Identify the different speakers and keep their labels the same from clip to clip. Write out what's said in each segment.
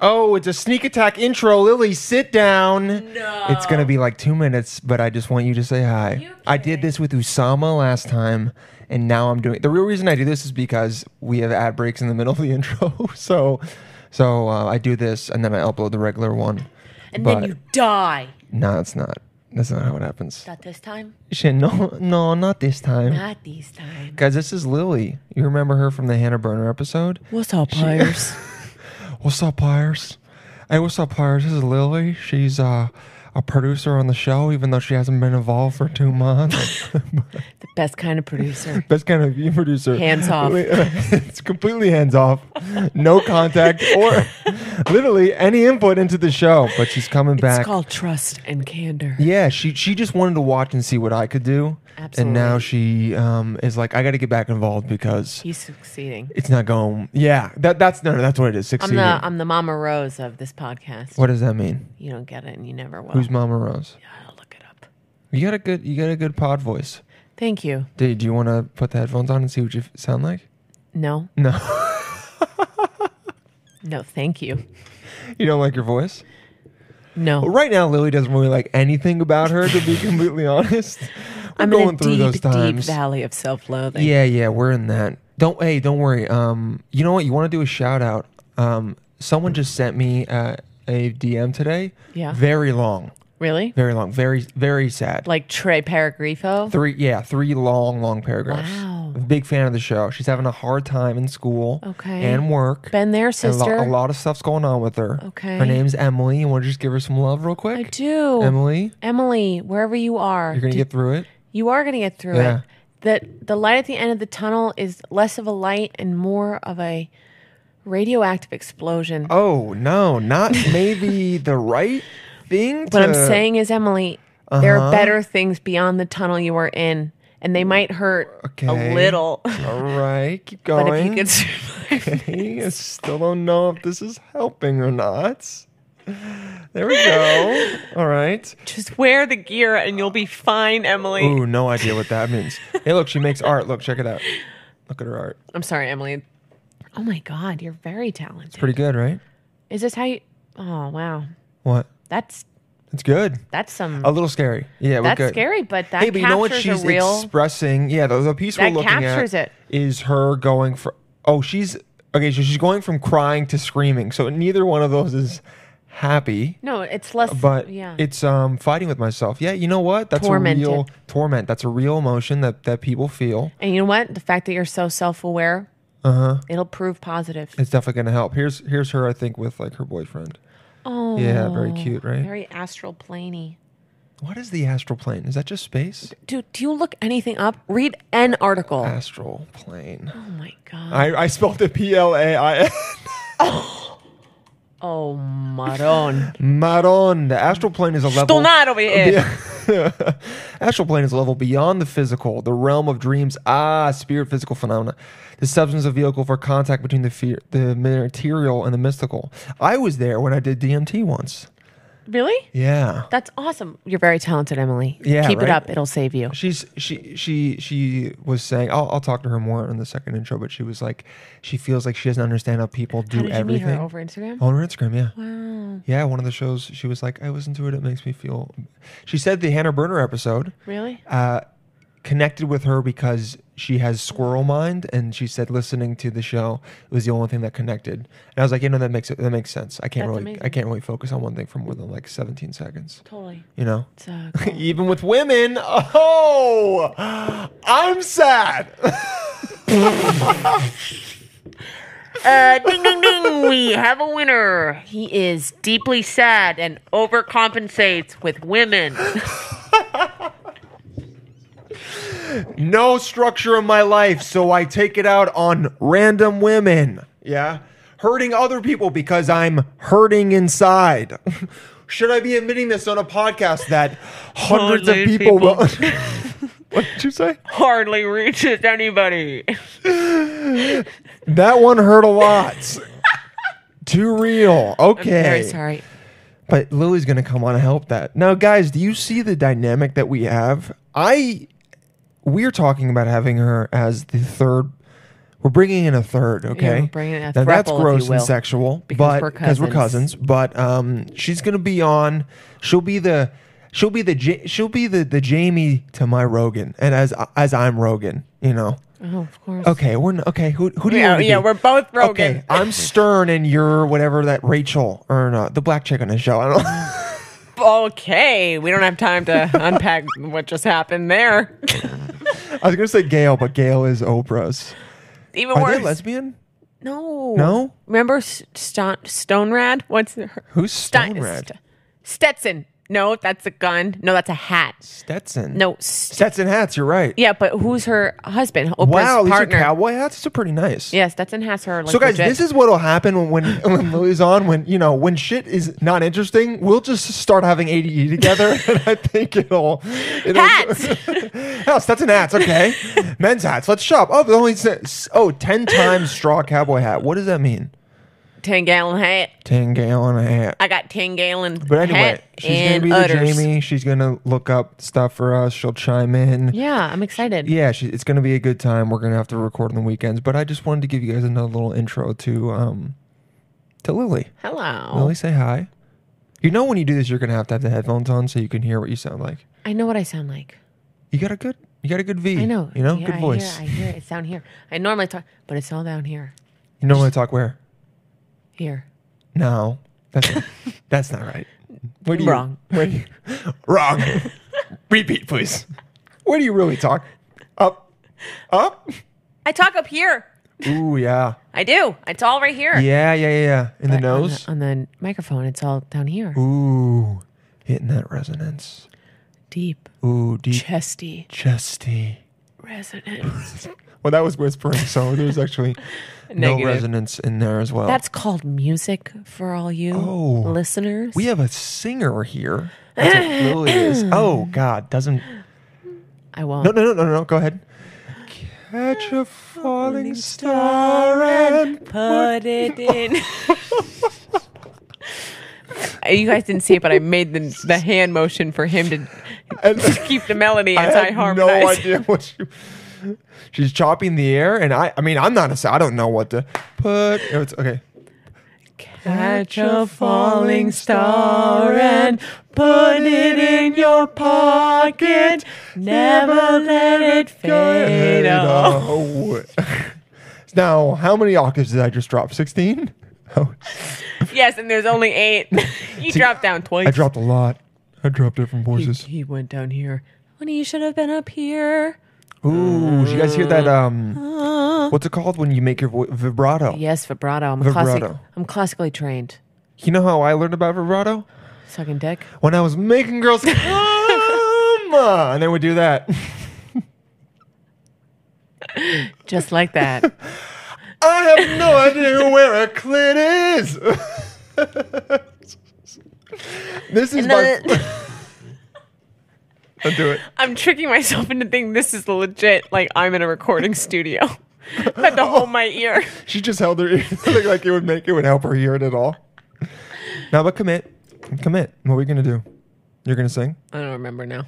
Speaker 1: Oh, it's a sneak attack intro. Lily, sit down.
Speaker 2: No.
Speaker 1: It's going to be like two minutes, but I just want you to say hi.
Speaker 2: You
Speaker 1: I did
Speaker 2: kidding.
Speaker 1: this with Usama last time, and now I'm doing The real reason I do this is because we have ad breaks in the middle of the intro. So so uh, I do this, and then I upload the regular one.
Speaker 2: and
Speaker 1: but
Speaker 2: then you die.
Speaker 1: no, it's not. That's not how it happens.
Speaker 2: Not this time.
Speaker 1: Shit, no, no, not this time.
Speaker 2: Not this time.
Speaker 1: Guys, this is Lily. You remember her from the Hannah Burner episode?
Speaker 2: What's up, Pires?
Speaker 1: What's up, Pires? Hey, what's up, Pires? This is Lily. She's uh, a producer on the show, even though she hasn't been involved for two months.
Speaker 2: the best kind of producer.
Speaker 1: That's kind of you, producer.
Speaker 2: Hands off.
Speaker 1: it's completely hands off. No contact or literally any input into the show. But she's coming back.
Speaker 2: It's called trust and candor.
Speaker 1: yeah, she she just wanted to watch and see what I could do. And now
Speaker 2: Absolutely.
Speaker 1: she um, is like, I got to get back involved because
Speaker 2: He's succeeding.
Speaker 1: it's not going. Yeah, that that's no, no that's what it is.
Speaker 2: I'm
Speaker 1: Succeeding.
Speaker 2: the I'm the Mama Rose of this podcast.
Speaker 1: what does that mean?
Speaker 2: You don't get it, and you never will.
Speaker 1: Who's Mama Rose?
Speaker 2: I'll look it up.
Speaker 1: You got a good you got a good pod voice.
Speaker 2: Thank you.
Speaker 1: Do, do you want to put the headphones on and see what you f- sound like?
Speaker 2: No,
Speaker 1: No,
Speaker 2: no, thank you.
Speaker 1: you don't like your voice. Well,
Speaker 2: No,
Speaker 1: right now, Lily doesn't really like anything about her. To be completely honest, we're
Speaker 2: I'm
Speaker 1: going
Speaker 2: in a
Speaker 1: through
Speaker 2: deep,
Speaker 1: those
Speaker 2: deep
Speaker 1: times.
Speaker 2: valley of self-loathing.
Speaker 1: yeah, yeah, we're in that. Don't hey, don't worry. Um, you know what? You want to do a shout out. Um, someone just sent me uh, a DM today.
Speaker 2: Yeah.
Speaker 1: very long,
Speaker 2: Really?
Speaker 1: very long, very very sad.
Speaker 2: Like Trey Paragrifo?
Speaker 1: Three, yeah, three long, long paragraphs.
Speaker 2: Wow.
Speaker 1: Big fan of the show. She's having a hard time in school
Speaker 2: Okay.
Speaker 1: and work.
Speaker 2: Been there,
Speaker 1: And a, lo-
Speaker 2: sister.
Speaker 1: a lot of stuff's going on with her.
Speaker 2: Okay.
Speaker 1: Her name's Emily. You want to just give her some love real quick?
Speaker 2: I do.
Speaker 1: Emily,
Speaker 2: Emily, wherever you are,
Speaker 1: you're going to
Speaker 2: do-
Speaker 1: get through it.
Speaker 2: you are going to get through
Speaker 1: Yeah.
Speaker 2: it. That the light at the end of the tunnel is less of a light and more of a radioactive explosion.
Speaker 1: Oh, no, not maybe the right thing to.
Speaker 2: What I'm saying is, Emily, there
Speaker 1: Uh-huh.
Speaker 2: are better things beyond the tunnel you are in, and they might hurt
Speaker 1: Okay.
Speaker 2: a little.
Speaker 1: All right, keep going.
Speaker 2: But if you could survive,
Speaker 1: Okay, I still don't know if this is helping or not. There we go. All right.
Speaker 2: just wear the gear and you'll be fine, Emily.
Speaker 1: Ooh, no idea what that means. Hey, look, she makes art. Look, check it out. Look at her art.
Speaker 2: I'm sorry, Emily. Oh my God, you're very talented.
Speaker 1: Pretty good, right?
Speaker 2: Is this how you? Oh wow,
Speaker 1: What?
Speaker 2: that's
Speaker 1: It's good.
Speaker 2: that's some
Speaker 1: A little scary. Yeah, we're
Speaker 2: that's
Speaker 1: good.
Speaker 2: scary, but that
Speaker 1: Hey, but you know what
Speaker 2: captures
Speaker 1: she's
Speaker 2: a real.
Speaker 1: expressing? Yeah, the, the piece we're
Speaker 2: That
Speaker 1: looking at
Speaker 2: captures it.
Speaker 1: is her going for. Oh, she's okay. So she's going from crying to screaming. So neither one of those is happy.
Speaker 2: no, it's less.
Speaker 1: But
Speaker 2: yeah,
Speaker 1: it's um fighting with myself. Yeah, you know what? That's
Speaker 2: Tormented.
Speaker 1: a real torment. That's a real emotion that that people feel.
Speaker 2: and you know what? The fact that you're so self-aware,
Speaker 1: Uh huh.
Speaker 2: it'll prove positive.
Speaker 1: It's definitely gonna help. Here's here's her. I think with like her boyfriend.
Speaker 2: Oh,
Speaker 1: yeah, very cute, right?
Speaker 2: Very astral planey.
Speaker 1: What is the astral plane? Is that just space?
Speaker 2: Dude, do you look anything up? Read an article.
Speaker 1: Astral plane.
Speaker 2: oh my god.
Speaker 1: I, I spelled it P L A I N. uh,
Speaker 2: oh maron.
Speaker 1: Maron. The astral plane is a level.
Speaker 2: not over here.
Speaker 1: Yeah. astral plane is a level beyond the physical, the realm of dreams. Ah, spirit, physical phenomena. The substance, a vehicle for contact between the fear, the material and the mystical. I was there when I did DMT once.
Speaker 2: Really?
Speaker 1: Yeah.
Speaker 2: That's awesome. You're very talented, Emily.
Speaker 1: Yeah,
Speaker 2: Keep
Speaker 1: right?
Speaker 2: it up. It'll save you.
Speaker 1: She's she she she was saying I'll, I'll talk to her more in the second intro, but she was like she feels like she doesn't understand how people do
Speaker 2: How did
Speaker 1: everything. Oh.
Speaker 2: you meet her over Instagram?
Speaker 1: On her Instagram, yeah.
Speaker 2: Wow.
Speaker 1: Yeah, one of the shows, she was like, I listen to it, it makes me feel. She said the Hannah Berner episode
Speaker 2: Really?
Speaker 1: uh, connected with her because she has squirrel mind, and she said listening to the show was the only thing that connected. And I was like, you know, that makes it, that makes sense. I can't
Speaker 2: That's
Speaker 1: really, I
Speaker 2: amazing.
Speaker 1: can't really focus on one thing for more than like 17 seconds.
Speaker 2: Totally.
Speaker 1: You know,
Speaker 2: It's, uh,
Speaker 1: even with women, oh, I'm sad.
Speaker 2: Uh, ding ding ding! We have a winner. He is deeply sad and overcompensates with women.
Speaker 1: no structure in my life, so I take it out on random women. Yeah. Hurting other people because I'm hurting inside. Should I be admitting this on a podcast that hundreds of
Speaker 2: Holy
Speaker 1: people, will.
Speaker 2: people.
Speaker 1: what did you say?
Speaker 2: Hardly reaches anybody.
Speaker 1: That one hurt a lot. Too real. Okay.
Speaker 2: Very sorry.
Speaker 1: But Lily's going to come on and help that. Now, guys, do you see the dynamic that we have? I, we're talking about having her as the third We're bringing in a third, okay?
Speaker 2: we're bringing
Speaker 1: now
Speaker 2: a
Speaker 1: that's
Speaker 2: threeple, if you
Speaker 1: gross and
Speaker 2: will,
Speaker 1: sexual,
Speaker 2: because
Speaker 1: but
Speaker 2: we're
Speaker 1: because we're
Speaker 2: cousins.
Speaker 1: cousins. But um, she's gonna be on. She'll be the she'll be the Ja- she'll be the the Jamie to my Rogan, and as as I'm Rogan, you know.
Speaker 2: Oh, of course.
Speaker 1: Okay, we're n- okay. Who who do you?
Speaker 2: Yeah,
Speaker 1: wanna
Speaker 2: yeah,
Speaker 1: be?
Speaker 2: we're both Rogan.
Speaker 1: Okay, I'm Stern, and you're whatever that Rachel or not, the black chick on the show. I don't know.
Speaker 2: Okay, we don't have time to unpack what just happened there.
Speaker 1: I was gonna say Gail, but Gail is Oprah's.
Speaker 2: Even
Speaker 1: Are
Speaker 2: worse.
Speaker 1: they lesbian?
Speaker 2: no.
Speaker 1: No?
Speaker 2: Remember S- Ston- Stonerad? What's her?
Speaker 1: Who's
Speaker 2: Ston-
Speaker 1: Stone Red?
Speaker 2: St- Stetson. No, that's a gun. No, that's a hat.
Speaker 1: Stetson.
Speaker 2: No. St-
Speaker 1: Stetson hats. You're right.
Speaker 2: yeah, but who's her husband? Oprah's
Speaker 1: wow, these
Speaker 2: partner.
Speaker 1: are cowboy hats. These are pretty nice.
Speaker 2: yeah, Stetson has her. Like,
Speaker 1: So guys,
Speaker 2: legit-
Speaker 1: this is what'll happen when when Louie's on. When you know when shit is not interesting, we'll just start having ADE together, and I think it'll. it'll
Speaker 2: Hats!
Speaker 1: Hell, that's an hats. Okay, men's hats. Let's shop. Oh, the only s- oh 10 times straw cowboy hat. What does that mean?
Speaker 2: 10 gallon hat.
Speaker 1: Ten gallon hat.
Speaker 2: I got 10 gallon
Speaker 1: But anyway,
Speaker 2: hat
Speaker 1: she's gonna
Speaker 2: and
Speaker 1: be
Speaker 2: udders.
Speaker 1: the Jamie. She's gonna look up stuff for us. She'll chime in.
Speaker 2: Yeah, I'm excited.
Speaker 1: yeah, she, it's going to be a good time. We're going to have to record on the weekends, but I just wanted to give you guys another little intro to um to Lily.
Speaker 2: Hello.
Speaker 1: Lily, say hi. You know when you do this, you're going to have to have the headphones on so you can hear what you sound like.
Speaker 2: I know what I sound like.
Speaker 1: You got a good, you got a good V.
Speaker 2: I know.
Speaker 1: You know,
Speaker 2: Yeah,
Speaker 1: good
Speaker 2: I
Speaker 1: voice.
Speaker 2: Hear, I hear it. It's down here. I normally talk, but it's all down here.
Speaker 1: you normally talk where?
Speaker 2: Here.
Speaker 1: No, that's that's not right. Where do you,
Speaker 2: Wrong.
Speaker 1: Where do you, wrong. Repeat, please. Where do you really talk? Up, up.
Speaker 2: I talk up here.
Speaker 1: Ooh, yeah,
Speaker 2: I do. It's all right here.
Speaker 1: yeah, yeah, yeah. yeah. In the nose.
Speaker 2: On the, on the microphone, it's all down here.
Speaker 1: Ooh, hitting that resonance.
Speaker 2: Deep,
Speaker 1: Ooh, deep
Speaker 2: chesty,
Speaker 1: chesty.
Speaker 2: resonance.
Speaker 1: Well, that was whispering, so there's actually no
Speaker 2: Negative.
Speaker 1: resonance in there as well.
Speaker 2: That's called music for all you
Speaker 1: Oh.
Speaker 2: listeners.
Speaker 1: we have a singer here. That's what Lily is. Oh God, doesn't
Speaker 2: I won't.
Speaker 1: no no no no no. Go ahead. Catch a falling star and
Speaker 2: Put it in. you guys didn't see it, but I made the, the hand motion for him to
Speaker 1: and
Speaker 2: keep the melody
Speaker 1: I
Speaker 2: as I,
Speaker 1: had no
Speaker 2: harmonized.
Speaker 1: idea what she. She's chopping the air, and I. I mean, I'm not a. s- I don't know what to put. It's okay.
Speaker 2: Catch a falling star and put it in your pocket. Never let it fade off.
Speaker 1: Oh. now, how many octaves did I just drop? 16? Oh,
Speaker 2: Yes, and there's only eight. he dropped down twice.
Speaker 1: I dropped a lot. I dropped different
Speaker 2: He,
Speaker 1: voices.
Speaker 2: he went down here. Honey, you should have been up here.
Speaker 1: Ooh, did you guys hear that? Um,
Speaker 2: Uh.
Speaker 1: what's it called when you make your voice vibrato?
Speaker 2: Yes, vibrato. I'm classic.
Speaker 1: Vibrato.
Speaker 2: I'm classically trained.
Speaker 1: You know how I learned about vibrato?
Speaker 2: Sucking dick.
Speaker 1: When I was making girls come, and then we do that.
Speaker 2: Just like that.
Speaker 1: I have no idea where a clit is. this is
Speaker 2: And
Speaker 1: my.
Speaker 2: then-
Speaker 1: I'll do it.
Speaker 2: I'm tricking myself into thinking this is legit. Like I'm in a recording studio. but to hold my ear.
Speaker 1: She just held her ear like, like it would make it would help her hear it at all. Now, but commit, commit. What are we gonna do? You're gonna sing.
Speaker 2: I don't remember now.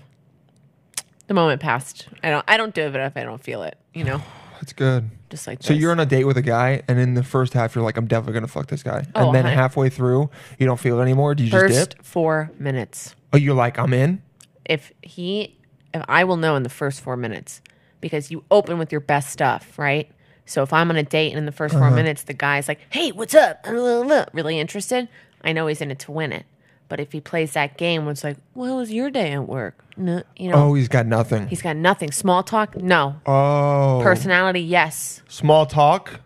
Speaker 2: The moment passed. I don't. I don't do it if I don't feel it. You know,
Speaker 1: That's good.
Speaker 2: just like
Speaker 1: So
Speaker 2: this.
Speaker 1: you're on a date with a guy, and in the first half, you're like, "I'm definitely gonna fuck this guy,"
Speaker 2: Oh,
Speaker 1: and then
Speaker 2: hi.
Speaker 1: halfway through, you don't feel it anymore. Do you just
Speaker 2: first
Speaker 1: dip?
Speaker 2: four minutes.
Speaker 1: Oh, you're like, "I'm in."
Speaker 2: If he, if I will know in the first four minutes because you open with your best stuff, right? So if I'm on a date and in the 1st
Speaker 1: Uh-huh.
Speaker 2: four minutes the guy's like, "Hey, what's up?" Really interested. I know he's in it to win it. But if he plays that game, where it's like, "Well, was your day at work?" No, you know,
Speaker 1: Oh, he's got nothing.
Speaker 2: he's got nothing. Small talk, no.
Speaker 1: oh,
Speaker 2: Personality, yes.
Speaker 1: small talk,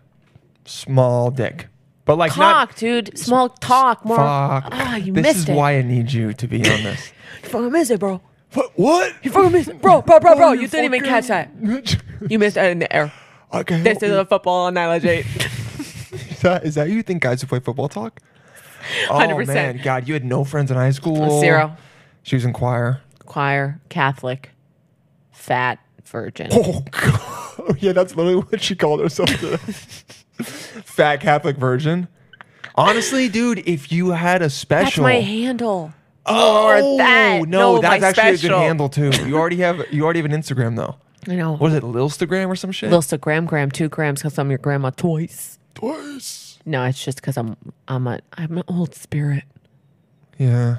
Speaker 1: small dick, but like
Speaker 2: Talk, dude. Small talk. More.
Speaker 1: not fuck.
Speaker 2: Ah, you
Speaker 1: this
Speaker 2: missed
Speaker 1: is
Speaker 2: it.
Speaker 1: why I need you to be on this.
Speaker 2: You fucking missed it, bro.
Speaker 1: what? What?
Speaker 2: You fucking missed it. Oh, Bro, bro, bro, bro. you didn't even catch that. You missed it in the air.
Speaker 1: okay.
Speaker 2: This is a football annihilation.
Speaker 1: Is that, is that who you think guys who play football talk? Oh
Speaker 2: 100%.
Speaker 1: man, God, you had no friends in high school.
Speaker 2: Zero.
Speaker 1: She was in choir.
Speaker 2: Choir, Catholic, fat virgin.
Speaker 1: Oh God. Yeah, that's literally what she called herself. today. Fat Catholic virgin. Honestly, dude, if you had a
Speaker 2: That's
Speaker 1: special,
Speaker 2: my handle.
Speaker 1: oh
Speaker 2: that.
Speaker 1: no,
Speaker 2: No,
Speaker 1: that's
Speaker 2: my
Speaker 1: actually a
Speaker 2: special.
Speaker 1: good handle too. You already have you already have an Instagram though.
Speaker 2: I know.
Speaker 1: What is it, Lilstagram or some shit?
Speaker 2: Little so gram gram two grams because I'm your grandma twice.
Speaker 1: Twice.
Speaker 2: No, it's just because I'm I'm a I'm an old spirit.
Speaker 1: Yeah.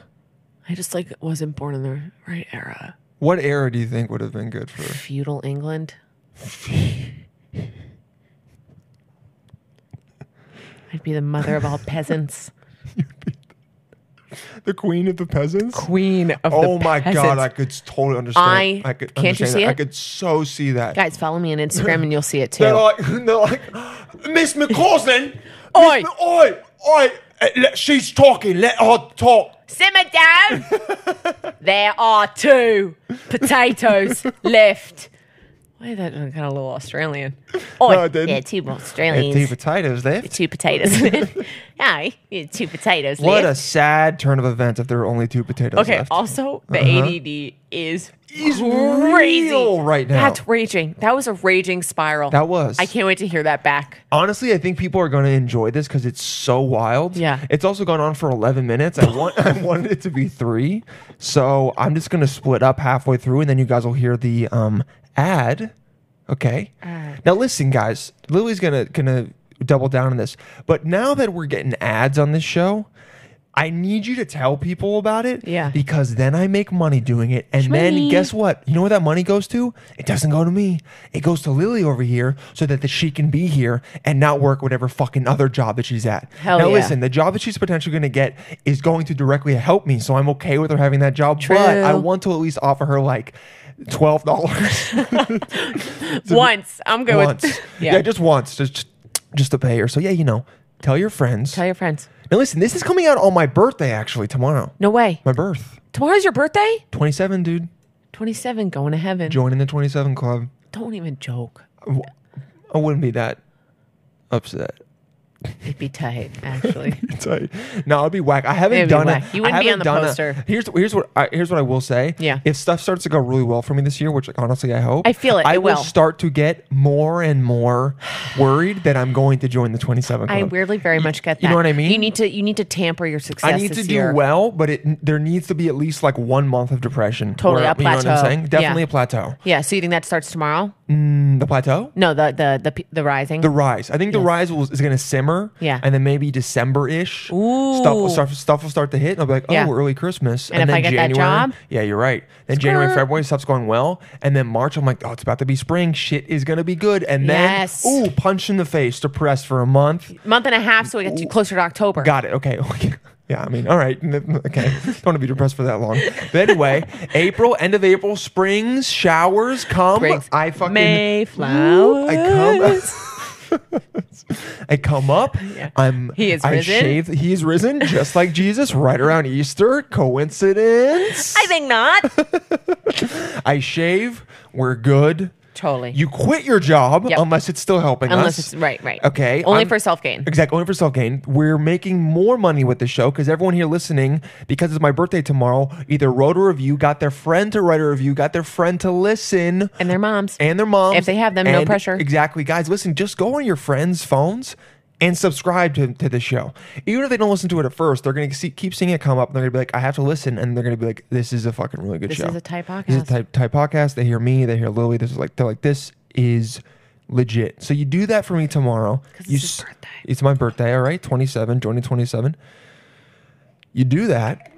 Speaker 2: I just like wasn't born in the right era.
Speaker 1: What era do you think would have been good for?
Speaker 2: Feudal England. I'd be the mother of all peasants.
Speaker 1: The queen of the peasants?
Speaker 2: Queen of
Speaker 1: Oh my god, I could totally understand.
Speaker 2: I-
Speaker 1: I could
Speaker 2: can't you
Speaker 1: understand
Speaker 2: see
Speaker 1: that. I
Speaker 2: it?
Speaker 1: could so see that.
Speaker 2: Guys, follow me on Instagram and you'll see it
Speaker 1: They're
Speaker 2: too.
Speaker 1: like, they're like, Miss McCausland,
Speaker 2: Oi.
Speaker 1: Miss Ma- oi, oi, eh, let- she's talking. Let her talk.
Speaker 2: Simmer down. there are two potatoes left. Why that kind of a little Australian? Oh,
Speaker 1: No, it didn't.
Speaker 2: yeah, two
Speaker 1: And
Speaker 2: Australians.
Speaker 1: two potatoes left.
Speaker 2: two potatoes. Hi, you had two potatoes.
Speaker 1: What a
Speaker 2: left.
Speaker 1: sad turn of events if there were only two potatoes
Speaker 2: okay.
Speaker 1: left.
Speaker 2: Also, the ADD is
Speaker 1: Is
Speaker 2: crazy
Speaker 1: real right now.
Speaker 2: That's raging. That was a raging spiral.
Speaker 1: That was.
Speaker 2: I can't wait to hear that back.
Speaker 1: Honestly, I think people are going to enjoy this because it's so wild.
Speaker 2: Yeah.
Speaker 1: It's also gone on for 11 minutes. I want I wanted it to be three. So I'm just going to split up halfway through and then you guys will hear the um, ad. Okay. Now, listen, guys, Lily's going to gonna double down on this. But now that we're getting ads on this show, I need you to tell people about it.
Speaker 2: Yeah.
Speaker 1: Because then I make money doing it. And then
Speaker 2: Shmoney.
Speaker 1: guess what? You know where that money goes to? It doesn't go to me. It goes to Lily over here so that, that she can be here and not work whatever fucking other job that she's at.
Speaker 2: Hell
Speaker 1: now
Speaker 2: yeah.
Speaker 1: listen, the job that she's potentially gonna get is going to directly help me, so I'm okay with her having that job. But
Speaker 2: True.
Speaker 1: I want to at least offer her like twelve dollars
Speaker 2: Once I'm good
Speaker 1: once.
Speaker 2: with
Speaker 1: yeah. just once. Just just to pay her. So yeah, you know. Tell your friends.
Speaker 2: Tell your friends.
Speaker 1: now listen, this is coming out on my birthday actually tomorrow.
Speaker 2: No way.
Speaker 1: My birth.
Speaker 2: Tomorrow's your birthday.
Speaker 1: 27, dude.
Speaker 2: 27, going to heaven.
Speaker 1: Joining the 27 club.
Speaker 2: Don't even joke.
Speaker 1: I wouldn't be that upset.
Speaker 2: It'd be tight, actually.
Speaker 1: Tight. No, I'd be whack. I haven't
Speaker 2: It'd be
Speaker 1: done it.
Speaker 2: whack. You wouldn't be on the poster.
Speaker 1: here's here's what I, here's what I will say.
Speaker 2: Yeah.
Speaker 1: If stuff starts to go really well for me this year, which like, honestly I hope,
Speaker 2: I feel it.
Speaker 1: I
Speaker 2: It
Speaker 1: will
Speaker 2: will.
Speaker 1: start to get more and more worried that I'm going to join the 27 club.
Speaker 2: I weirdly very much get that.
Speaker 1: you know what I mean?
Speaker 2: You need to you need to tamper your success.
Speaker 1: I need
Speaker 2: this
Speaker 1: to do
Speaker 2: year.
Speaker 1: well, but it there needs to be at least like one month of depression.
Speaker 2: Totally, a
Speaker 1: you know what I'm
Speaker 2: plateau.
Speaker 1: saying? Definitely
Speaker 2: Yeah.
Speaker 1: a plateau.
Speaker 2: Yeah. So you think that starts tomorrow?
Speaker 1: Mm, the plateau.
Speaker 2: No, the the the, p- the rising.
Speaker 1: The rise. I think the rise will, is going to simmer.
Speaker 2: Yeah.
Speaker 1: And then maybe December ish. Stuff will
Speaker 2: Ooh.
Speaker 1: start. Stuff will start to hit, and I'll be like, oh,
Speaker 2: Yeah.
Speaker 1: we're early Christmas.
Speaker 2: And if I get that job?
Speaker 1: yeah, you're right. Then January,
Speaker 2: Squirt.
Speaker 1: February, stuff's going well, and then March, I'm like, oh, it's about to be spring. Shit is going to be good, and then
Speaker 2: Yes.
Speaker 1: ooh, punch in the face, depressed for a month.
Speaker 2: Month and a half, so we get to closer to October.
Speaker 1: Got it. Okay. Okay. Yeah, I mean, all right. Okay. Don't want to be depressed for that long. But anyway, April, end of April, springs, showers come.
Speaker 2: Briggs.
Speaker 1: I fucking
Speaker 2: Mayflower.
Speaker 1: I come. I come up.
Speaker 2: Yeah.
Speaker 1: I'm.
Speaker 2: He is
Speaker 1: I
Speaker 2: risen.
Speaker 1: Shave, he is risen, just like Jesus, right around Easter. Coincidence?
Speaker 2: I think not.
Speaker 1: I shave. We're good.
Speaker 2: totally.
Speaker 1: You quit your job
Speaker 2: Yep.
Speaker 1: unless it's still helping us.
Speaker 2: Unless it's right, right.
Speaker 1: Okay,
Speaker 2: Only
Speaker 1: I'm-
Speaker 2: for self gain.
Speaker 1: Exactly. Only for self gain. We're making more money with the show because everyone here listening, because it's my birthday tomorrow, either wrote a review, got their friend to write a review, got their friend to listen,
Speaker 2: And their moms.
Speaker 1: and their moms.
Speaker 2: If they have them, no
Speaker 1: and-
Speaker 2: pressure.
Speaker 1: Exactly. Guys, listen, just go on your friends' phones and subscribe to, to the show. Even if they don't listen to it at first, they're going to see, keep seeing it come up and they're going to be like, I have to listen. And they're going to be like, this is a fucking really good
Speaker 2: This
Speaker 1: show.
Speaker 2: is a tight
Speaker 1: This is a
Speaker 2: podcast.
Speaker 1: type, type podcast. They hear me, they hear Lily. This is like, they're like, this is legit. So you do that for me tomorrow. You
Speaker 2: it's his
Speaker 1: s-
Speaker 2: birthday.
Speaker 1: It's my birthday, all right? 27, joining 27. You do that.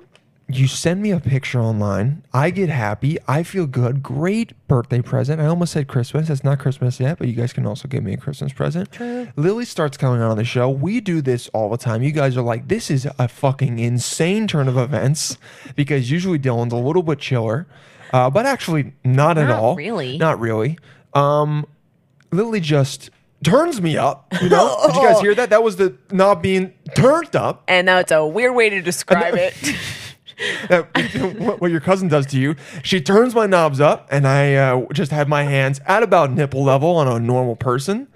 Speaker 1: You send me a picture online. I get happy. I feel good. Great birthday present. I almost said Christmas. It's not Christmas yet, but you guys can also give me a Christmas present.
Speaker 2: True.
Speaker 1: Lily starts coming on the show. We do this all the time. You guys are like, this is a fucking insane turn of events because usually Dylan's a little bit chiller, uh, but actually not, at
Speaker 2: Not
Speaker 1: all.
Speaker 2: really.
Speaker 1: Not really. Um, Lily just turns me up. You know? Did you guys hear that? That was the not being turned up.
Speaker 2: And that's a weird way to describe it.
Speaker 1: that what, what your cousin does to you. She turns my knobs up, and I uh, just have my hands at about nipple level on a normal person.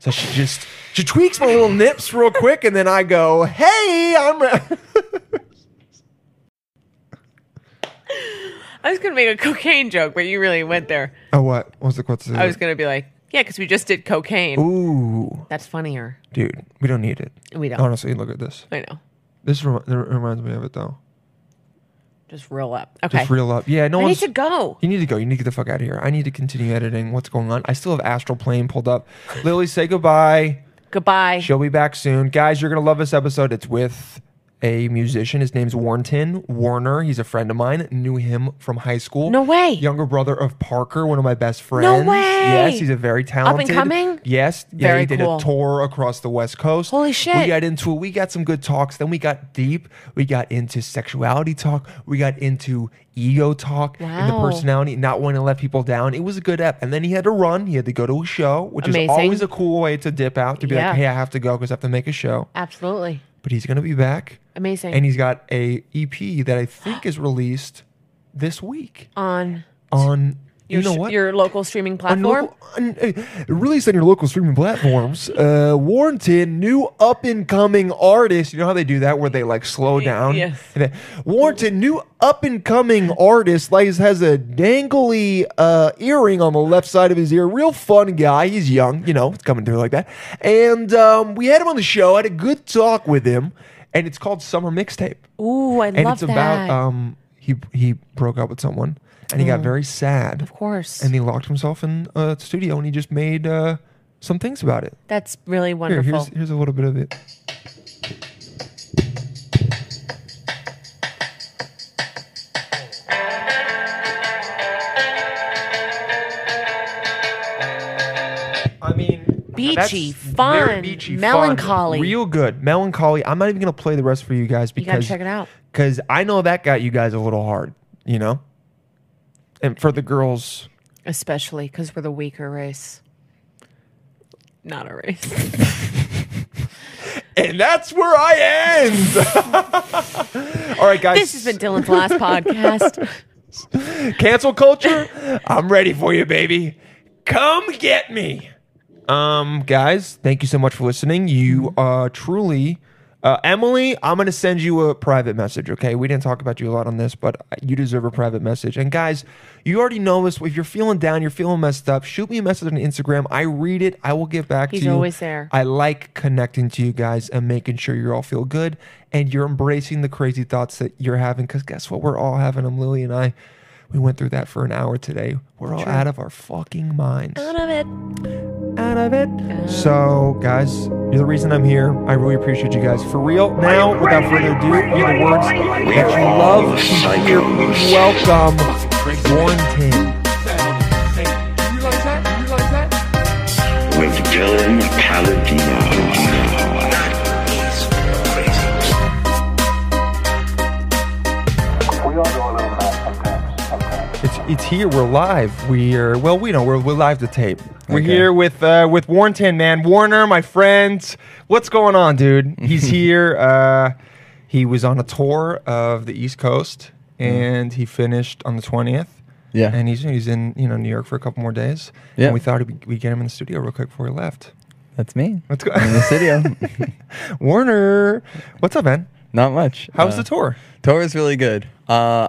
Speaker 1: So she just she tweaks my little nips real quick, and then I go, "Hey, I'm." Re-.
Speaker 2: I was gonna make a cocaine joke, but you really went there.
Speaker 1: Oh, what? What was the what's the?
Speaker 2: I was gonna be like, yeah, because we just did cocaine.
Speaker 1: Ooh,
Speaker 2: That's funnier.
Speaker 1: dude, we don't need it.
Speaker 2: We don't.
Speaker 1: Honestly, look at this.
Speaker 2: I know.
Speaker 1: This rem- it reminds me of it though.
Speaker 2: Just roll up. Okay.
Speaker 1: Just reel up. Yeah, no
Speaker 2: I need
Speaker 1: one's.
Speaker 2: to go.
Speaker 1: you need to go. You need to get the fuck out of here. I need to continue editing. What's going on? I still have Astral Plane pulled up. Lily, say goodbye.
Speaker 2: Goodbye.
Speaker 1: She'll be back soon. Guys, you're going to love this episode. It's with a musician. His name's Warrenton Warner. He's a friend of mine. Knew him from high school.
Speaker 2: No way.
Speaker 1: Younger brother of Parker, one of my best friends.
Speaker 2: way.
Speaker 1: Yes, he's a very talented.
Speaker 2: coming?
Speaker 1: Yes. yeah,
Speaker 2: Very
Speaker 1: he did
Speaker 2: cool.
Speaker 1: a tour across the West Coast.
Speaker 2: Holy
Speaker 1: We
Speaker 2: shit.
Speaker 1: got into it. We got some good talks. Then we got deep. We got into sexuality talk. We got into ego talk and the
Speaker 2: Wow.
Speaker 1: personality, not wanting to let people down. It was a good ep. And then he had to run. He had to go to a show, which is
Speaker 2: Amazing.
Speaker 1: always a cool way to dip out to be
Speaker 2: Yeah.
Speaker 1: like, hey, I have to go because I have to make a show.
Speaker 2: Absolutely.
Speaker 1: But he's gonna be back,
Speaker 2: Amazing.
Speaker 1: and he's got a EP that I think is released this week
Speaker 2: on
Speaker 1: on
Speaker 2: your,
Speaker 1: you know
Speaker 2: sh-
Speaker 1: what
Speaker 2: your local streaming
Speaker 1: on
Speaker 2: platform.
Speaker 1: local, on, uh, released on your local streaming platforms. Uh, Warrington, new up and coming artist. You know how they do that, where they like slow down.
Speaker 2: yes.
Speaker 1: And then, Warrington, new up and coming artist. Like has a dangly uh, earring on the left side of his ear. Real fun guy. He's young. You know, it's coming through like that. And um, we had him on the show. Had a good talk with him. And it's called Summer Mixtape
Speaker 2: Ooh, I
Speaker 1: and
Speaker 2: love
Speaker 1: it's about
Speaker 2: that. Mm.
Speaker 1: um he he broke up with someone and he got very sad
Speaker 2: of course.
Speaker 1: and he locked himself in a studio and he just made uh some things about it
Speaker 2: That's really
Speaker 1: here
Speaker 2: wonderful.
Speaker 1: here's here's a little bit of it I mean, that's
Speaker 2: Beachy,
Speaker 1: very
Speaker 2: fun,
Speaker 1: beachy, fun,
Speaker 2: melancholy.
Speaker 1: real good, melancholy. I'm not even gonna play the rest for you guys
Speaker 2: you gotta
Speaker 1: because
Speaker 2: check it out.
Speaker 1: because I know that got you guys a little hard, you know? And for the girls,
Speaker 2: Especially because we're the weaker race. Not a race.
Speaker 1: and that's where I end. All right, guys.
Speaker 2: this has been Dylan's last podcast.
Speaker 1: cancel culture. I'm ready for you, baby. Come get me. Um, guys, thank you so much for listening. You uh truly. Uh, Emily, I'm going to send you a private message, okay? We didn't talk about you a lot on this, but you deserve a private message. And guys, you already know this. If you're feeling down, you're feeling messed up, shoot me a message on Instagram. I read it, I will get back
Speaker 2: He's
Speaker 1: to you.
Speaker 2: always there.
Speaker 1: I like connecting to you guys and making sure you all feel good and you're embracing the crazy thoughts that you're having. Because guess what? We're all having them. Lily and I, we went through that for an hour today. We're all out of our fucking minds.
Speaker 2: Out of it.
Speaker 1: Out of it. So, guys, you're the reason I'm here. I really appreciate you guys. For real, now, without further ado, hear the words that you love to hear. Welcome, Warrington.
Speaker 3: with Dylan Paladino.
Speaker 4: We all go a little mad sometimes. Sometimes.
Speaker 1: It's, it's here. We're live. We are, well, we know. We're, we're live to tape. We're
Speaker 5: Okay.
Speaker 1: here with uh, with Warrington, man. Warner, my friend. What's going on, dude? He's here. Uh, he was on a tour of the East Coast, and he finished on the 20th.
Speaker 5: Mm-hmm. Yeah.
Speaker 1: And he's, he's in you know New York for a couple more days.
Speaker 5: Yeah.
Speaker 1: And we thought we'd, we'd get him in the studio real quick before he left.
Speaker 5: That's me.
Speaker 1: Let's go.
Speaker 5: I'm in the studio.
Speaker 1: Warner, what's up, man?
Speaker 5: Not much.
Speaker 1: How was
Speaker 5: Uh,
Speaker 1: the tour?
Speaker 5: Tour is really good. Uh,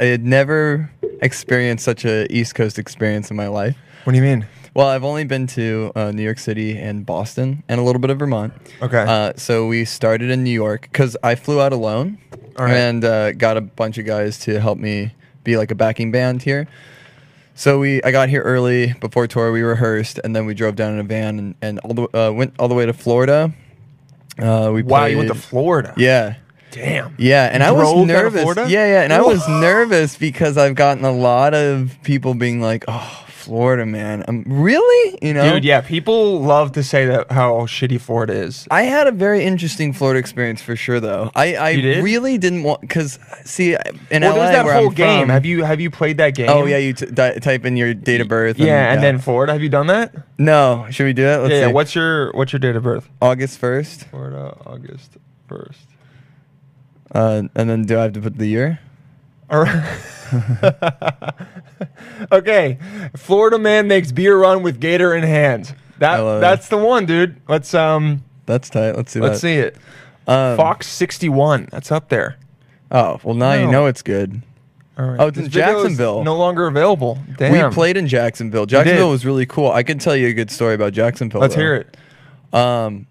Speaker 5: I had never experienced such a East Coast experience in my life.
Speaker 1: What do you mean?
Speaker 5: Well, I've only been to uh, New York City and Boston and a little bit of Vermont.
Speaker 1: Okay.
Speaker 5: Uh, so we started in New York because I flew out alone
Speaker 1: All right.
Speaker 5: and uh, got a bunch of guys to help me be like a backing band here. So we, I got here early before tour. We rehearsed and then we drove down in a van and, and all the uh, went all the way to Florida. Uh, we
Speaker 1: Wow, you went to
Speaker 5: played-
Speaker 1: Florida.
Speaker 5: Yeah.
Speaker 1: Damn.
Speaker 5: Yeah, and I was
Speaker 1: drove down to
Speaker 5: nervous.
Speaker 1: Florida?
Speaker 5: Yeah, yeah, and I
Speaker 1: Whoa.
Speaker 5: was nervous because I've gotten a lot of people being like, "Oh, Florida, man, I'm really," you know.
Speaker 1: Dude, yeah, people love to say that how shitty Florida is.
Speaker 5: I had a very interesting Florida experience for sure, though. I, I
Speaker 1: You did?
Speaker 5: really didn't want because see in
Speaker 1: well,
Speaker 5: LA
Speaker 1: there's that
Speaker 5: where
Speaker 1: whole
Speaker 5: I'm
Speaker 1: game.
Speaker 5: from.
Speaker 1: Have you have you played that game?
Speaker 5: Oh yeah, you t- di- type in your date of birth.
Speaker 1: yeah, and then Florida. Have you done that?
Speaker 5: no, should we do it? Let's
Speaker 1: yeah, yeah.
Speaker 5: see.
Speaker 1: What's your what's your date of birth?
Speaker 5: August first?
Speaker 1: Florida, August first.
Speaker 5: Uh, and then do I have to put the year?
Speaker 1: All right. okay, Florida man makes beer run with gator in hand.
Speaker 5: I
Speaker 1: That
Speaker 5: love it.
Speaker 1: that's the one, dude. Let's um
Speaker 5: That's tight. Let's see.
Speaker 1: let's
Speaker 5: that.
Speaker 1: see it.
Speaker 5: Um,
Speaker 1: Fox sixty one. That's up there.
Speaker 5: Oh well, now you
Speaker 1: No.
Speaker 5: know it's good.
Speaker 1: All right.
Speaker 5: Oh, it's in
Speaker 1: This video is
Speaker 5: Jacksonville.
Speaker 1: No longer available. Damn.
Speaker 5: We played in Jacksonville. Jacksonville was really cool. I can tell you a good story about Jacksonville.
Speaker 1: Let's
Speaker 5: though.
Speaker 1: hear it.
Speaker 5: Um,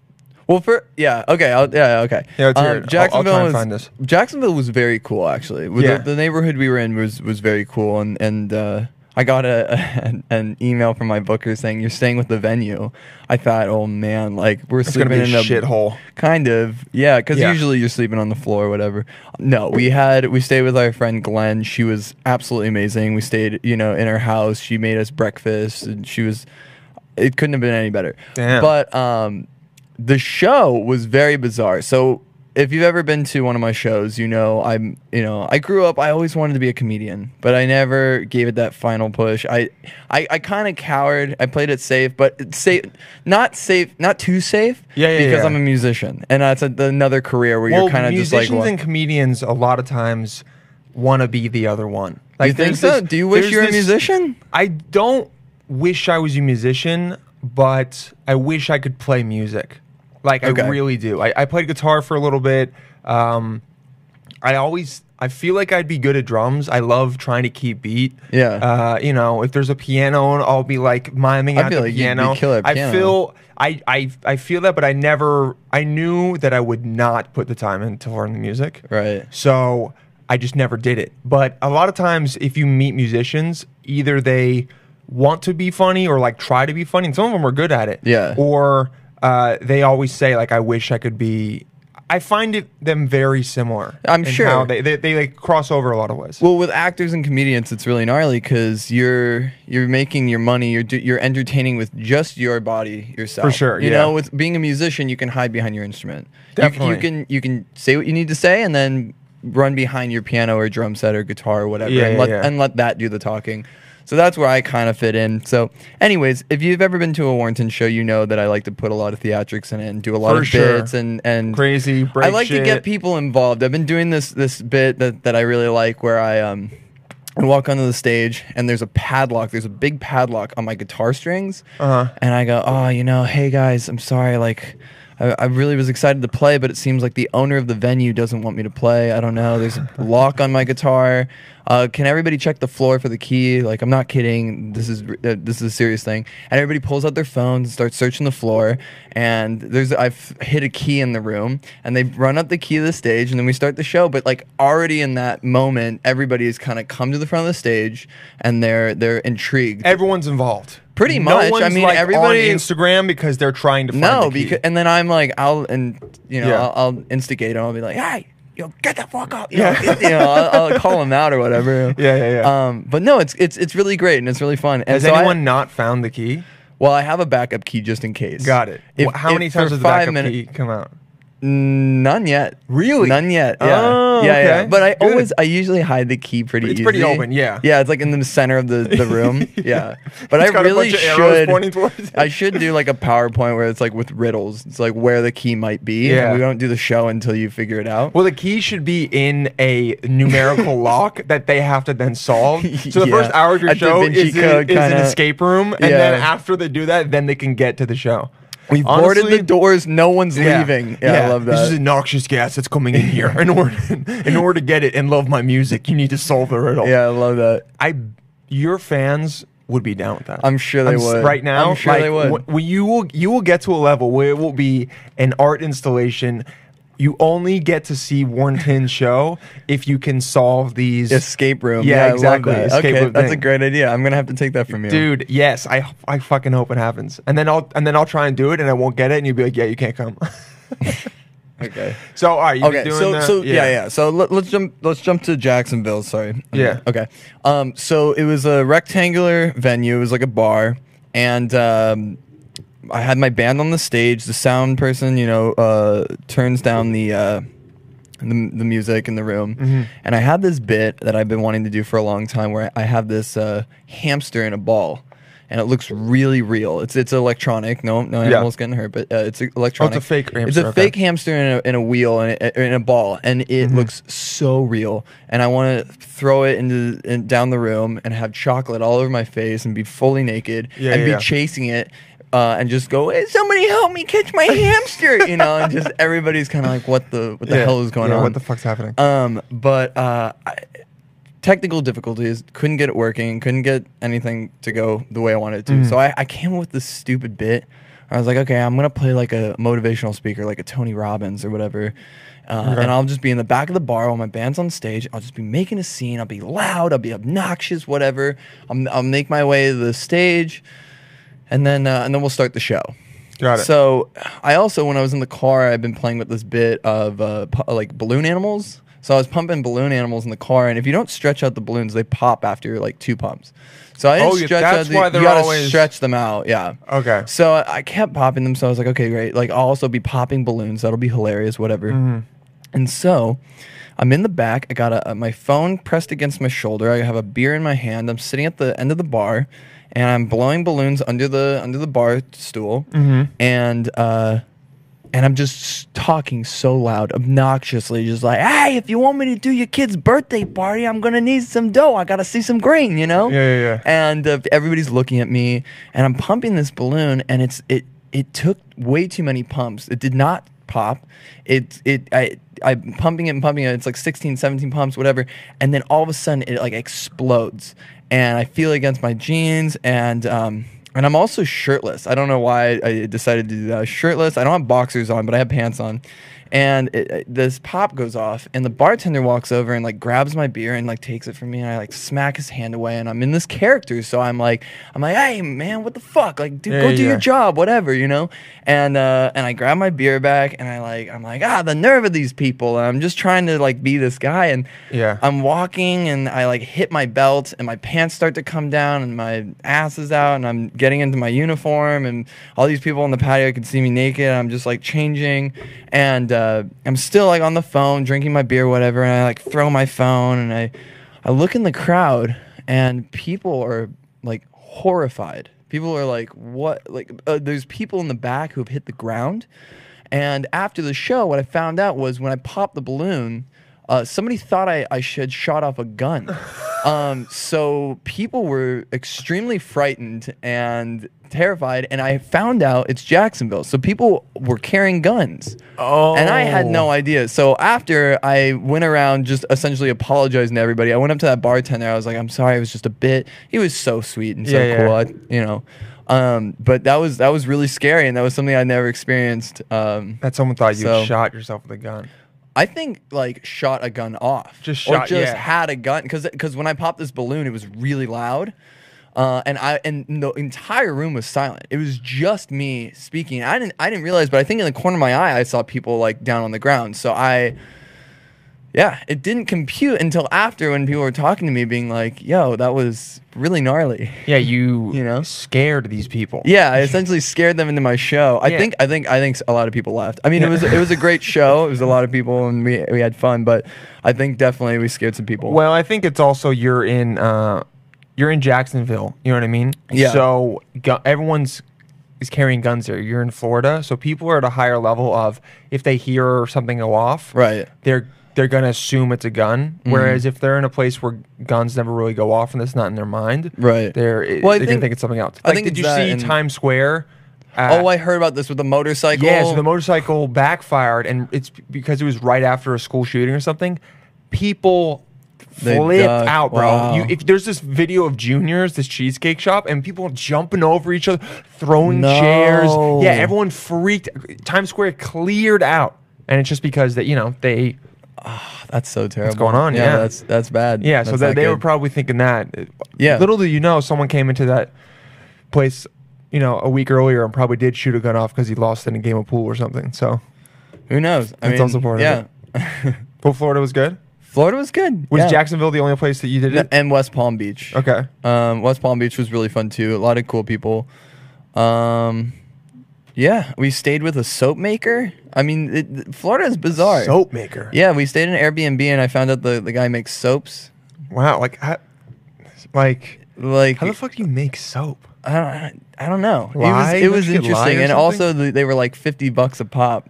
Speaker 5: Well, for yeah, okay, I'll, yeah, okay. Um,
Speaker 1: Yeah, let's hear it. I'll- I'll
Speaker 5: Jacksonville
Speaker 1: try and
Speaker 5: was
Speaker 1: find this.
Speaker 5: Jacksonville was very cool actually. With
Speaker 1: Yeah.
Speaker 5: The, the neighborhood we were in was was very cool, and and uh, I got a, an, an email from my booker saying you're staying with the venue. I thought, oh man, like we're
Speaker 1: It's gonna
Speaker 5: sleeping
Speaker 1: be a
Speaker 5: in a
Speaker 1: shithole.
Speaker 5: Kind of, yeah, because
Speaker 1: Yeah.
Speaker 5: usually you're sleeping on the floor or whatever. No, we had we stayed with our friend Glenn. She was absolutely amazing. We stayed, you know, in her house. She made us breakfast, and she was. It couldn't have been any better.
Speaker 1: Damn.
Speaker 5: But um, the show was very bizarre. So if you've ever been to one of my shows, you know I'm. You know I grew up. I always wanted to be a comedian, but I never gave it that final push. I, I, I kind of cowered. I played it safe, but it's safe, not safe, not too safe.
Speaker 1: Yeah, yeah,
Speaker 5: Because
Speaker 1: yeah.
Speaker 5: I'm a musician, and that's a, another career where
Speaker 1: Well,
Speaker 5: you're kind of just
Speaker 1: musicians
Speaker 5: like. well-
Speaker 1: and comedians a lot of times want to be the other one.
Speaker 5: you think
Speaker 1: there's
Speaker 5: so?
Speaker 1: this-
Speaker 5: Do you wish
Speaker 1: there's
Speaker 5: you're a
Speaker 1: this-
Speaker 5: musician?
Speaker 1: I don't wish I was a musician, but I wish I could play music. Like
Speaker 5: Okay.
Speaker 1: I really do. I, I played guitar for a little bit. Um, I always I feel like I'd be good at drums. I love trying to keep beat.
Speaker 5: Yeah.
Speaker 1: Uh, you know, if there's a piano, I'll be like miming
Speaker 5: I
Speaker 1: at
Speaker 5: feel
Speaker 1: the
Speaker 5: like you'd be
Speaker 1: piano.
Speaker 5: killer at
Speaker 1: I
Speaker 5: piano.
Speaker 1: feel I, I I feel that, but I never I knew that I would not put the time in to learn the music.
Speaker 5: Right.
Speaker 1: So I just never did it. But a lot of times, if you meet musicians, either they want to be funny or like try to be funny, and some of them are good at it.
Speaker 5: Yeah.
Speaker 1: Or uh, they always say like, "I wish I could be." I find it them very similar.
Speaker 5: I'm
Speaker 1: in
Speaker 5: sure.
Speaker 1: how they, they they like cross over a lot of ways.
Speaker 5: Well, with actors and comedians, it's really gnarly because you're you're making your money. You're do, you're entertaining with just your body yourself.
Speaker 1: For sure,
Speaker 5: You
Speaker 1: yeah.
Speaker 5: know, with being a musician, you can hide behind your instrument. You- You,
Speaker 1: Definitely.
Speaker 5: can you can say what you need to say and then run behind your piano or drum set or guitar or whatever,
Speaker 1: Yeah,
Speaker 5: and
Speaker 1: yeah,
Speaker 5: let
Speaker 1: yeah.
Speaker 5: and let that do the talking. So that's where I kind of fit in. So, anyways, if you've ever been to a Warrington show, you know that I like to put a lot of theatrics in it and do a lot
Speaker 1: For
Speaker 5: of
Speaker 1: sure.
Speaker 5: bits and and
Speaker 1: Crazy,
Speaker 5: I
Speaker 1: break
Speaker 5: like to
Speaker 1: shit.
Speaker 5: get people involved. I've been doing this this bit that, that I really like where I um I walk onto the stage and there's a padlock. There's a big padlock on my guitar strings,
Speaker 1: Uh-huh.
Speaker 5: and I go, "Oh, you know, hey guys, I'm sorry. Like, I, I really was excited to play, but it seems like the owner of the venue doesn't want me to play. I don't know. There's a lock on my guitar. Uh, can everybody check the floor for the key? Like, I'm not kidding. This is uh, this is a serious thing. And everybody pulls out their phones and starts searching the floor. And there's I've hit a key in the room, and they run up the key to the stage, and then we start the show. But like already in that moment, everybody has kind of come to the front of the stage, and they're they're intrigued.
Speaker 1: Everyone's involved.
Speaker 5: Pretty
Speaker 1: No
Speaker 5: much. I
Speaker 1: one's,
Speaker 5: mean,
Speaker 1: like,
Speaker 5: everybody-
Speaker 1: on Instagram because they're trying to find the
Speaker 5: No,
Speaker 1: key.
Speaker 5: because and then I'm like, I'll and you know,
Speaker 1: Yeah.
Speaker 5: I'll, I'll instigate him. I'll be like, hey, yo, get the fuck up. You yeah, know, you know I'll, I'll call him out or whatever.
Speaker 1: Yeah, yeah, yeah.
Speaker 5: Um, but no, it's it's it's really great and it's really fun. And
Speaker 1: has
Speaker 5: so I-
Speaker 1: anyone not found the key?
Speaker 5: well, I have a backup key just in case.
Speaker 1: Got it.
Speaker 5: If-
Speaker 1: Wh- How
Speaker 5: if
Speaker 1: many times
Speaker 5: for
Speaker 1: has the
Speaker 5: five
Speaker 1: backup
Speaker 5: minute-
Speaker 1: key come out?
Speaker 5: None yet.
Speaker 1: Really?
Speaker 5: None yet. Yeah.
Speaker 1: Oh,
Speaker 5: yeah, yeah.
Speaker 1: okay.
Speaker 5: But I
Speaker 1: Good.
Speaker 5: always, I usually hide the key pretty.
Speaker 1: It's pretty
Speaker 5: easy.
Speaker 1: open, yeah.
Speaker 5: Yeah, it's like in the center of the, the room. yeah. But
Speaker 1: It's
Speaker 5: I
Speaker 1: got a
Speaker 5: really
Speaker 1: bunch of arrows
Speaker 5: should.
Speaker 1: pointing towards it.
Speaker 5: I should do like a PowerPoint where it's like with riddles. It's like where the key might be.
Speaker 1: Yeah.
Speaker 5: And we don't do the show until you figure it out.
Speaker 1: Well, the key should be in a numerical lock that they have to then solve. So the
Speaker 5: Yeah.
Speaker 1: first hour of your
Speaker 5: A Da
Speaker 1: show
Speaker 5: Vinci
Speaker 1: is, in-
Speaker 5: Code
Speaker 1: is an
Speaker 5: kinda-
Speaker 1: escape room, and then
Speaker 5: Yeah.
Speaker 1: after they do that, then they can get to the show.
Speaker 5: We've boarded the doors. No one's leaving. Yeah, I love that.
Speaker 1: This is a noxious gas that's coming in here. In order, in order to get it and love my music, you need to solve the riddle.
Speaker 5: yeah, I love that.
Speaker 1: I, your fans would be down with that.
Speaker 5: I'm sure they
Speaker 1: s-
Speaker 5: would.
Speaker 1: Right now,
Speaker 5: I'm sure
Speaker 1: like,
Speaker 5: they would.
Speaker 1: wh- when you will, you will get to a level where it will be an art installation. You only get to see Warrenton's show if you can solve these
Speaker 5: Escape room.
Speaker 1: Yeah,
Speaker 5: I love
Speaker 1: exactly.
Speaker 5: that.
Speaker 1: Escape
Speaker 5: okay,
Speaker 1: room
Speaker 5: that's a
Speaker 1: thing.
Speaker 5: great idea. I'm gonna have to take that from you,
Speaker 1: Dude, yes, I h- I fucking hope it happens, and then I'll and then I'll try and do it, and I won't get it, and you'll be like, yeah, you can't come.
Speaker 5: Okay.
Speaker 1: so, all right, you've been
Speaker 5: Okay,
Speaker 1: doing
Speaker 5: so
Speaker 1: that?
Speaker 5: so yeah. yeah So let, us jump let's jump to Jacksonville. Sorry.
Speaker 1: Yeah.
Speaker 5: Okay. Um. So it was a rectangular venue. It was like a bar, and um, I had my band on the stage. The sound person, you know, uh, turns down the. Uh, the, the music in the room
Speaker 1: Mm-hmm.
Speaker 5: and i had this bit that i've been wanting to do for a long time where i have this uh, hamster in a ball and it looks really real it's it's electronic no no
Speaker 1: Yeah. Oh,
Speaker 5: animals getting hurt but uh, it's electronic
Speaker 1: fake
Speaker 5: it's a
Speaker 1: hamster, okay.
Speaker 5: fake hamster in a, in a wheel and a, in a ball, and it
Speaker 1: Mm-hmm.
Speaker 5: looks so real. And I want to throw it into in, down the room and have chocolate all over my face and be fully naked
Speaker 1: Yeah,
Speaker 5: and
Speaker 1: yeah,
Speaker 5: be
Speaker 1: yeah.
Speaker 5: chasing it. Uh, and just go, hey, somebody help me catch my hamster, you know, and just everybody's kind of like, what the what the
Speaker 1: Yeah.
Speaker 5: hell is going
Speaker 1: Yeah,
Speaker 5: on?
Speaker 1: What the fuck's happening?
Speaker 5: Um, but uh, I, technical difficulties couldn't get it
Speaker 1: Mm.
Speaker 5: working, couldn't get anything to go the way I wanted it to. So I, I came up with this stupid bit I was like, okay, I'm gonna play like a motivational speaker, like a Tony Robbins or whatever, uh, and I'll just be in the back of the bar while my band's on stage. I'll just be making a scene. I'll be loud. I'll be obnoxious. Whatever. I'm, I'll make my way to the stage, and then uh, and then we'll start the show.
Speaker 1: Got it.
Speaker 5: So I also, when I was in the car, I've been playing with this bit of uh, pu- like balloon animals. So I was pumping balloon animals in the car, and if you don't stretch out the balloons, they pop after like two pumps. So I didn't
Speaker 1: Oh, yeah,
Speaker 5: stretch
Speaker 1: that's
Speaker 5: out. The,
Speaker 1: why they're
Speaker 5: you gotta
Speaker 1: always-
Speaker 5: stretch them out. Yeah.
Speaker 1: Okay.
Speaker 5: So I, I kept popping them. So I was like, okay, great. Like I'll also be popping balloons. That'll be hilarious. Whatever. And so I'm in the back. I got a, uh, my phone pressed against my shoulder. I have a beer in my hand. I'm sitting at the end of the bar and I'm blowing balloons under the under the bar stool. And uh and I'm just talking so loud, obnoxiously, just like, hey, if you want me to do your kid's birthday party, I'm gonna need some dough. I gotta see some green, you know?
Speaker 1: Yeah, yeah, yeah.
Speaker 5: and uh, everybody's looking at me and i'm pumping this balloon and it's it it took way too many pumps it did not pop it it i i'm pumping it and pumping it it's like 16 17 pumps whatever and then all of a sudden it like explodes and i feel it against my jeans and um and I'm also shirtless. I don't know why I decided to do that. I was shirtless. I don't have boxers on, but I have pants on. And it, it- this pop goes off, and the bartender walks over and like grabs my beer and like takes it from me, and I like smack his hand away. And I'm in this character, so I'm like, I'm like, hey man, what the fuck? Like, dude,
Speaker 1: Yeah,
Speaker 5: go
Speaker 1: yeah,
Speaker 5: do
Speaker 1: yeah.
Speaker 5: your job, whatever, you know. And uh, and I grab my beer back, and I like, I'm like, ah, the nerve of these people. And I'm just trying to like be this guy, and
Speaker 1: Yeah.
Speaker 5: I'm walking and I like hit my belt and my pants start to come down and my ass is out and I'm getting into my uniform and all these people on the patio can see me naked. And I'm just like changing and uh, I'm still like on the phone drinking my beer, whatever. And I like throw my phone and I, I look in the crowd and people are like horrified. People are like, what? Like, uh, there's people in the back who've hit the ground. And after the show, what I found out was when I popped the balloon, uh, somebody thought I, I should shot off a gun. um, so people were extremely frightened and terrified. And I found out it's Jacksonville. So people were carrying guns.
Speaker 1: Oh.
Speaker 5: And I had no idea. So after I went around just essentially apologizing to everybody, I went up to that bartender. I was like, I'm sorry, it was just a bit. He was so sweet and so
Speaker 1: Yeah, yeah.
Speaker 5: cool. I, you know. Um, but that was that was really scary, and that was something I never experienced. Um,
Speaker 1: That someone thought you
Speaker 5: So-
Speaker 1: shot yourself with a gun.
Speaker 5: I think like shot a gun off,
Speaker 1: Just
Speaker 5: or
Speaker 1: shot-
Speaker 5: just
Speaker 1: yeah.
Speaker 5: had a gun because because when I popped this balloon, it was really loud, uh, and I and the entire room was silent. It was just me speaking. I didn't I didn't realize, but I think in the corner of my eye, I saw people like down on the ground. So I, yeah, it didn't compute until after when people were talking to me, being like, "Yo, that was really gnarly."
Speaker 1: Yeah, you
Speaker 5: You know?
Speaker 1: scared these people.
Speaker 5: Yeah, I essentially scared them into my show. I
Speaker 1: Yeah.
Speaker 5: think I think I think a lot of people laughed. I mean, it was it was a great show. It was a lot of people, and we we had fun. But I think definitely we scared some people.
Speaker 1: Well, I think it's also you're in uh, you're in Jacksonville. You know what I mean?
Speaker 5: Yeah.
Speaker 1: So gu- everyone's is carrying guns there. You're in Florida, so people are at a higher level of if they hear something go off,
Speaker 5: Right. Mm-hmm.
Speaker 1: They're they're gonna assume it's a gun. Whereas if they're in a place where guns never really go off and that's not in their mind,
Speaker 5: Right.
Speaker 1: They're well,
Speaker 5: Well, I
Speaker 1: they're gonna
Speaker 5: think-
Speaker 1: think it's something else.
Speaker 5: I
Speaker 1: Like,
Speaker 5: think
Speaker 1: did
Speaker 5: it's
Speaker 1: you
Speaker 5: that
Speaker 1: see
Speaker 5: and-
Speaker 1: Times Square? Uh,
Speaker 5: oh, I heard about this with the motorcycle.
Speaker 1: yeah, so the motorcycle backfired, and it's because it was right after a school shooting or something. People
Speaker 5: They
Speaker 1: flipped
Speaker 5: died.
Speaker 1: out, bro.
Speaker 5: Wow.
Speaker 1: You, if there's this video of juniors, this cheesecake shop, and people jumping over each other, throwing
Speaker 5: No.
Speaker 1: chairs. Yeah, everyone freaked. Times Square cleared out, and it's just because that you know they.
Speaker 5: that's so terrible.
Speaker 1: going on? Yeah.
Speaker 5: that's that's bad.
Speaker 1: Yeah, so
Speaker 5: That's
Speaker 1: that
Speaker 5: not
Speaker 1: they were
Speaker 5: good.
Speaker 1: probably thinking that.
Speaker 5: Yeah.
Speaker 1: Little do you know, someone came into that place, you know, a week earlier and probably did shoot a gun off because he lost in a game of pool or something. So,
Speaker 5: who knows? I
Speaker 1: That's
Speaker 5: mean,
Speaker 1: also part of
Speaker 5: yeah.
Speaker 1: but Florida was good.
Speaker 5: Florida was good.
Speaker 1: Was
Speaker 5: yeah.
Speaker 1: Jacksonville the only place that you did it?
Speaker 5: and West Palm Beach?
Speaker 1: Okay.
Speaker 5: Um, West Palm Beach was really fun too. A lot of cool people. Um, yeah, we stayed with a soap maker. I mean, it, Florida is bizarre.
Speaker 1: Soap maker.
Speaker 5: Yeah, we stayed in an Airbnb and I found out the, the guy makes soaps.
Speaker 1: Wow. Like, how, like,
Speaker 5: Like
Speaker 1: how the fuck do you make soap?
Speaker 5: I don't, I don't know.
Speaker 1: Lie?
Speaker 5: It was,
Speaker 1: Don't
Speaker 5: it was
Speaker 1: you get lie
Speaker 5: interesting,
Speaker 1: or
Speaker 5: and
Speaker 1: something?
Speaker 5: also the, they were like fifty bucks a pop.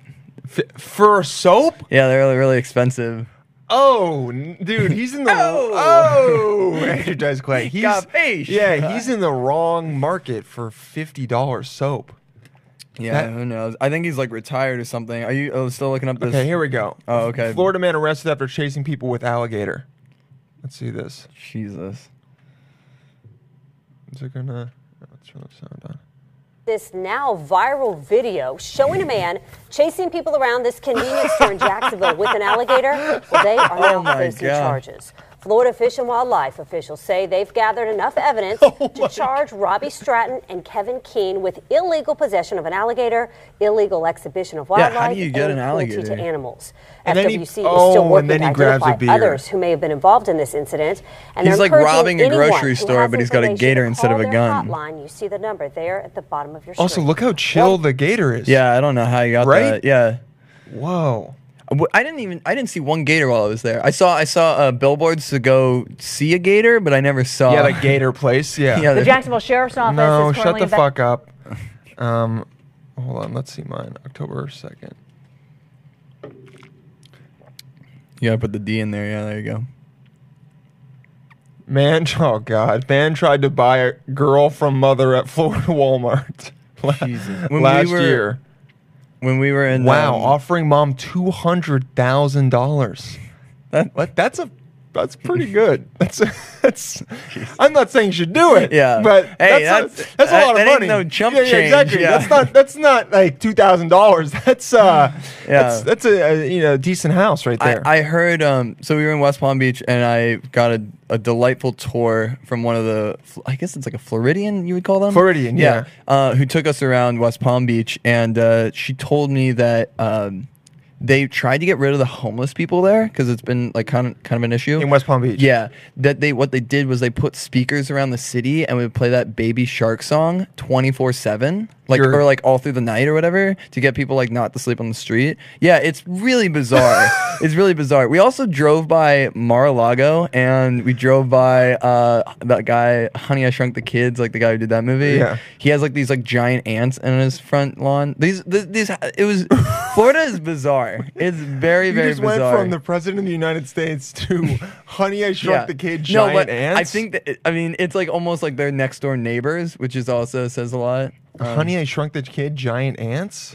Speaker 1: for soap?
Speaker 5: Yeah, they're really, really expensive.
Speaker 1: Oh, n- dude, he's in the
Speaker 5: Oh.
Speaker 1: oh, Andrew does Clay. He's
Speaker 5: Capiche.
Speaker 1: yeah, he's in the wrong market for fifty dollars soap.
Speaker 5: Yeah,
Speaker 1: That-
Speaker 5: who knows? I think he's like retired or something. Are you oh, still looking up this?
Speaker 1: Okay, here we go.
Speaker 5: Oh, okay.
Speaker 1: Florida man arrested after chasing people with alligator. Let's see this.
Speaker 5: Jesus.
Speaker 1: Is it gonna? Let's turn the sound on.
Speaker 6: this now viral video showing a man chasing people around this convenience store in Jacksonville with an alligator. Well, they are now
Speaker 5: Oh, my
Speaker 6: facing
Speaker 5: God.
Speaker 6: charges. Florida Fish and Wildlife officials say they've gathered enough evidence
Speaker 5: Oh
Speaker 6: to charge Robbie Stratton and Kevin Keene with illegal possession of an alligator, illegal exhibition of
Speaker 5: Yeah, how
Speaker 6: wildlife,
Speaker 5: do you get
Speaker 6: and
Speaker 5: an
Speaker 6: cruelty to
Speaker 5: alligator?
Speaker 6: animals.
Speaker 1: And then he-
Speaker 6: FWC is
Speaker 1: oh,
Speaker 6: still
Speaker 1: and
Speaker 6: working
Speaker 1: then
Speaker 6: to
Speaker 1: he grabs a
Speaker 6: identify
Speaker 1: beer.
Speaker 6: others who may have been involved in this incident. And
Speaker 5: He's
Speaker 6: they're
Speaker 5: like
Speaker 6: encouraging
Speaker 5: robbing a
Speaker 6: anyone
Speaker 5: grocery
Speaker 6: who
Speaker 5: store,
Speaker 6: has
Speaker 5: but he's got a
Speaker 6: information to
Speaker 5: gator instead of
Speaker 6: call
Speaker 5: a
Speaker 6: their
Speaker 5: gun.
Speaker 6: Hotline. You see the number there at the bottom of your screen.
Speaker 1: Also, look how chill the gator is.
Speaker 5: Yeah, I don't know how you got
Speaker 1: Right?
Speaker 5: that. Yeah.
Speaker 1: Whoa.
Speaker 5: I w- I didn't even I didn't see one gator while I was there. I saw I saw uh, billboards to go see a gator, but I never saw.
Speaker 1: Yeah, the gator place. Yeah.
Speaker 5: Yeah,
Speaker 7: The
Speaker 5: there-
Speaker 7: Jacksonville Sheriff's Office
Speaker 1: no,
Speaker 7: is
Speaker 1: shut
Speaker 7: currently
Speaker 1: the
Speaker 7: inve-
Speaker 1: fuck up. Um, hold on. Let's see mine. October 2nd.
Speaker 5: you gotta put the D in there. Yeah, there you go.
Speaker 1: Man, oh God. Man tried to buy a girl from mother at Florida Walmart la-
Speaker 5: Jesus. When we
Speaker 1: last
Speaker 5: were-
Speaker 1: year.
Speaker 5: When we were in
Speaker 1: Wow,
Speaker 5: um,
Speaker 1: offering mom two hundred thousand dollars.
Speaker 5: That-
Speaker 1: What? That's a that's pretty good. That's that's. I'm not saying you should do it.
Speaker 5: Yeah.
Speaker 1: but
Speaker 5: Hey,
Speaker 1: that's
Speaker 5: that's-
Speaker 1: a, that's a
Speaker 5: that-
Speaker 1: lot
Speaker 5: that
Speaker 1: of
Speaker 5: ain't
Speaker 1: money.
Speaker 5: no chump
Speaker 1: yeah, yeah,
Speaker 5: change,
Speaker 1: Exactly.
Speaker 5: yeah.
Speaker 1: That's not that's not like two thousand dollars. That's uh, that's, that's a, a you know decent house right there.
Speaker 5: I, I heard. Um, so we were in West Palm Beach, and I got a, a delightful tour from one of the. Fl- I guess it's like a Floridian. You would call them
Speaker 1: Floridian,
Speaker 5: Uh, who took us around West Palm Beach, and uh, she told me that um, they tried to get rid of the homeless people there because it's been like kind of kind of an issue
Speaker 1: In West Palm Beach.
Speaker 5: Yeah, that they what they did was they put speakers around the city, and we would play that Baby Shark song twenty four seven, like
Speaker 1: You're-
Speaker 5: or like all through the night or whatever to get people like not to sleep on the street. Yeah, it's really bizarre. it's really bizarre. We also drove by Mar-a-Lago and we drove by uh, that guy, Honey, I Shrunk the Kids, like the guy who did that movie.
Speaker 1: Yeah.
Speaker 5: He has like these like giant ants in his front lawn. These th- these it was Florida is bizarre. It's very
Speaker 1: you
Speaker 5: very
Speaker 1: just
Speaker 5: bizarre.
Speaker 1: went from the president of the United States to Honey, I Shrunk the Kid, giant
Speaker 5: but
Speaker 1: ants.
Speaker 5: I think that I mean it's like almost like their next door neighbors, which is also says a lot. Um,
Speaker 1: Honey, I Shrunk the Kid, giant ants.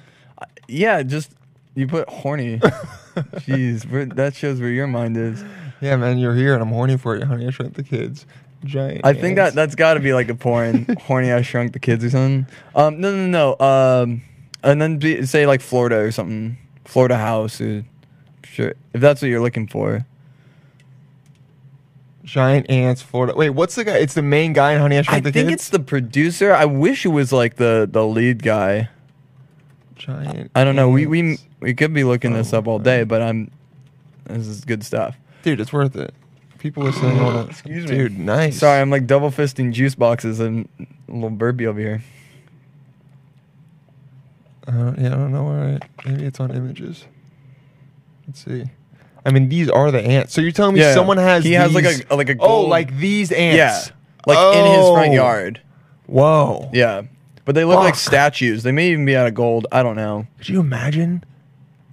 Speaker 5: Yeah, just you put horny. Jeez, where, that shows where your mind is.
Speaker 1: Yeah, man, you're here, and I'm horny for you, honey. I shrunk the kids. Giant.
Speaker 5: I think that
Speaker 1: ants.
Speaker 5: that's got to be like a porn. horny, I shrunk the kids or something. Um, no, no, no. Um, and then be, say like Florida or something, Florida house or sure if that's what you're looking for.
Speaker 1: giant ants. Florida. Wait, what's the guy? It's the main guy in Honey, I
Speaker 5: I
Speaker 1: Shrunk the
Speaker 5: think it's
Speaker 1: Kids.
Speaker 5: the producer. I wish it was like the the lead guy.
Speaker 1: giant.
Speaker 5: I don't know. We we
Speaker 1: ants.
Speaker 5: we could be looking
Speaker 1: Oh
Speaker 5: this up all day, but I'm. This is good stuff.
Speaker 1: dude, it's worth it. People listening, want to.
Speaker 5: Excuse me.
Speaker 1: dude. Nice.
Speaker 5: Sorry, I'm like double fisting juice boxes and a little burpee over here.
Speaker 1: I don't, Uh, yeah, I don't know where. I, maybe it's on images. Let's see. I mean, these are the ants. So you're telling me
Speaker 5: Yeah.
Speaker 1: someone has
Speaker 5: He has, like,
Speaker 1: these-
Speaker 5: a- like a
Speaker 1: oh
Speaker 5: gold-
Speaker 1: like these ants.
Speaker 5: Yeah, like in his front
Speaker 1: Oh.
Speaker 5: yard.
Speaker 1: Whoa.
Speaker 5: Yeah, but they look like
Speaker 1: Fuck.
Speaker 5: statues. They may even be out of gold. I don't know.
Speaker 1: Could you imagine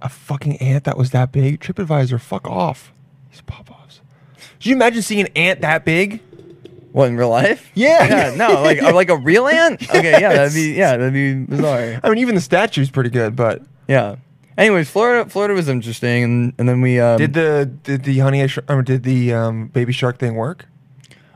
Speaker 1: a fucking ant that was that big? TripAdvisor, fuck off. These pop offs. Could you imagine seeing an ant that big?
Speaker 5: What in real life?
Speaker 1: Yeah.
Speaker 5: yeah. No, like like a real ant. Okay, yeah, that'd be yeah, that'd be bizarre.
Speaker 1: I mean, even the statue's pretty good, but
Speaker 5: Yeah. Anyways, Florida Florida was interesting, and, and then we um,
Speaker 1: did the did the honey I Shr- or did the um, baby shark thing work?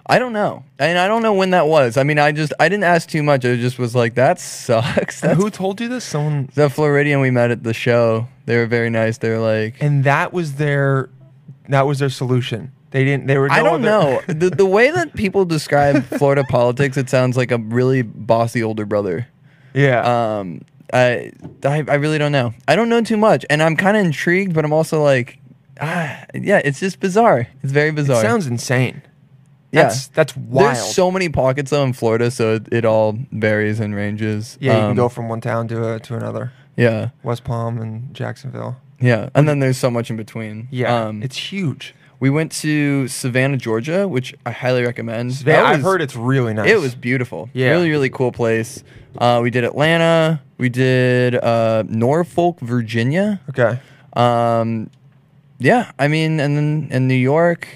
Speaker 5: I don't know, and I don't know when that was. I mean, I just I didn't ask too much. I just was like, that sucks.
Speaker 1: And
Speaker 5: That's
Speaker 1: who told you this? Someone,
Speaker 5: The Floridian we met at the show, they were very nice. They were like,
Speaker 1: and that was their that was their solution. They didn't. They were.
Speaker 5: I
Speaker 1: no
Speaker 5: don't know.
Speaker 1: other-
Speaker 5: the, the way that people describe Florida politics, it sounds like a really bossy older brother.
Speaker 1: yeah.
Speaker 5: Um, I, I, I really don't know. I don't know too much, and I'm kind of intrigued, but I'm also like, ah, yeah, it's just bizarre. It's very bizarre.
Speaker 1: Sounds insane.
Speaker 5: yeah.
Speaker 1: That's that's wild.
Speaker 5: There's so many pockets though in Florida, so it, it all varies and ranges.
Speaker 1: yeah, you can
Speaker 5: Um,
Speaker 1: go from one town to uh, to another.
Speaker 5: yeah,
Speaker 1: West Palm and Jacksonville.
Speaker 5: yeah, and then there's so much in between.
Speaker 1: Mm. Yeah,
Speaker 5: um,
Speaker 1: it's huge.
Speaker 5: We went to Savannah, Georgia, which I highly recommend.
Speaker 1: Yeah,
Speaker 5: That
Speaker 1: I've
Speaker 5: was-
Speaker 1: heard it's really nice.
Speaker 5: It was beautiful.
Speaker 1: Yeah.
Speaker 5: Really, really cool place. Uh, we did Atlanta. We did uh, Norfolk, Virginia.
Speaker 1: okay.
Speaker 5: Um, yeah, I mean, and then in New York,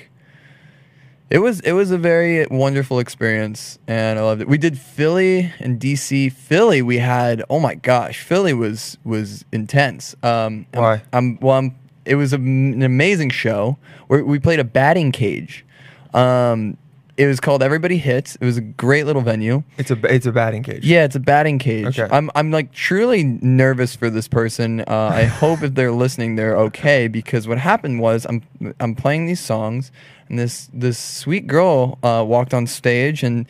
Speaker 5: it was it was a very wonderful experience, and I loved it. We did Philly and DC. Philly, we had oh my gosh, Philly was was intense. Um, I'm-
Speaker 1: Why?
Speaker 5: I'm, well, I'm, it was am- an amazing show. Where we played a batting cage. Um, It was called Everybody Hits. It was a great little venue.
Speaker 1: It's a it's a batting cage.
Speaker 5: Yeah, it's a batting cage.
Speaker 1: Okay.
Speaker 5: I'm I'm like truly nervous for this person. Uh, I hope if they're listening, they're okay because what happened was I'm I'm playing these songs and this this sweet girl uh, walked on stage and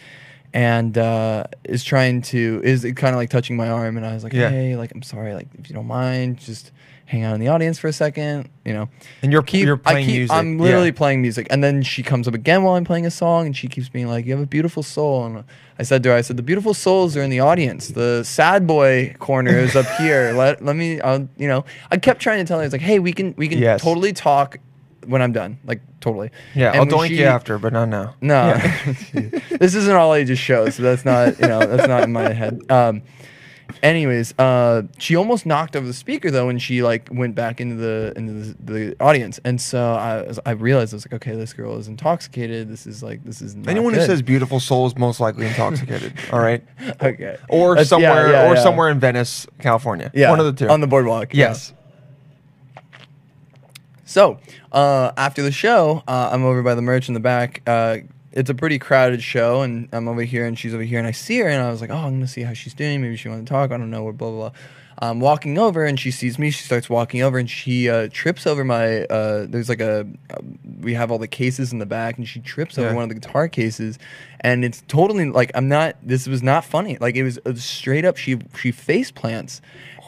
Speaker 5: and uh, is trying to is kind of like touching my arm and I was like,
Speaker 1: Yeah.
Speaker 5: hey, like I'm sorry, like if you don't mind, just hang out in the audience for a second, you know.
Speaker 1: And you're- you're playing
Speaker 5: I keep,
Speaker 1: music,
Speaker 5: I'm literally
Speaker 1: yeah.
Speaker 5: playing music, and then she comes up again while I'm playing a song, and she keeps being like, "You have a beautiful soul." And I said to her, "I said the beautiful souls are in the audience. The sad boy corner is up here. Let let me, I'll, you know." I kept trying to tell her, "I was like, hey, we can we can
Speaker 1: Yes.
Speaker 5: totally talk when I'm done, like totally."
Speaker 1: yeah.
Speaker 5: And
Speaker 1: I'll doink
Speaker 5: when she-
Speaker 1: you after, but not now.
Speaker 5: no,
Speaker 1: Yeah.
Speaker 5: this isn't all ages show, so that's not you know that's not in my head. Um, anyways, uh, she almost knocked over the speaker though, and she like went back into the into the, the audience, and so I was- I realized I was like, okay, this girl is intoxicated. This is like this is not
Speaker 1: Anyone who
Speaker 5: good.
Speaker 1: says beautiful soul is most likely intoxicated. all right.
Speaker 5: okay
Speaker 1: Or
Speaker 5: That's- yeah,
Speaker 1: somewhere
Speaker 5: yeah,
Speaker 1: or
Speaker 5: yeah.
Speaker 1: somewhere in Venice, California.
Speaker 5: yeah
Speaker 1: One of the two.
Speaker 5: on the boardwalk yeah.
Speaker 1: Yes.
Speaker 5: So uh, after the show, uh, I'm over by the merch in the back. Uh, it's a pretty crowded show, and I'm over here, and she's over here, and I see her, and I was like, "Oh, I'm gonna see how she's doing. Maybe she want to talk. I don't know." Or blah blah. blah. I'm walking over, and she sees me. She starts walking over, and she uh, trips over my. Uh, there's like a. we have all the cases in the back, and she trips over
Speaker 1: Yeah.
Speaker 5: one of the guitar cases, and it's totally like I'm not. This was not funny. Like it was uh, straight up. She she face plants,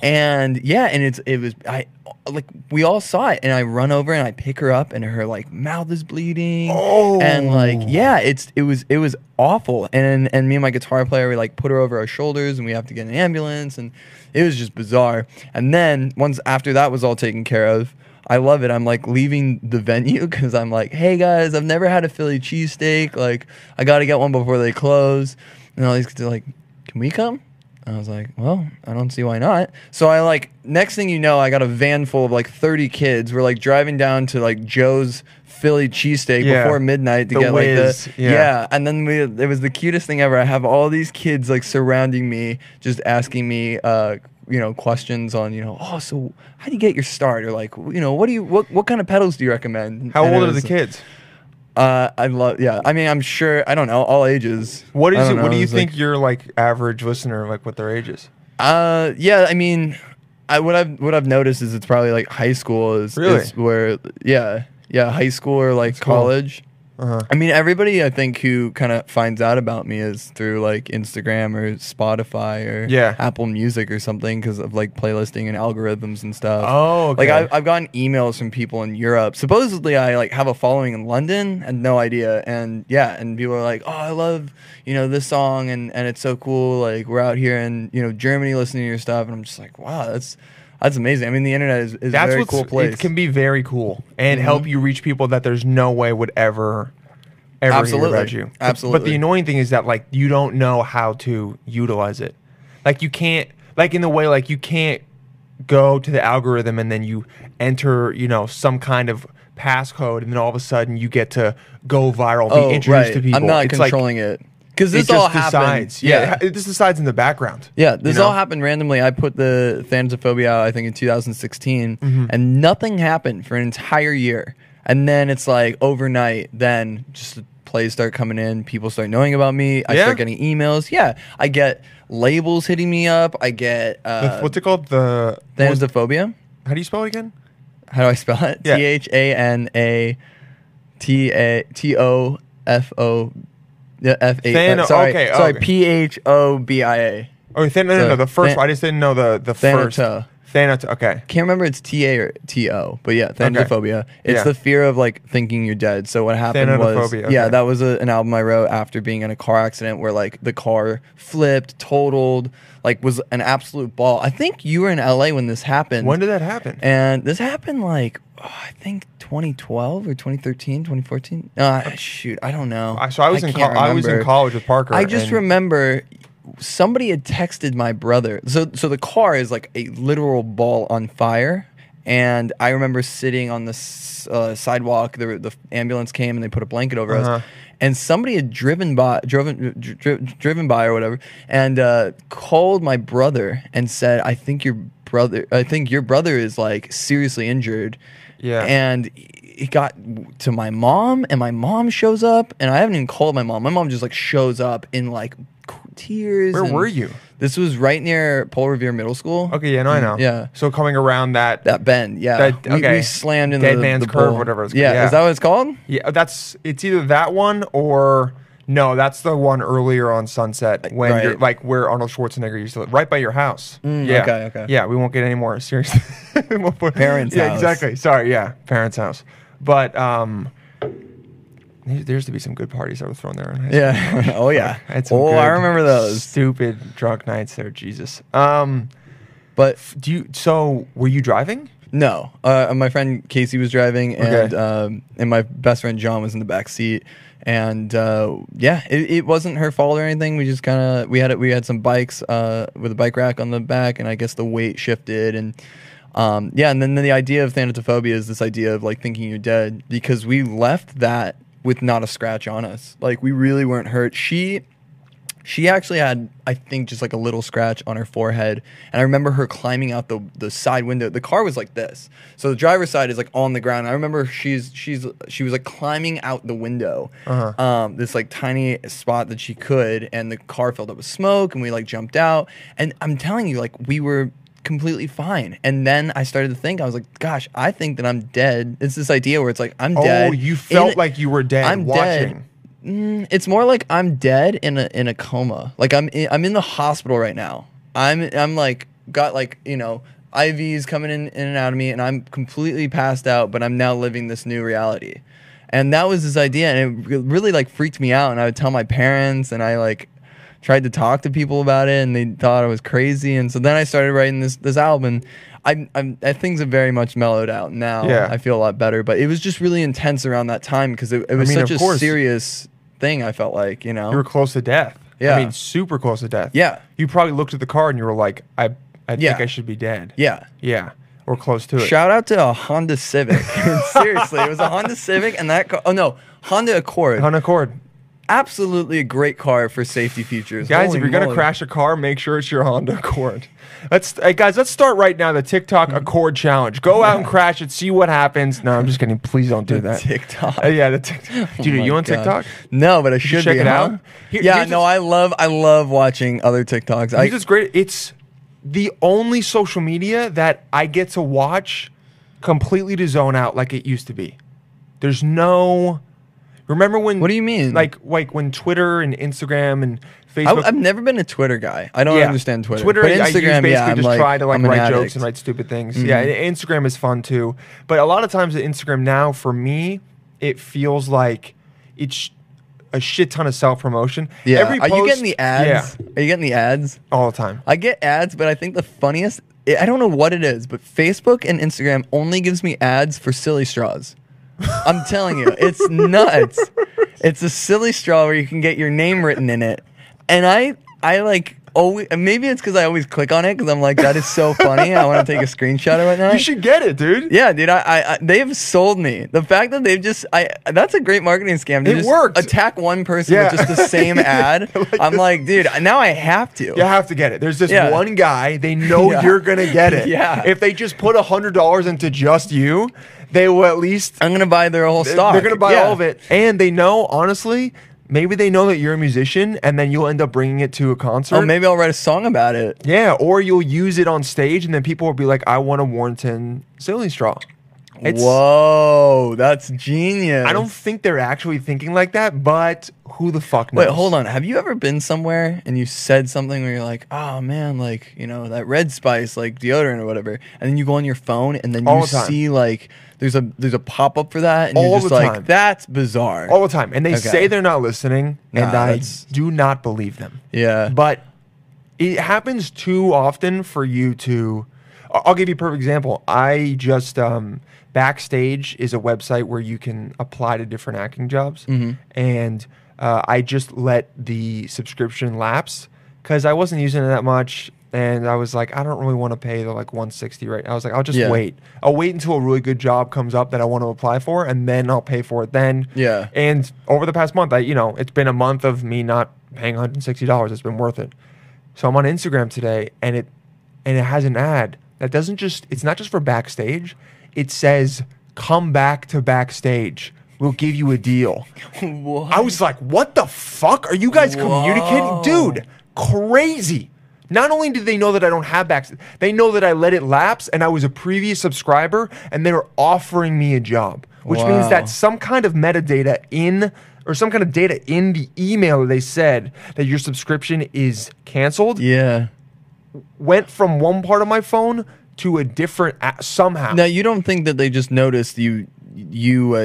Speaker 5: and yeah, and it's it was I like we all saw it, and I run over and I pick her up, and her like mouth is bleeding, and like yeah, it's it was it was awful, and and me and my guitar player we like put her over our shoulders, and we have to get an ambulance, and it was just bizarre. And then once after that was all taken care of. I love it. I'm like leaving the venue because I'm like, hey guys, I've never had a Philly cheesesteak. Like, I got to get one before they close. And all these kids are like, can we come? And I was like, well, I don't see why not. So I like, next thing you know, I got a van full of like 30 kids. We're like driving down to like Joe's Philly cheesesteak
Speaker 1: Yeah.
Speaker 5: before midnight to
Speaker 1: The
Speaker 5: get
Speaker 1: Whiz,
Speaker 5: like the.
Speaker 1: yeah.
Speaker 5: Yeah. And then we, it was the cutest thing ever. I have all these kids like surrounding me, just asking me, uh, you know, questions on, you know, oh, so how do you get your start? Or like, you know, what do you, what, what kind of pedals do you recommend?
Speaker 1: How
Speaker 5: And it
Speaker 1: old are the
Speaker 5: was-
Speaker 1: kids?
Speaker 5: Uh, I love, yeah. I mean, I'm sure, I don't know, all ages.
Speaker 1: What
Speaker 5: I
Speaker 1: is it?
Speaker 5: don't know,
Speaker 1: What do you
Speaker 5: was, like-
Speaker 1: think your like average listener like what their age is?
Speaker 5: Uh, yeah. I mean, I what I've what I've noticed is it's probably like high school is,
Speaker 1: Really?
Speaker 5: is where yeah yeah high school or like
Speaker 1: cool.
Speaker 5: college.
Speaker 1: Uh-huh.
Speaker 5: I mean, everybody I think who kind of finds out about me is through like Instagram or Spotify or
Speaker 1: Yeah.
Speaker 5: Apple Music or something because of like playlisting and algorithms and stuff.
Speaker 1: Oh, okay.
Speaker 5: like I, I've gotten emails from people in Europe. Supposedly, I like have a following in London and no idea. And yeah, and people are like, "Oh, I love you know this song and and it's so cool. Like we're out here in you know Germany listening to your stuff." And I'm just like, "Wow, that's that's amazing." I mean, the internet is, is a
Speaker 1: That's
Speaker 5: very
Speaker 1: what's
Speaker 5: cool place. Mm-hmm.
Speaker 1: It can be very cool and help you reach people that there's no way would ever ever
Speaker 5: Absolutely.
Speaker 1: hear about you. But- But
Speaker 5: Absolutely.
Speaker 1: the annoying thing is that like you don't know how to utilize it. Like you can't like in the way like you can't go to the algorithm and then you enter, you know, some kind of passcode and then all of a sudden you get to go viral, be introduced to people.
Speaker 5: Oh, I'm not
Speaker 1: It's like,
Speaker 5: controlling it because this
Speaker 1: it just
Speaker 5: all happens.
Speaker 1: decides. Yeah. it- It just decides in the background.
Speaker 5: Yeah,
Speaker 1: you
Speaker 5: this
Speaker 1: know?
Speaker 5: all happened randomly. I put the Thanatophobia out, I think, in 2016,
Speaker 1: Mm-hmm.
Speaker 5: and nothing happened for an entire year. And then it's like overnight, then just the plays start coming in, people start knowing about me. I
Speaker 1: Yeah?
Speaker 5: start getting emails. Yeah, I get labels hitting me up. I get
Speaker 1: The-
Speaker 5: uh,
Speaker 1: What's it called? The what was-
Speaker 5: Thanatophobia.
Speaker 1: how do you spell it again?
Speaker 5: How do I spell it? T
Speaker 1: Yeah.
Speaker 5: H A N A T A T O F O F
Speaker 1: Thano-
Speaker 5: A. Sorry,
Speaker 1: okay,
Speaker 5: sorry,
Speaker 1: okay.
Speaker 5: P H O B I A.
Speaker 1: Oh, than- no, no, no.
Speaker 5: The
Speaker 1: The first
Speaker 5: Than-
Speaker 1: one. I just didn't know the the first.
Speaker 5: Thanato.
Speaker 1: Thanato. Okay.
Speaker 5: can't remember it's T A or T O, but yeah, Thanatophobia. It's
Speaker 1: Yeah.
Speaker 5: the fear of like thinking you're dead. So what happened was,
Speaker 1: Thanatophobia,
Speaker 5: yeah,
Speaker 1: okay.
Speaker 5: that was a, an album I wrote after being in a car accident where like the car flipped, totaled, like was an absolute ball. I think you were in L A when this happened.
Speaker 1: When did that happen?
Speaker 5: And this happened like oh, I think 2012 or 2013, 2014. Uh, shoot, I don't know.
Speaker 1: I- so I was in
Speaker 5: can't
Speaker 1: col- I was in
Speaker 5: remember.
Speaker 1: college with Parker
Speaker 5: I just
Speaker 1: and-
Speaker 5: remember somebody had texted my brother. So so the car is like a literal ball on fire. And I remember sitting on the s- uh, sidewalk. The, the ambulance came and they put a blanket over
Speaker 1: Uh-huh.
Speaker 5: us. And somebody had driven by, driven, dri- dri- driven by or whatever, and uh, called my brother and said, "I think your brother, I think your brother is like seriously injured."
Speaker 1: Yeah.
Speaker 5: And it got to my mom, and my mom shows up, and I haven't even called my mom. My mom just like shows up in like tears.
Speaker 1: Where
Speaker 5: and-
Speaker 1: were you?
Speaker 5: This was right near Paul Revere Middle School.
Speaker 1: Okay, yeah, no, I know.
Speaker 5: Mm, Yeah.
Speaker 1: So coming around that,
Speaker 5: That bend, yeah.
Speaker 1: That-
Speaker 5: We- we,
Speaker 1: okay.
Speaker 5: slammed into
Speaker 1: Dead
Speaker 5: the,
Speaker 1: Man's
Speaker 5: the
Speaker 1: Curve,
Speaker 5: bowl.
Speaker 1: whatever it's called,
Speaker 5: yeah,
Speaker 1: yeah.
Speaker 5: is that what it's called?
Speaker 1: yeah, that's it's either that one or no, that's the one earlier on Sunset when
Speaker 5: Right. Mm,
Speaker 1: you're like where Arnold Schwarzenegger used to live, right by your house. yeah.
Speaker 5: okay, okay.
Speaker 1: Yeah, we won't get any more serious.
Speaker 5: Parents'
Speaker 1: yeah,
Speaker 5: house.
Speaker 1: exactly. Sorry, yeah, parents' house. But um, there there used to be some good parties that were thrown there. In high school.
Speaker 5: Yeah. oh yeah.
Speaker 1: I had some
Speaker 5: Oh, I
Speaker 1: good,
Speaker 5: remember those.
Speaker 1: stupid drunk nights there. Jesus. Um,
Speaker 5: But
Speaker 1: do you? So were you driving?
Speaker 5: no, uh, my friend Casey was driving, and
Speaker 1: Okay.
Speaker 5: um, and my best friend John was in the back seat, and uh, yeah, it, it wasn't her fault or anything. We just kind of we had it. We had some bikes uh, with a bike rack on the back, and I guess the weight shifted, and um, yeah, and then the idea of thanatophobia is this idea of like thinking you're dead because we left that with not a scratch on us. Like we really weren't hurt. She She actually had, I think, just like a little scratch on her forehead. And I remember her climbing out the, the side window. The car was like this. So the driver's side is like on the ground. I remember she's she's she was like climbing out the window.
Speaker 1: Uh-huh.
Speaker 5: Um, this like tiny spot that she could, and the car filled up with smoke and we like jumped out. And I'm telling you, like we were completely fine. And then I started to think, I was like, gosh, I think that I'm dead. It's this idea where it's like I'm dead.
Speaker 1: Oh, you
Speaker 5: in-
Speaker 1: felt like you were dead.
Speaker 5: I'm
Speaker 1: watching.
Speaker 5: dead. Mm, it's more like I'm dead in a in a coma. Like I'm in, I'm in the hospital right now. I'm I'm like got like you know IVs coming in, in and out of me, and I'm completely passed out. But I'm now living this new reality, and that was this idea, and it re- really like freaked me out. And I would tell my parents, and I like tried to talk to people about it, and they thought I was crazy. And so then I started writing this this album. I'm, I'm I, things have very much mellowed out now.
Speaker 1: Yeah.
Speaker 5: I feel a lot better, but it was just really intense around that time because it, it was
Speaker 1: mean,
Speaker 5: such
Speaker 1: of
Speaker 5: a
Speaker 1: course.
Speaker 5: serious thing. I felt like you know,
Speaker 1: You were close to death.
Speaker 5: Yeah.
Speaker 1: I mean, super close to death.
Speaker 5: Yeah.
Speaker 1: You probably looked at the car and you were like, I, I
Speaker 5: Yeah.
Speaker 1: think I should be dead.
Speaker 5: yeah.
Speaker 1: Yeah. Or close to it.
Speaker 5: Shout out to a Honda Civic. Seriously, it was a Honda Civic, and that car, oh no, Honda Accord.
Speaker 1: On Accord.
Speaker 5: Absolutely a great car for safety features.
Speaker 1: Guys,
Speaker 5: Holy
Speaker 1: if you're going to
Speaker 5: moly.
Speaker 1: crash a car, make sure it's your Honda Accord. Let's, hey, guys, let's start right now the
Speaker 5: Mm-hmm.
Speaker 1: TikTok Accord Challenge. Go out and crash it, see what happens. No, I'm just kidding. Please don't do that.
Speaker 5: TikTok.
Speaker 1: Uh, yeah, the TikTok. Dude,
Speaker 5: Oh
Speaker 1: are you
Speaker 5: my
Speaker 1: on
Speaker 5: God.
Speaker 1: TikTok?
Speaker 5: No, but I should
Speaker 1: check
Speaker 5: be,
Speaker 1: it
Speaker 5: huh?
Speaker 1: out. Here-
Speaker 5: yeah,
Speaker 1: here's
Speaker 5: no,
Speaker 1: this-
Speaker 5: I love I love watching other TikToks. I,
Speaker 1: Here's what's great. It's the only social media that I get to watch completely to zone out like it used to be. There's no. Remember when?
Speaker 5: What do you mean?
Speaker 1: Like like when Twitter and Instagram and
Speaker 5: I,
Speaker 1: Facebook.
Speaker 5: have never been a Twitter guy. I don't
Speaker 1: Yeah.
Speaker 5: understand Twitter.
Speaker 1: Twitter,
Speaker 5: but
Speaker 1: I use
Speaker 5: Instagram,
Speaker 1: basically
Speaker 5: yeah, I'm
Speaker 1: just
Speaker 5: like,
Speaker 1: try to like
Speaker 5: I'm an
Speaker 1: write jokes
Speaker 5: addict. Mm-hmm.
Speaker 1: and write stupid things. Yeah, and Instagram is fun too. But a lot of times, the Instagram now for me, it feels like it's a shit ton of self promotion.
Speaker 5: Yeah. Are you getting the ads?
Speaker 1: Yeah,
Speaker 5: Are you getting the ads?
Speaker 1: all the time.
Speaker 5: I get ads, but I think the funniest, I I don't know what it is, but Facebook and Instagram only gives me ads for silly straws. I'm telling you, it's nuts. It's a silly straw where you can get your name written in it. And I, I like, always, and maybe it's because I always click on it because I'm like, that is so funny. I want to take a screenshot or whatnot.
Speaker 1: You should get it, dude.
Speaker 5: Yeah, dude, I, I, I they have sold me. The fact that they've just I that's a great marketing scam. To
Speaker 1: It
Speaker 5: just
Speaker 1: worked.
Speaker 5: Attack one person
Speaker 1: Yeah.
Speaker 5: with just the same ad. I'm like, dude, now I have to.
Speaker 1: You have to get it. There's this
Speaker 5: Yeah.
Speaker 1: one guy. They know
Speaker 5: Yeah.
Speaker 1: you're gonna get it.
Speaker 5: Yeah.
Speaker 1: If they just put a hundred dollars into just you, they will at least
Speaker 5: I'm gonna buy their whole
Speaker 1: they-
Speaker 5: stock.
Speaker 1: They're gonna buy
Speaker 5: Yeah.
Speaker 1: all of it, and they know honestly. Maybe they know that you're a musician, and then you'll end up bringing it to a concert.
Speaker 5: Oh, maybe I'll write a song about it.
Speaker 1: Yeah, or you'll use it on stage, and then people will be like, "I want a Warrington Silly Straw." It's,
Speaker 5: Whoa, that's genius.
Speaker 1: I don't think they're actually thinking like that, but who the fuck knows?
Speaker 5: Wait, hold on. Have you ever been somewhere and you said something where you're like, "Oh man, like you know that red spice, like deodorant or whatever," and then you go on your phone and then
Speaker 1: All
Speaker 5: you
Speaker 1: the time.
Speaker 5: see like there's a there's a pop up for that, and
Speaker 1: All
Speaker 5: you're just
Speaker 1: the
Speaker 5: like,
Speaker 1: time.
Speaker 5: "That's bizarre."
Speaker 1: all the time, and they
Speaker 5: Okay.
Speaker 1: say they're not listening,
Speaker 5: Nah,
Speaker 1: and I
Speaker 5: that's-
Speaker 1: do not believe them.
Speaker 5: Yeah.
Speaker 1: but it happens too often for you to I- i'll give you a perfect example i just um, backstage is a website where you can apply to different acting jobs
Speaker 5: Mm-hmm.
Speaker 1: and uh, i just let the subscription lapse because i wasn't using it that much and i was like i don't really want to pay the like 160 right i was like i'll just
Speaker 5: Yeah.
Speaker 1: wait i'll wait until a really good job comes up that i want to apply for and then i'll pay for it then
Speaker 5: Yeah.
Speaker 1: and over the past month, I you know, it's been a month of me not paying $160. It's been worth it. So I'm on Instagram today and it and it has an ad that doesn't just it's not just for backstage. It says come back to backstage. We'll give you a deal.
Speaker 5: What?
Speaker 1: I was like, what the fuck? Are you guys communicating? Dude, crazy. Not only did they know that I don't have backs, they know that I let it lapse and I was a previous subscriber and they were offering me a job, which means
Speaker 5: Wow.
Speaker 1: that some kind of metadata in or some kind of data in the email they said that your subscription is canceled
Speaker 5: Yeah.
Speaker 1: went from one part of my phone to a different a- somehow.
Speaker 5: Now you don't think that they just noticed you you uh,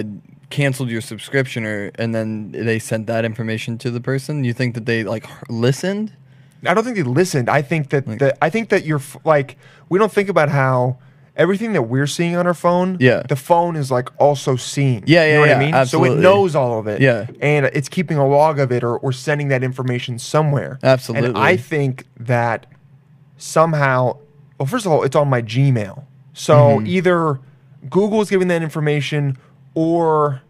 Speaker 5: canceled your subscription or and then they sent that information to the person? You think that they like h- listened?
Speaker 1: I don't think they listened. I think that, that I think that you're f- like we don't think about how everything that we're seeing on our phone,
Speaker 5: Yeah.
Speaker 1: the phone is like also seeing.
Speaker 5: Yeah, yeah,
Speaker 1: you know what I
Speaker 5: yeah,
Speaker 1: mean. So it
Speaker 5: absolutely.
Speaker 1: knows all of it.
Speaker 5: Yeah.
Speaker 1: and it's keeping a log of it or or sending that information somewhere.
Speaker 5: Absolutely.
Speaker 1: And I think that somehow, well, first of all, it's on my Gmail. So
Speaker 5: Mm-hmm.
Speaker 1: either Google's giving that information or.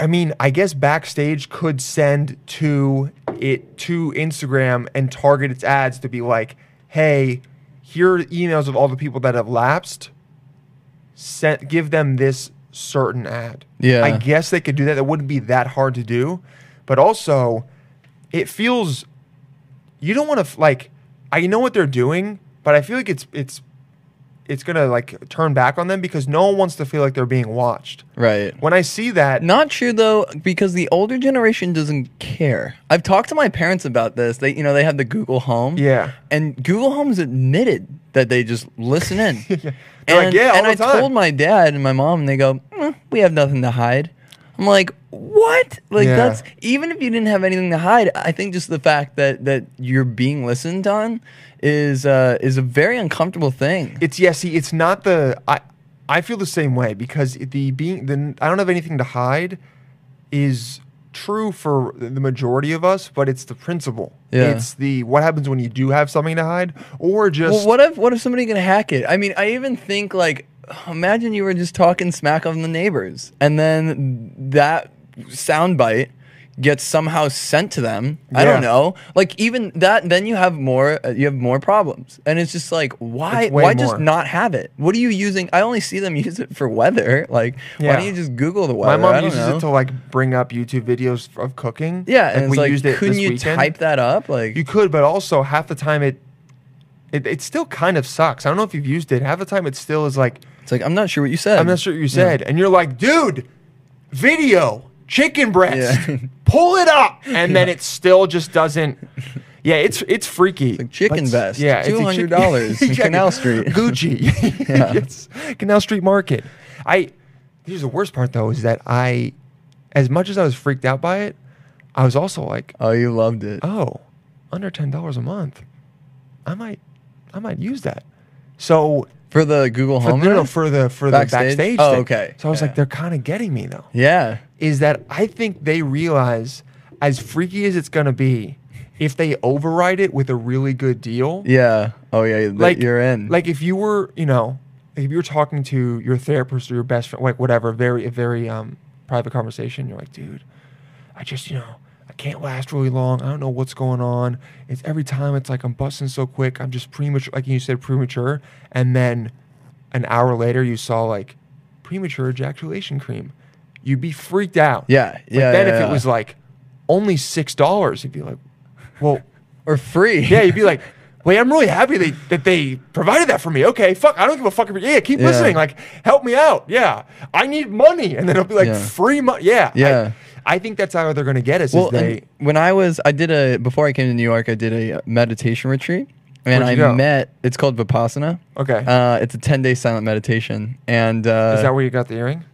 Speaker 1: I mean, I guess backstage could send to it to Instagram and target its ads to be like, "Hey, here are emails of all the people that have lapsed. Sent, give them this certain ad."
Speaker 5: Yeah.
Speaker 1: I guess they could do that. That wouldn't be that hard to do, but also, it feels you don't want to like. I know what they're doing, but I feel like it's it's it's gonna like turn back on them because no one wants to feel like they're being watched.
Speaker 5: Right.
Speaker 1: When I see that,
Speaker 5: Not sure though, because the older generation doesn't care. I've talked to my parents about this. They, you know, they have the Google Home.
Speaker 1: Yeah.
Speaker 5: And Google Home's admitted that they just listen in.
Speaker 1: They're like, "Yeah, all
Speaker 5: and
Speaker 1: the
Speaker 5: I
Speaker 1: time."
Speaker 5: told my dad and my mom, and they go, "Mm, "We have nothing to hide." I'm like, "What?" Like
Speaker 1: Yeah.
Speaker 5: that's even if you didn't have anything to hide. I think just the fact that that you're being listened on is uh, is a very uncomfortable thing.
Speaker 1: it's yeah. See, it's not the I. I feel the same way because it- the being the I don't have anything to hide is true for the majority of us, but it's the principle.
Speaker 5: Yeah.
Speaker 1: It's the what happens when you do have something to hide, or just
Speaker 5: Well, what if what if somebody can hack it? I mean, I even think like, imagine you were just talking smack on the neighbors, and then that soundbite gets somehow sent to them. I
Speaker 1: Yeah.
Speaker 5: don't know. Like even that, then you have more uh, you have more problems, and it's just like, why
Speaker 1: It's way
Speaker 5: why just
Speaker 1: more.
Speaker 5: not have it? What are you using? I only see them use it for weather. Like,
Speaker 1: Yeah.
Speaker 5: why don't you just Google the
Speaker 1: my
Speaker 5: weather? I
Speaker 1: mom
Speaker 5: don't
Speaker 1: uses
Speaker 5: know.
Speaker 1: it to like bring up YouTube videos of cooking.
Speaker 5: yeah,
Speaker 1: like
Speaker 5: and it's
Speaker 1: we
Speaker 5: like,
Speaker 1: used it.
Speaker 5: couldn't
Speaker 1: this
Speaker 5: you
Speaker 1: weekend.
Speaker 5: type that up? Like,
Speaker 1: You could, but also half the time it, it it still kind of sucks. I don't know if you've used it. Half the time it still is like
Speaker 5: it's like I'm not sure what you said.
Speaker 1: I'm not sure what you said. And you're like, dude, video, chicken breast,
Speaker 5: Yeah.
Speaker 1: pull it up. And then it still just doesn't. Yeah, it's it's freaky.
Speaker 5: like chicken
Speaker 1: But-
Speaker 5: vest,
Speaker 1: it's a chick-
Speaker 5: $200 in Canal Street.
Speaker 1: Gucci. Yes, Canal Street Market. I. Here's the worst part though is that I, as much as I was freaked out by it, I was also like,
Speaker 5: Oh, you loved it.
Speaker 1: oh, under ten dollars a month, I might, I might use that. So
Speaker 5: For the Google
Speaker 1: for,
Speaker 5: Home?
Speaker 1: no, no,
Speaker 5: app?
Speaker 1: for the for the
Speaker 5: Backstage?
Speaker 1: backstage.
Speaker 5: Oh,
Speaker 1: thing.
Speaker 5: okay.
Speaker 1: So I was
Speaker 5: Yeah.
Speaker 1: like, they're kind of getting me though.
Speaker 5: yeah.
Speaker 1: Is that I think they realize, as freaky as it's gonna be, if they override it with a really good deal,
Speaker 5: Yeah. Oh yeah. that
Speaker 1: like
Speaker 5: you're in.
Speaker 1: Like if you were, you know, if you were talking to your therapist or your best friend, like whatever, very a very um private conversation, you're like, dude, I just, you know, I can't last really long. I don't know what's going on. It's every time it's like I'm busting so quick. I'm just premature, like you said, premature. And then an hour later, you saw like premature ejaculation cream. You'd be freaked out.
Speaker 5: Yeah,
Speaker 1: But
Speaker 5: yeah,
Speaker 1: Then
Speaker 5: yeah,
Speaker 1: if it
Speaker 5: yeah.
Speaker 1: was like only six dollars, you'd be like, well.
Speaker 5: or free.
Speaker 1: Yeah, you'd be like, wait, I'm really happy they, that they provided that for me. Okay, fuck, I don't give a fuck. If, yeah, keep
Speaker 5: Yeah.
Speaker 1: listening. Like, help me out. Yeah, I need money. And then it'll be like,
Speaker 5: Yeah.
Speaker 1: free money. Yeah. I-
Speaker 5: Yeah.
Speaker 1: I, think that's how they're going to get us.
Speaker 5: well,
Speaker 1: is they,
Speaker 5: and when I was, I did a before I came to New York, I did a meditation retreat,
Speaker 1: Where'd
Speaker 5: and I
Speaker 1: you go?
Speaker 5: met. It's called Vipassana.
Speaker 1: Okay.
Speaker 5: Uh, it's a ten day silent meditation, and uh,
Speaker 1: is that where you got the earring?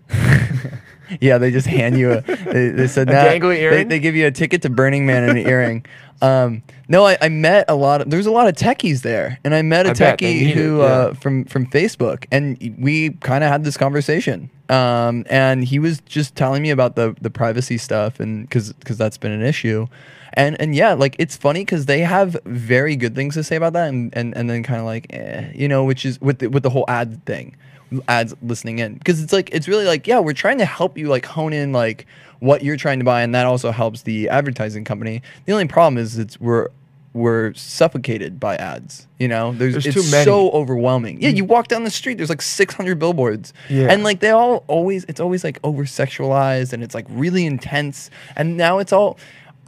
Speaker 5: Yeah, they just hand you a. They, they said
Speaker 1: A
Speaker 5: "Nah."
Speaker 1: dangly earring?
Speaker 5: They, they give you a ticket to Burning Man and an earring. Um, no, I, I met a lot of. There's a lot of techies there, and I met a
Speaker 1: I bet they
Speaker 5: techie
Speaker 1: need it,
Speaker 5: who
Speaker 1: yeah.
Speaker 5: uh, from from Facebook, and we kind of had this conversation. Um, and he was just telling me about the the privacy stuff, and because because that's been an issue, and and yeah, like it's funny because they have very good things to say about that, and and, and then kind of like, eh, you know, which is with the, with the whole ad thing ads listening in because it's like it's really like yeah we're trying to help you like hone in like what you're trying to buy and that also helps the advertising company the only problem is it's we're were suffocated by ads. You know, there's,
Speaker 1: There's
Speaker 5: it's
Speaker 1: too many.
Speaker 5: so overwhelming. Yeah, you walk down the street, there's like 600 billboards,
Speaker 1: Mm-hmm. Yeah.
Speaker 5: and like they all always, it's always like over sexualized and it's like really intense. And now it's all,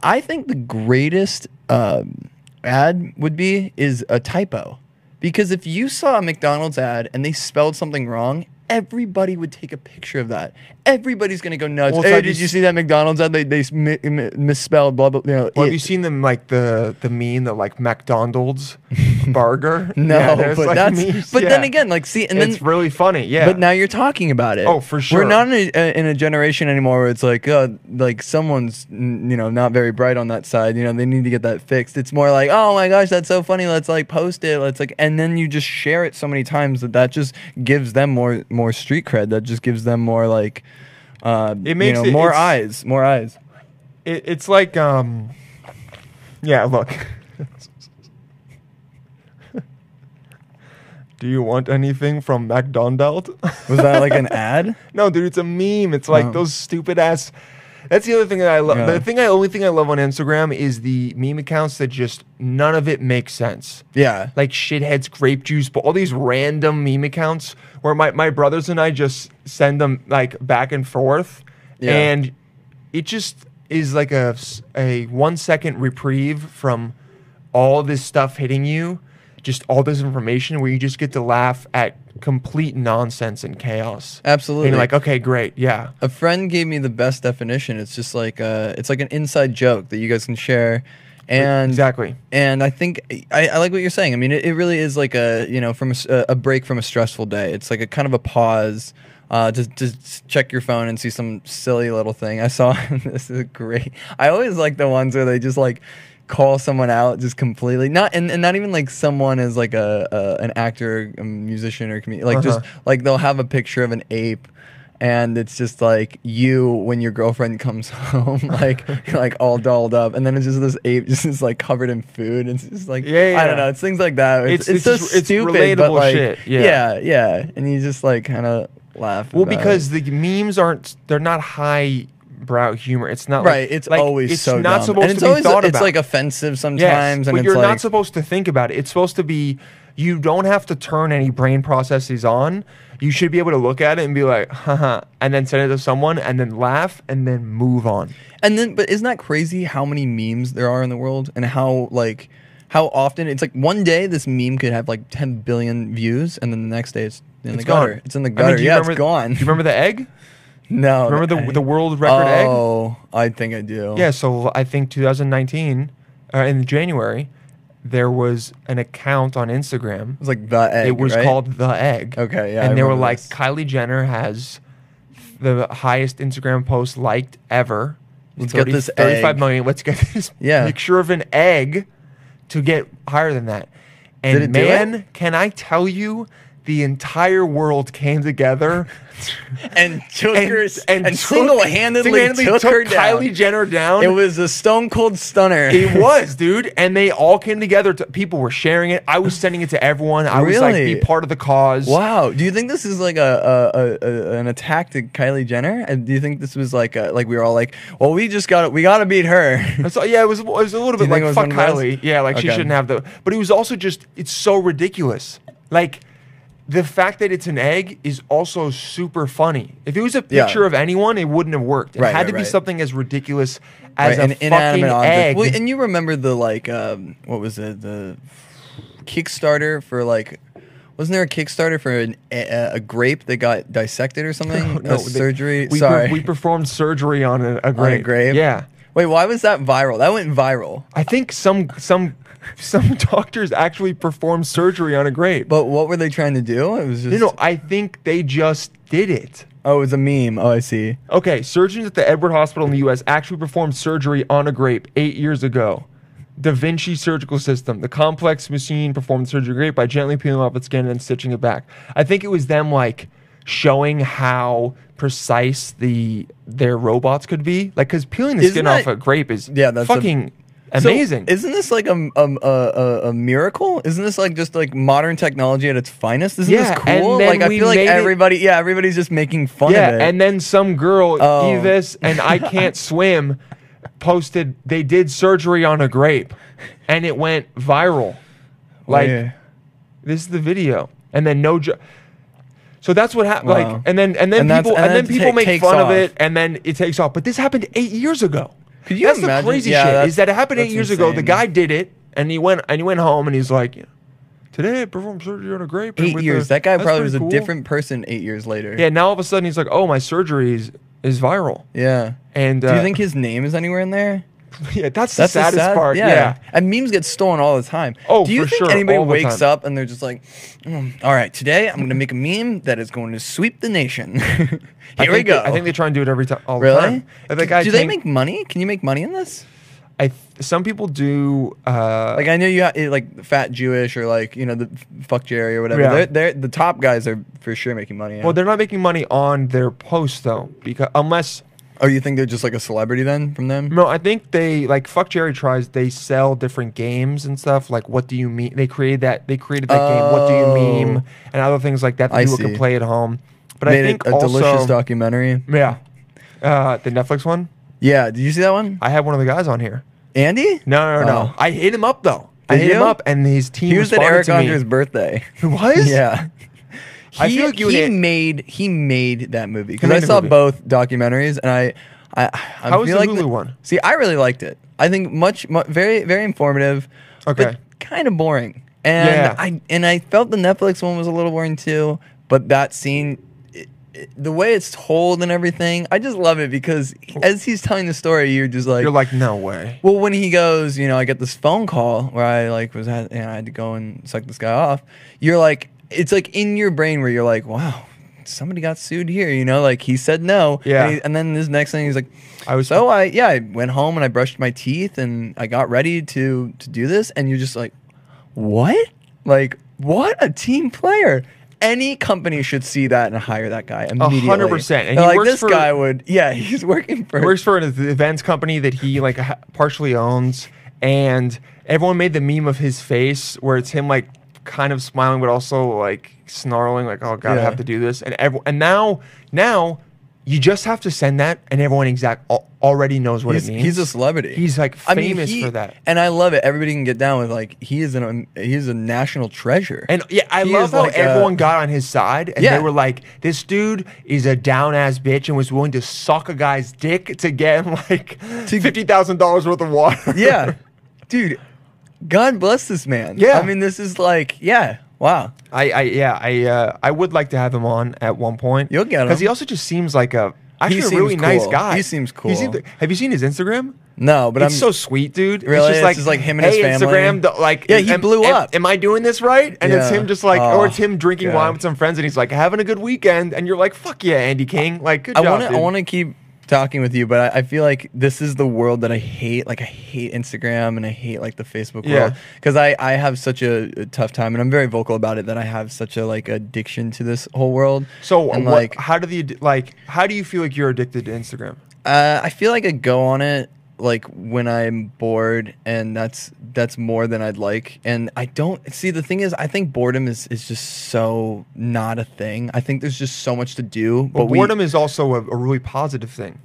Speaker 5: I think the greatest um, ad would be is a typo, because if you saw a McDonald's ad and they spelled something wrong. Everybody would take a picture of that. Everybody's gonna go nuts.
Speaker 1: Well, it's
Speaker 5: hey,
Speaker 1: like
Speaker 5: did
Speaker 1: you
Speaker 5: you
Speaker 1: s-
Speaker 5: see that McDonald's ad? They they s- mi- mi- misspelled blah blah. You know,
Speaker 1: Well, have
Speaker 5: it-
Speaker 1: you seen them like the the mean the like McDonald's burger?
Speaker 5: No,
Speaker 1: Yeah, there's,
Speaker 5: but
Speaker 1: like,
Speaker 5: that's.
Speaker 1: memes,
Speaker 5: But then
Speaker 1: yeah.
Speaker 5: again, like, see, and then.
Speaker 1: it's really funny. Yeah,
Speaker 5: But now you're talking about it.
Speaker 1: Oh, for sure.
Speaker 5: We're not in a, uh, in a generation anymore where it's like, uh, like someone's, n- you know, not very bright on that side. You know, they need to get that fixed. It's more like, oh my gosh, that's so funny. Let's like post it. Let's like, and then you just share it so many times that that just gives them more more street cred. That just gives them more like, uh,
Speaker 1: It makes
Speaker 5: you know,
Speaker 1: it-
Speaker 5: more
Speaker 1: it's-
Speaker 5: eyes, more eyes.
Speaker 1: it, it's like um, yeah. Look, do you want anything from McDonald's?
Speaker 5: Was that like an ad?
Speaker 1: No, dude, it's a meme. It's like
Speaker 5: Oh.
Speaker 1: those stupid ass. That's the other thing that I love.
Speaker 5: Yeah.
Speaker 1: The thing I only thing I love on Instagram is the meme accounts that just none of it makes sense.
Speaker 5: Yeah.
Speaker 1: Like shitheads, grape juice, but all these random meme accounts where my, my brothers and I just send them like back and forth,
Speaker 5: Yeah.
Speaker 1: and it just is like a s- a one second reprieve from all this stuff hitting you, just all this information where you just get to laugh at complete nonsense and chaos.
Speaker 5: Absolutely.
Speaker 1: And you're like, okay, great, yeah.
Speaker 5: A friend gave me the best definition. It's just like uh, it's like an inside joke that you guys can share, and
Speaker 1: Exactly.
Speaker 5: And I think I, I like what you're saying. I mean, it, it really is like a you know from a, s- a break from a stressful day. It's like a kind of a pause. Uh, to just check your phone and see some silly little thing. I saw this is great. I always like the ones where they just like call someone out just completely not and, and not even like someone is like a, a an actor a musician or comedian like just like they'll have a picture of an ape and it's just like you when your girlfriend comes home like you're like all dolled up and then it's just this ape just is like covered in food and it's just like
Speaker 1: Yeah, yeah,
Speaker 5: i don't
Speaker 1: yeah.
Speaker 5: know it's things like that
Speaker 1: It's-
Speaker 5: it's, it's,
Speaker 1: it's
Speaker 5: so
Speaker 1: just- it's
Speaker 5: stupid but
Speaker 1: relatable
Speaker 5: like
Speaker 1: shit, yeah.
Speaker 5: yeah yeah. and you just like kind of laugh
Speaker 1: Well,
Speaker 5: about it.
Speaker 1: because the memes aren't they're not high brow humor. It's not like-
Speaker 5: right it's
Speaker 1: like,
Speaker 5: always
Speaker 1: it's
Speaker 5: so
Speaker 1: not
Speaker 5: dumb.
Speaker 1: supposed
Speaker 5: and it's
Speaker 1: to be
Speaker 5: always
Speaker 1: thought
Speaker 5: it's
Speaker 1: about.
Speaker 5: like offensive sometimes
Speaker 1: yes,
Speaker 5: and
Speaker 1: but
Speaker 5: it's
Speaker 1: you're
Speaker 5: like
Speaker 1: not supposed to think about it. It's supposed to be you don't have to turn any brain processes on. You should be able to look at it and be like, haha, and then send it to someone and then laugh and then move on.
Speaker 5: And then, but isn't that crazy how many memes there are in the world and how, like, how often it's like one day this meme could have like 10 billion views and then the next day it's in
Speaker 1: It's
Speaker 5: the gutter.
Speaker 1: gone.
Speaker 5: It's in the
Speaker 1: I mean,
Speaker 5: gutter.
Speaker 1: do you
Speaker 5: yeah, it's
Speaker 1: remember-
Speaker 5: gone.
Speaker 1: Do you remember the egg?
Speaker 5: no.
Speaker 1: Remember the
Speaker 5: egg.
Speaker 1: the world record egg?
Speaker 5: Oh, I think I do.
Speaker 1: Yeah, so I think 2019, uh, in January, there was an account on Instagram.
Speaker 5: It was like the egg.
Speaker 1: it was
Speaker 5: right?
Speaker 1: called The Egg.
Speaker 5: Okay, yeah, I
Speaker 1: And they were
Speaker 5: remember
Speaker 1: like,
Speaker 5: this.
Speaker 1: Kylie Jenner has the highest Instagram post liked ever.
Speaker 5: Let's get this egg.
Speaker 1: Thirty-five million. Let's get this
Speaker 5: Yeah.
Speaker 1: picture of an egg to get higher than that. And
Speaker 5: Did it do it?
Speaker 1: man, can I tell you, the entire world came together
Speaker 5: And took her
Speaker 1: and,
Speaker 5: and,
Speaker 1: and took-
Speaker 5: single handedly
Speaker 1: single-handedly
Speaker 5: took, her down.
Speaker 1: Kylie Jenner down.
Speaker 5: It was a stone cold stunner.
Speaker 1: It was, dude. And they all came together. To, people were sharing it. I was sending it to everyone. I was like,
Speaker 5: Really?
Speaker 1: be part of the cause.
Speaker 5: Wow. Do you think this is like a, a, a, a an attack to Kylie Jenner? And do you think this was like a, like we were all like, well, we just got to we got to beat her.
Speaker 1: And so, yeah, it was, it was a little bit
Speaker 5: Do you
Speaker 1: like,
Speaker 5: think it was
Speaker 1: fuck
Speaker 5: one of those?
Speaker 1: Kylie. Yeah, like she
Speaker 5: Okay.
Speaker 1: shouldn't have the. But it was also just, it's so ridiculous. Like, the fact that it's an egg is also super funny. If it was a
Speaker 5: Yeah.
Speaker 1: picture of anyone, it wouldn't have worked. It
Speaker 5: Right,
Speaker 1: had
Speaker 5: right,
Speaker 1: to be
Speaker 5: right.
Speaker 1: something as ridiculous as
Speaker 5: Right,
Speaker 1: an fucking egg.
Speaker 5: Well, and you remember the like um, what was it the Kickstarter for like. Wasn't there a Kickstarter for an, a, a grape that got dissected or something?
Speaker 1: Oh,
Speaker 5: A
Speaker 1: no, they-
Speaker 5: surgery.
Speaker 1: We, per-
Speaker 5: Sorry,
Speaker 1: we performed surgery on a, a
Speaker 5: on
Speaker 1: grape.
Speaker 5: a grape.
Speaker 1: Yeah.
Speaker 5: Wait, why was that viral? That went viral.
Speaker 1: I think some some some doctors actually perform surgery on a grape.
Speaker 5: But what were they trying to do? It was just.
Speaker 1: you know, I think they just did it.
Speaker 5: oh, it was a meme. Oh, I see.
Speaker 1: Okay, surgeons at the Edward Hospital in the U.S. actually performed surgery on a grape eight years ago. Da Vinci surgical system. The complex machine performed surgery on a grape by gently peeling off its skin and then stitching it back. I think it was them like showing how precise the their robots could be. Like, because peeling the
Speaker 5: Isn't
Speaker 1: skin off
Speaker 5: that-
Speaker 1: a grape is
Speaker 5: Yeah, that's a-
Speaker 1: fucking
Speaker 5: So,
Speaker 1: amazing.
Speaker 5: isn't this like a, m- um, a, a, a miracle? Isn't this like just like modern technology at its finest? Isn't
Speaker 1: Yeah,
Speaker 5: this
Speaker 1: and
Speaker 5: cool?
Speaker 1: then
Speaker 5: Like I
Speaker 1: we
Speaker 5: feel like
Speaker 1: made it-
Speaker 5: everybody, yeah, everybody's just making fun
Speaker 1: yeah,
Speaker 5: of it.
Speaker 1: and then some girl
Speaker 5: Oh.
Speaker 1: Evis and I can't swim posted they did surgery on a grape and it went viral. Like
Speaker 5: Oh, Yeah.
Speaker 1: this is the video. And then no jo- So that's what happened
Speaker 5: Wow.
Speaker 1: like and then and then
Speaker 5: And that's-
Speaker 1: people and,
Speaker 5: and
Speaker 1: then
Speaker 5: that
Speaker 1: people
Speaker 5: ta-
Speaker 1: make
Speaker 5: takes
Speaker 1: fun of
Speaker 5: off.
Speaker 1: it and then it takes off. But this happened 8 years ago.
Speaker 5: Could you
Speaker 1: that's
Speaker 5: imagine?
Speaker 1: the crazy
Speaker 5: Yeah,
Speaker 1: shit
Speaker 5: that's-
Speaker 1: is that it happened 8
Speaker 5: that's
Speaker 1: years ago. The
Speaker 5: insane.
Speaker 1: guy did it and he went and he went home and he's like Today I performed surgery on a grape. and
Speaker 5: Eight
Speaker 1: with
Speaker 5: years.
Speaker 1: the-
Speaker 5: That guy
Speaker 1: that's
Speaker 5: probably
Speaker 1: pretty
Speaker 5: was a
Speaker 1: cool."
Speaker 5: different person eight years later.
Speaker 1: Yeah, now all of a sudden he's like, "Oh, my surgery is is viral."
Speaker 5: Yeah.
Speaker 1: And uh,
Speaker 5: Do you think his name is anywhere in there?
Speaker 1: Yeah, that's,
Speaker 5: That's
Speaker 1: the saddest
Speaker 5: sad-
Speaker 1: part. Yeah.
Speaker 5: And memes get stolen all the time.
Speaker 1: Oh,
Speaker 5: Do you
Speaker 1: for
Speaker 5: think
Speaker 1: sure,
Speaker 5: anybody
Speaker 1: all the
Speaker 5: wakes
Speaker 1: time.
Speaker 5: up and they're just like, "Mm, all right, today I'm going to make a meme that is going to sweep the nation? Here
Speaker 1: I
Speaker 5: we
Speaker 1: think
Speaker 5: go.
Speaker 1: They, I think they try and do it every time. All The
Speaker 5: really?
Speaker 1: time. And the guy
Speaker 5: do they
Speaker 1: tank-
Speaker 5: make money? Can you make money in this?
Speaker 1: I th- some people do. Uh,
Speaker 5: Like I know you ha- it- like fat Jewish or like you know the f- fuck Jerry or whatever.
Speaker 1: Yeah.
Speaker 5: They're, they're the top guys are for sure making money.
Speaker 1: well, they're not making money on their posts though, because unless
Speaker 5: oh, you think they're just like a celebrity then from them?
Speaker 1: no, I think they like fuck Jerry tries. They sell different games and stuff. Like, what do you mean? They created that. They created that game. What do you
Speaker 5: Oh.
Speaker 1: meme? And other things like that that
Speaker 5: I
Speaker 1: people can
Speaker 5: see.
Speaker 1: play at home. But
Speaker 5: Made
Speaker 1: I think
Speaker 5: it a
Speaker 1: also,
Speaker 5: delicious documentary.
Speaker 1: Yeah, uh, the Netflix one.
Speaker 5: Yeah, did you see that one?
Speaker 1: I had one of the guys on here.
Speaker 5: Andy?
Speaker 1: No, no, no.
Speaker 5: Oh.
Speaker 1: I hit him up though. I
Speaker 5: Did
Speaker 1: hit him
Speaker 5: you?
Speaker 1: up, and his team
Speaker 5: He was at
Speaker 1: responded
Speaker 5: Eric
Speaker 1: to me.
Speaker 5: Andre's birthday.
Speaker 1: It was?
Speaker 5: Yeah. He,
Speaker 1: I feel like you
Speaker 5: he
Speaker 1: and it-
Speaker 5: made he made that movie because
Speaker 1: made
Speaker 5: I
Speaker 1: the
Speaker 5: saw
Speaker 1: movie.
Speaker 5: both documentaries and I I, I I
Speaker 1: How was
Speaker 5: feel
Speaker 1: the
Speaker 5: like
Speaker 1: Hulu one?
Speaker 5: See, I really liked it. I think much, mu very very informative,
Speaker 1: Okay.
Speaker 5: but kind of boring. And
Speaker 1: Yeah.
Speaker 5: I and I felt the Netflix one was a little boring too. But that scene, it, it, the way it's told and everything, I just love it because as he's telling the story, you're just like
Speaker 1: You're like, no way.
Speaker 5: Well, when he goes, you know, I get this phone call where I like was at, and I had to go and suck this guy off. You're like, it's like in your brain where you're like, wow, somebody got sued here. You know, like he said no.
Speaker 1: Yeah.
Speaker 5: And, he- and then this next thing, he's like,
Speaker 1: I
Speaker 5: I
Speaker 1: was-
Speaker 5: was so I yeah, I went home and I brushed my teeth and I got ready to to do this, and you're just like, what? Like what a team player. Any company should see that and hire that guy immediately.
Speaker 1: 100%. And
Speaker 5: They're
Speaker 1: he
Speaker 5: like
Speaker 1: works
Speaker 5: this
Speaker 1: for-
Speaker 5: guy would, yeah, he's working for
Speaker 1: He works for an events company that he like ha- partially owns, and everyone made the meme of his face where it's him like kind of smiling but also like snarling, like "Oh God, I
Speaker 5: Yeah.
Speaker 1: have to do this." And every- and now now you just have to send that, and everyone exact al- already knows what
Speaker 5: he's,
Speaker 1: it means.
Speaker 5: he's a celebrity.
Speaker 1: He's like
Speaker 5: I mean,
Speaker 1: famous
Speaker 5: he-
Speaker 1: for that.
Speaker 5: and I love it. Everybody can get down with like he is an he's a national treasure.
Speaker 1: And yeah, I
Speaker 5: He
Speaker 1: love
Speaker 5: is
Speaker 1: how
Speaker 5: like a-
Speaker 1: everyone got on his side and
Speaker 5: Yeah.
Speaker 1: they were like, this dude is a down ass bitch and was willing to suck a guy's dick to get him like $50,000 worth of water.
Speaker 5: yeah, dude, God bless this man.
Speaker 1: Yeah.
Speaker 5: I mean, this is like yeah, wow.
Speaker 1: I, I yeah, I uh, I would like to have him on at one point.
Speaker 5: You'll get him.
Speaker 1: Because he also just seems like a actually a
Speaker 5: seems
Speaker 1: really nice
Speaker 5: cool.
Speaker 1: guy.
Speaker 5: He seems cool.
Speaker 1: have you seen his Instagram?
Speaker 5: No, but
Speaker 1: it's
Speaker 5: I'm
Speaker 1: so sweet, dude.
Speaker 5: Really?
Speaker 1: It's just
Speaker 5: It's
Speaker 1: like,
Speaker 5: just like him and his
Speaker 1: hey,
Speaker 5: family?"
Speaker 1: Instagram, the- like,
Speaker 5: Yeah, he
Speaker 1: am-
Speaker 5: blew
Speaker 1: am-
Speaker 5: up.
Speaker 1: Am, I doing this right? And it's
Speaker 5: Yeah.
Speaker 1: him just like, or
Speaker 5: Oh,
Speaker 1: it's him drinking
Speaker 5: God.
Speaker 1: wine with some friends, and he's like having a good weekend, and you're like, fuck yeah, Andy King, like good
Speaker 5: I
Speaker 1: job.
Speaker 5: want to I want to keep talking with you, but I, I feel like this is the world that I hate. Like I hate Instagram and I hate like the Facebook
Speaker 1: Yeah.
Speaker 5: world because I I have such a, a tough time and I'm very vocal about it that I have such a like addiction to this whole world.
Speaker 1: So,
Speaker 5: and,
Speaker 1: what, how do you like? How do you feel like you're addicted to Instagram?
Speaker 5: Uh, I feel like I go on it like when I'm bored, and that's that's more than I'd like. And I don't see the thing is, I think boredom is is just so not a thing. I think there's just so much to do, but,
Speaker 1: But
Speaker 5: we-
Speaker 1: boredom is also a, a really positive thing.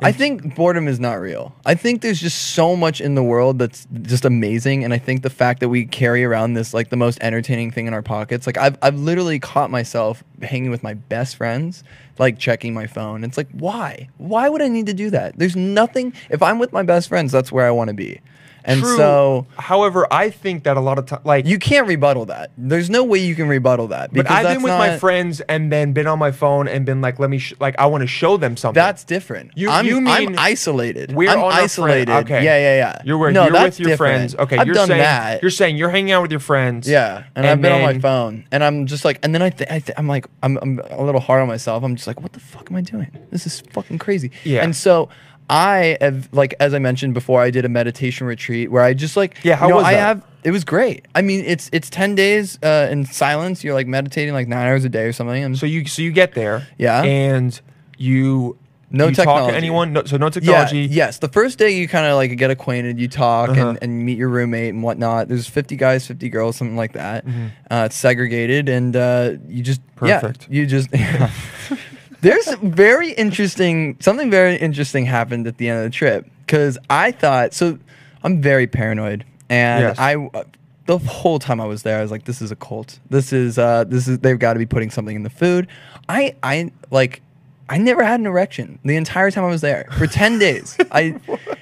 Speaker 5: I think boredom is not real. I think there's just so much in the world that's just amazing, and I think the fact that we carry around this like the most entertaining thing in our pockets, like I've I've literally caught myself hanging with my best friends, like checking my phone. It's like why? Why would I need to do that? There's nothing. If I'm with my best friends, that's where I want to be, and
Speaker 1: True.
Speaker 5: so
Speaker 1: however, I think that a lot of time, like
Speaker 5: you can't rebuttal that. There's no way you can rebuttal that.
Speaker 1: But
Speaker 5: Because
Speaker 1: I've been
Speaker 5: that's
Speaker 1: with my
Speaker 5: not-
Speaker 1: friends and then been on my phone and been like, let me, sh- like, I want to show them something.
Speaker 5: That's different.
Speaker 1: You-
Speaker 5: I'm,
Speaker 1: you
Speaker 5: I'm
Speaker 1: mean
Speaker 5: isolated.
Speaker 1: we're
Speaker 5: I'm
Speaker 1: on our
Speaker 5: isolated.
Speaker 1: Friend. Okay.
Speaker 5: Yeah, yeah, yeah.
Speaker 1: You're, with-
Speaker 5: No,
Speaker 1: you're
Speaker 5: that's
Speaker 1: with your
Speaker 5: different.
Speaker 1: friends. Okay.
Speaker 5: I've
Speaker 1: you're
Speaker 5: done
Speaker 1: saying,
Speaker 5: that.
Speaker 1: You're saying you're hanging out with your friends.
Speaker 5: yeah, and, I've been on my
Speaker 1: then-
Speaker 5: phone, and I'm just like, and then I, th- I th- I'm like, I'm, I'm a little hard on myself. I'm just like, what the fuck am I doing? This is fucking crazy.
Speaker 1: Yeah.
Speaker 5: And so I have, like, as I mentioned before, I did a meditation retreat where I just like,
Speaker 1: Yeah, how
Speaker 5: you know,
Speaker 1: was
Speaker 5: I
Speaker 1: that?
Speaker 5: have it was great. I mean, it's it's ten days uh, in silence. You're like meditating like nine hours a day or something. And
Speaker 1: So you, so you get there.
Speaker 5: Yeah.
Speaker 1: And you,
Speaker 5: No
Speaker 1: you Talk
Speaker 5: technology.
Speaker 1: to anyone. No, so no technology.
Speaker 5: Yeah, yes. The first day you kind of like get acquainted, you talk and, and meet your roommate and whatnot. There's 50 guys, 50 girls, something like that. Uh, it's segregated, and uh, you just yeah,
Speaker 1: Perfect.
Speaker 5: you just there's very interesting something very interesting happened at the end of the trip because I thought so. I'm very paranoid, and
Speaker 1: Yes.
Speaker 5: I I the whole time I was there, I was like, this is a cult. This is uh, this is they've got to be putting something in the food. I I like. I never had an erection the entire time I was there for ten days. I,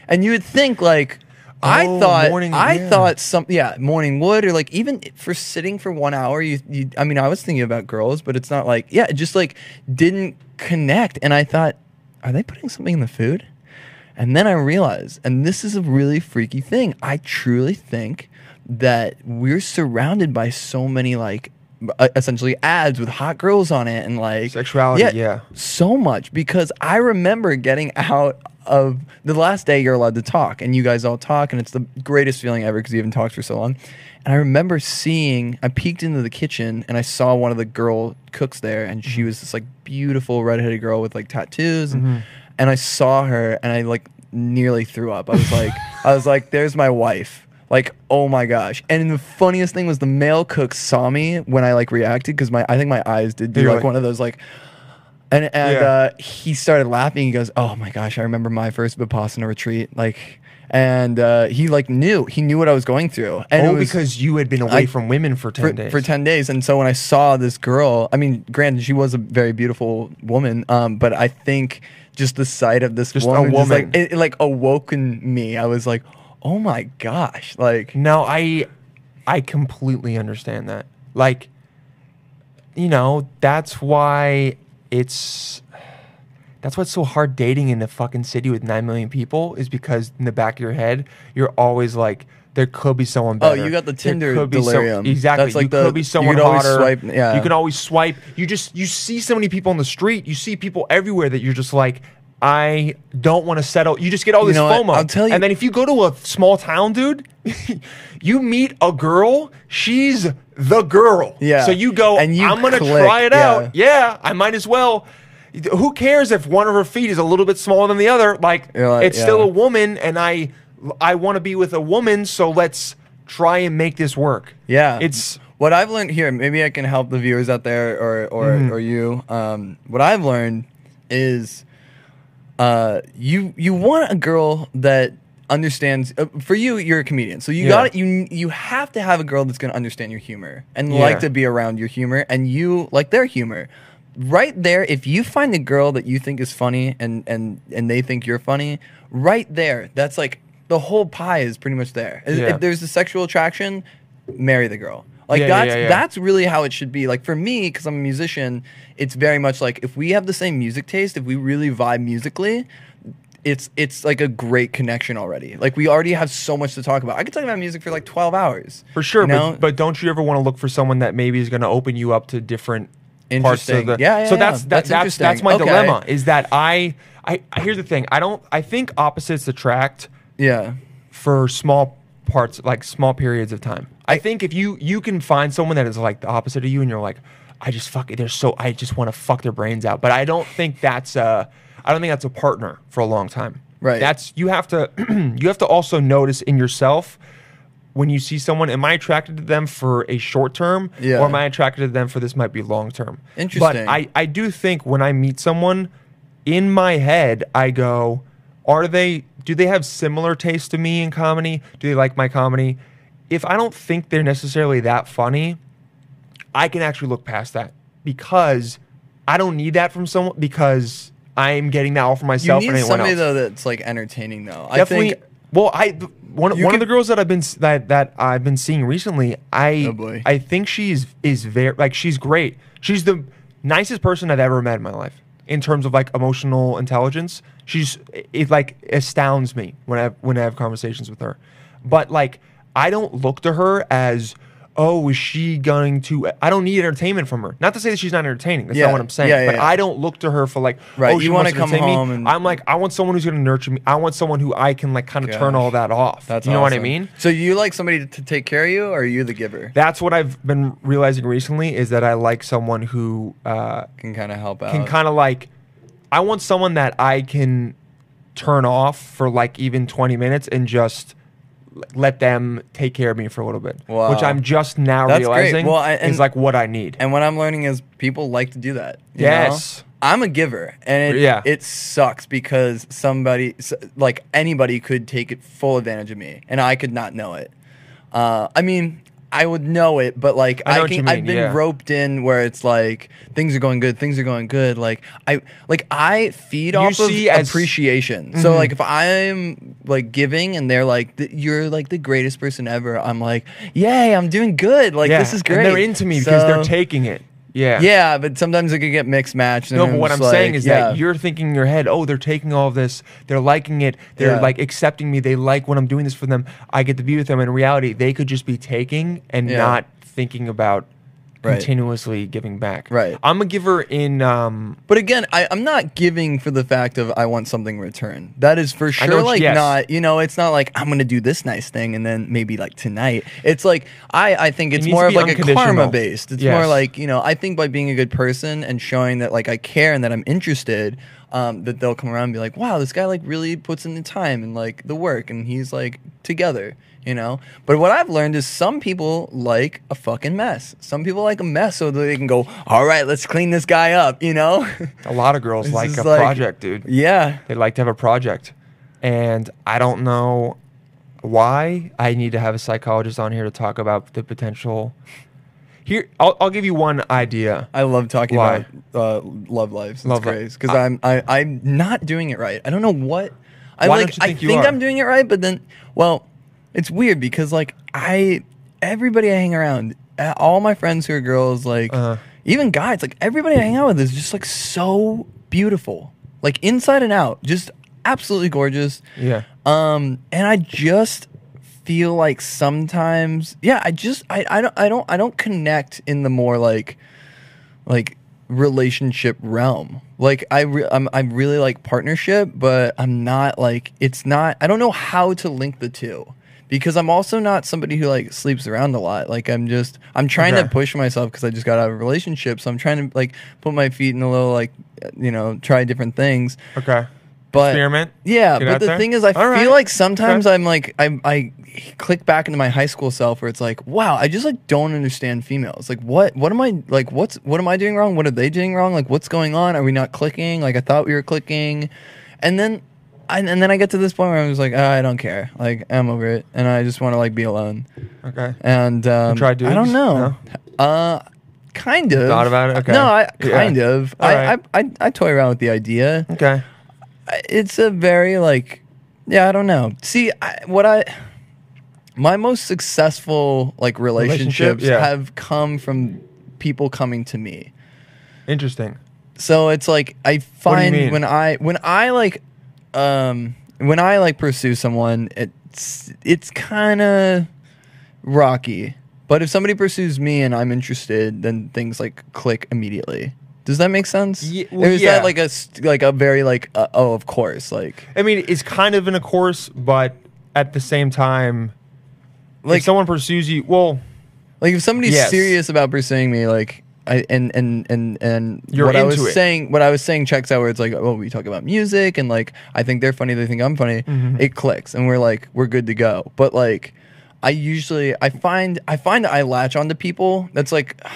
Speaker 5: and you would think like, I
Speaker 1: Oh,
Speaker 5: thought
Speaker 1: morning-
Speaker 5: I
Speaker 1: yeah.
Speaker 5: thought some yeah morning wood or like even for sitting for one hour you, you I mean I was thinking about girls but it's not like yeah it just like didn't connect and I thought are they putting something in the food and then I realized and this is a really freaky thing I truly think that we're surrounded by so many like uh, essentially ads with hot girls on it and like
Speaker 1: Sexuality, yeah.
Speaker 5: so much because I remember getting out of the last day you're allowed to talk and you guys all talk and it's the greatest feeling ever because you haven't talked for so long. And I remember seeing I peeked into the kitchen and I saw one of the girl cooks there and she was this like beautiful redheaded girl with like tattoos and, and I saw her and I like nearly threw up. I was like I was like there's my wife. Like oh my gosh! And the funniest thing was the male cook saw me when I like reacted because my I think my eyes did do
Speaker 1: You're
Speaker 5: like,
Speaker 1: like-
Speaker 5: one of those like and and
Speaker 1: Yeah.
Speaker 5: uh, he started laughing. He goes, "Oh my gosh, I remember my first vipassana retreat." Like, and uh, he like knew he knew what I was going through. And it
Speaker 1: oh,
Speaker 5: was
Speaker 1: because you had been away
Speaker 5: I-
Speaker 1: from women for ten
Speaker 5: for,
Speaker 1: days.
Speaker 5: for ten days. And so when I saw this girl, I mean, granted, she was a very beautiful woman, um, but I think just the sight of this
Speaker 1: Just a
Speaker 5: woman, just,
Speaker 1: woman.
Speaker 5: like it, it, like awoken me. I was like, "Oh my gosh!" Like,
Speaker 1: No, I I completely understand that. Like you know, that's why it's that's why it's so hard dating in a fucking city with 9 million people is because in the back of your head, you're always like there could be someone
Speaker 5: Oh,
Speaker 1: better.
Speaker 5: you got the
Speaker 1: There
Speaker 5: Tinder
Speaker 1: could be some-
Speaker 5: delirium.
Speaker 1: exactly.
Speaker 5: That's like
Speaker 1: you
Speaker 5: the-
Speaker 1: could be
Speaker 5: you
Speaker 1: someone
Speaker 5: could always
Speaker 1: hotter.
Speaker 5: swipe- yeah.
Speaker 1: You can always swipe. You just you see so many people on the street. You see people everywhere that you're just like, I don't want to settle. You just get all
Speaker 5: You
Speaker 1: this
Speaker 5: know what?
Speaker 1: FOMO.
Speaker 5: I'll tell you-
Speaker 1: And then if you go to a small town, dude, you meet a girl, she's the girl.
Speaker 5: Yeah.
Speaker 1: So you go,
Speaker 5: And you
Speaker 1: I'm gonna
Speaker 5: click,
Speaker 1: try it out. Yeah, I might as well. Who cares if one of her feet is a little bit smaller than the other? Like,
Speaker 5: You're like,
Speaker 1: it's still
Speaker 5: yeah.
Speaker 1: a woman, and I I want to be with a woman, so let's try and make this work.
Speaker 5: Yeah.
Speaker 1: It's
Speaker 5: what I've learned here. Maybe I can help the viewers out there or or,
Speaker 1: Mm-hmm.
Speaker 5: or you. Um, what I've learned is uh, you you want a girl that understands uh, for you you're a comedian so you
Speaker 1: Yeah.
Speaker 5: got you you have to have a girl that's going to understand your humor and like
Speaker 1: Yeah.
Speaker 5: to be around your humor and you like their humor right there if you find a girl that you think is funny and and and they think you're funny right there that's like the whole pie is pretty much there If-
Speaker 1: Yeah.
Speaker 5: if there's a sexual attraction marry the girl like
Speaker 1: Yeah, yeah,
Speaker 5: that's
Speaker 1: yeah, yeah.
Speaker 5: that's really how it should be like for me because i'm a musician it's very much like if we have the same music taste if we really vibe musically it's it's like a great connection already. Like we already have so much to talk about. I could talk about music for like twelve hours
Speaker 1: for sure,
Speaker 5: You know?
Speaker 1: but, but don't you ever want to look for someone that maybe is going to open you up to different parts of
Speaker 5: Interesting.
Speaker 1: the?
Speaker 5: Yeah, yeah,
Speaker 1: so
Speaker 5: yeah.
Speaker 1: that's that,
Speaker 5: That's
Speaker 1: that's that's,
Speaker 5: interesting.
Speaker 1: my
Speaker 5: Okay.
Speaker 1: dilemma is that I, I I here's the thing I don't I think opposites attract
Speaker 5: yeah,
Speaker 1: for small parts like small periods of time. I think if you you can find someone that is like the opposite of you and you're like I just fuck they're so I just want to fuck their brains out. But I don't think that's a I don't think that's a partner for a long time.
Speaker 5: Right.
Speaker 1: That's you have to you have to also notice in yourself when you see someone am I attracted to them for a short term
Speaker 5: Yeah.
Speaker 1: or am I attracted to them for this might be long term.
Speaker 5: Interesting.
Speaker 1: But I I do think when I meet someone, in my head, I go, are they, do they have similar taste to me in comedy? Do they like my comedy? If I don't think they're necessarily that funny, I can actually look past that because I don't need that from someone because I'm getting that all for
Speaker 5: you
Speaker 1: myself and
Speaker 5: need
Speaker 1: anyone
Speaker 5: somebody
Speaker 1: else.
Speaker 5: though that's like entertaining though.
Speaker 1: Definitely.
Speaker 5: I think
Speaker 1: well, I th- one one
Speaker 5: You
Speaker 1: of the
Speaker 5: can-
Speaker 1: girls that I've been s- that that I've been seeing recently, I
Speaker 5: Oh, boy.
Speaker 1: I think she's is very like she's great. She's the nicest person I've ever met in my life in terms of like emotional intelligence. She's it like astounds me when I when I have conversations with her. But like I don't look to her as oh is she going to I don't need entertainment from her. Not to say that she's not entertaining. That's
Speaker 5: Yeah.
Speaker 1: not what I'm saying.
Speaker 5: Yeah, yeah,
Speaker 1: but
Speaker 5: yeah.
Speaker 1: I don't look to her for like
Speaker 5: Right,
Speaker 1: oh
Speaker 5: you
Speaker 1: she
Speaker 5: wanna
Speaker 1: wants to
Speaker 5: come
Speaker 1: entertain me.
Speaker 5: home and-
Speaker 1: I'm like I want someone who's going to nurture me. I want someone who I can like kind of turn
Speaker 5: Gosh.
Speaker 1: all that off.
Speaker 5: that's
Speaker 1: you know what I
Speaker 5: awesome.
Speaker 1: mean?
Speaker 5: So you like somebody to, to take care of you, or are you the giver?
Speaker 1: That's what I've been realizing recently is that I like someone who uh,
Speaker 5: can kind of help out.
Speaker 1: can kind of like I want someone that I can turn off for like even 20 minutes and just let them take care of me for a little bit,
Speaker 5: Wow.
Speaker 1: which I'm just now
Speaker 5: That's great.
Speaker 1: realizing
Speaker 5: Well, I- and-
Speaker 1: is like what I need.
Speaker 5: And what I'm learning is people like to do that. you know?
Speaker 1: Yes.
Speaker 5: I'm a giver, and it,
Speaker 1: Yeah.
Speaker 5: it sucks because somebody, s- like anybody, could take it full advantage of me, and I could not know it. Uh, I mean, I would know it, but like
Speaker 1: I know
Speaker 5: I,
Speaker 1: what
Speaker 5: can,
Speaker 1: you
Speaker 5: I've
Speaker 1: mean,
Speaker 5: been
Speaker 1: yeah.
Speaker 5: roped in where it's like things are going good, things are going good. Like I, like I feed
Speaker 1: You
Speaker 5: off of
Speaker 1: see as- Mm-hmm.
Speaker 5: appreciation. So like if I'm like giving, and they're like, "Th- "You're like the greatest person ever," I'm like, "Yay, I'm doing good!" Like
Speaker 1: Yeah,
Speaker 5: this is great.
Speaker 1: And they're into me because
Speaker 5: So-
Speaker 1: they're taking it. Yeah.
Speaker 5: yeah, but sometimes it could get mixed match. and
Speaker 1: No, but
Speaker 5: then
Speaker 1: what I'm
Speaker 5: it's
Speaker 1: saying
Speaker 5: like,
Speaker 1: is
Speaker 5: yeah.
Speaker 1: that you're thinking in your head, oh, they're taking all of this, they're liking it, they're
Speaker 5: Yeah.
Speaker 1: like accepting me, they like when I'm doing this for them. I get to be with them. In reality, they could just be taking and
Speaker 5: Yeah.
Speaker 1: not thinking about
Speaker 5: Right.
Speaker 1: continuously giving back.
Speaker 5: Right.
Speaker 1: I'm a giver in um
Speaker 5: But again, I, I'm not giving for the fact of I want something in return. That is for
Speaker 1: I
Speaker 5: sure.
Speaker 1: know what you-
Speaker 5: like
Speaker 1: yes.
Speaker 5: not, you know, it's not like I'm gonna do this nice thing and then maybe like tonight. It's like I, I think it's
Speaker 1: needs
Speaker 5: more
Speaker 1: to
Speaker 5: of
Speaker 1: be
Speaker 5: like a karma
Speaker 1: unconditional.
Speaker 5: based. It's
Speaker 1: Yes.
Speaker 5: more like you know, I think by being a good person and showing that like I care and that I'm interested, um, that they'll come around and be like, wow, this guy like really puts in the time and like the work, and he's like together. You know, but what I've learned is some people like a fucking mess. Some people like a mess so that they can go, all right, let's clean this guy up. You know,
Speaker 1: a lot of girls
Speaker 5: This
Speaker 1: like
Speaker 5: is
Speaker 1: a
Speaker 5: like-
Speaker 1: project, dude.
Speaker 5: Yeah.
Speaker 1: They like to have a project. And I don't know why I need to have a psychologist on here to talk about the potential. Here, I'll, I'll give you one idea.
Speaker 5: I love talking
Speaker 1: Why?
Speaker 5: about uh, love lives. It's
Speaker 1: Love li-
Speaker 5: crazy because
Speaker 1: I-
Speaker 5: I'm I, I'm not doing it right. I don't know what. I
Speaker 1: Why
Speaker 5: like.
Speaker 1: don't you think
Speaker 5: I
Speaker 1: you
Speaker 5: think
Speaker 1: are?
Speaker 5: I'm doing it right, but then, well, it's weird because like I everybody I hang around, uh, all my friends who are girls, like
Speaker 1: Uh-huh.
Speaker 5: even guys, like everybody I hang out with is just like so beautiful, like inside and out, just absolutely gorgeous.
Speaker 1: Yeah.
Speaker 5: Um, and I just feel like sometimes, yeah, I just I, I don't I don't I don't connect in the more like like relationship realm. Like I re- I'm I really like partnership, but I'm not like it's not I don't know how to link the two because I'm also not somebody who like sleeps around a lot. Like I'm just I'm trying
Speaker 1: Okay.
Speaker 5: to push myself cuz I just got out of a relationship, so I'm trying to like put my feet in a little like you know, try different things.
Speaker 1: Okay.
Speaker 5: But
Speaker 1: Experiment?
Speaker 5: Yeah,
Speaker 1: Get
Speaker 5: but
Speaker 1: out
Speaker 5: the
Speaker 1: there?
Speaker 5: thing is I
Speaker 1: All
Speaker 5: feel
Speaker 1: right.
Speaker 5: like sometimes
Speaker 1: Okay.
Speaker 5: I'm like I I click back into my high school self where it's like, wow, I just like don't understand females. Like what what am I like what's what am I doing wrong? What are they doing wrong? Like what's going on? Are we not clicking? Like I thought we were clicking. And then and, and then I get to this point where I'm just like, ah, I don't care. Like I'm over it and I just want to like be alone.
Speaker 1: Okay.
Speaker 5: And um,
Speaker 1: tried
Speaker 5: I
Speaker 1: dudes?
Speaker 5: don't know. Uh kind of.
Speaker 1: thought about it? Okay.
Speaker 5: No, I
Speaker 1: Yeah.
Speaker 5: kind of.
Speaker 1: All
Speaker 5: I,
Speaker 1: right.
Speaker 5: I, I I toy around with the idea
Speaker 1: Okay.
Speaker 5: it's a very like yeah i don't know see I, what i my most successful like relationships
Speaker 1: Relationship, yeah.
Speaker 5: have come from people coming to me
Speaker 1: Interesting.
Speaker 5: so it's like i find
Speaker 1: mean?
Speaker 5: when i when i like um when i like pursue someone it's it's kind of rocky but if somebody pursues me and i'm interested then things like click immediately does that make sense?
Speaker 1: Ye- well,
Speaker 5: or is
Speaker 1: yeah.
Speaker 5: that like a st- like a very like uh, oh of course like
Speaker 1: I mean, it's kind of in a course, but at the same time, like
Speaker 5: Like-
Speaker 1: someone pursues you, well,
Speaker 5: Like if somebody's
Speaker 1: Yes.
Speaker 5: serious about pursuing me, like I and and and and
Speaker 1: You're
Speaker 5: what I
Speaker 1: into
Speaker 5: was
Speaker 1: it.
Speaker 5: saying, what I was saying checks out where it's like, oh, we talk about music and like I think they're funny, they think I'm funny.
Speaker 1: Mm-hmm.
Speaker 5: It clicks and we're like we're good to go. But like I usually I find I find I latch onto people. That's like.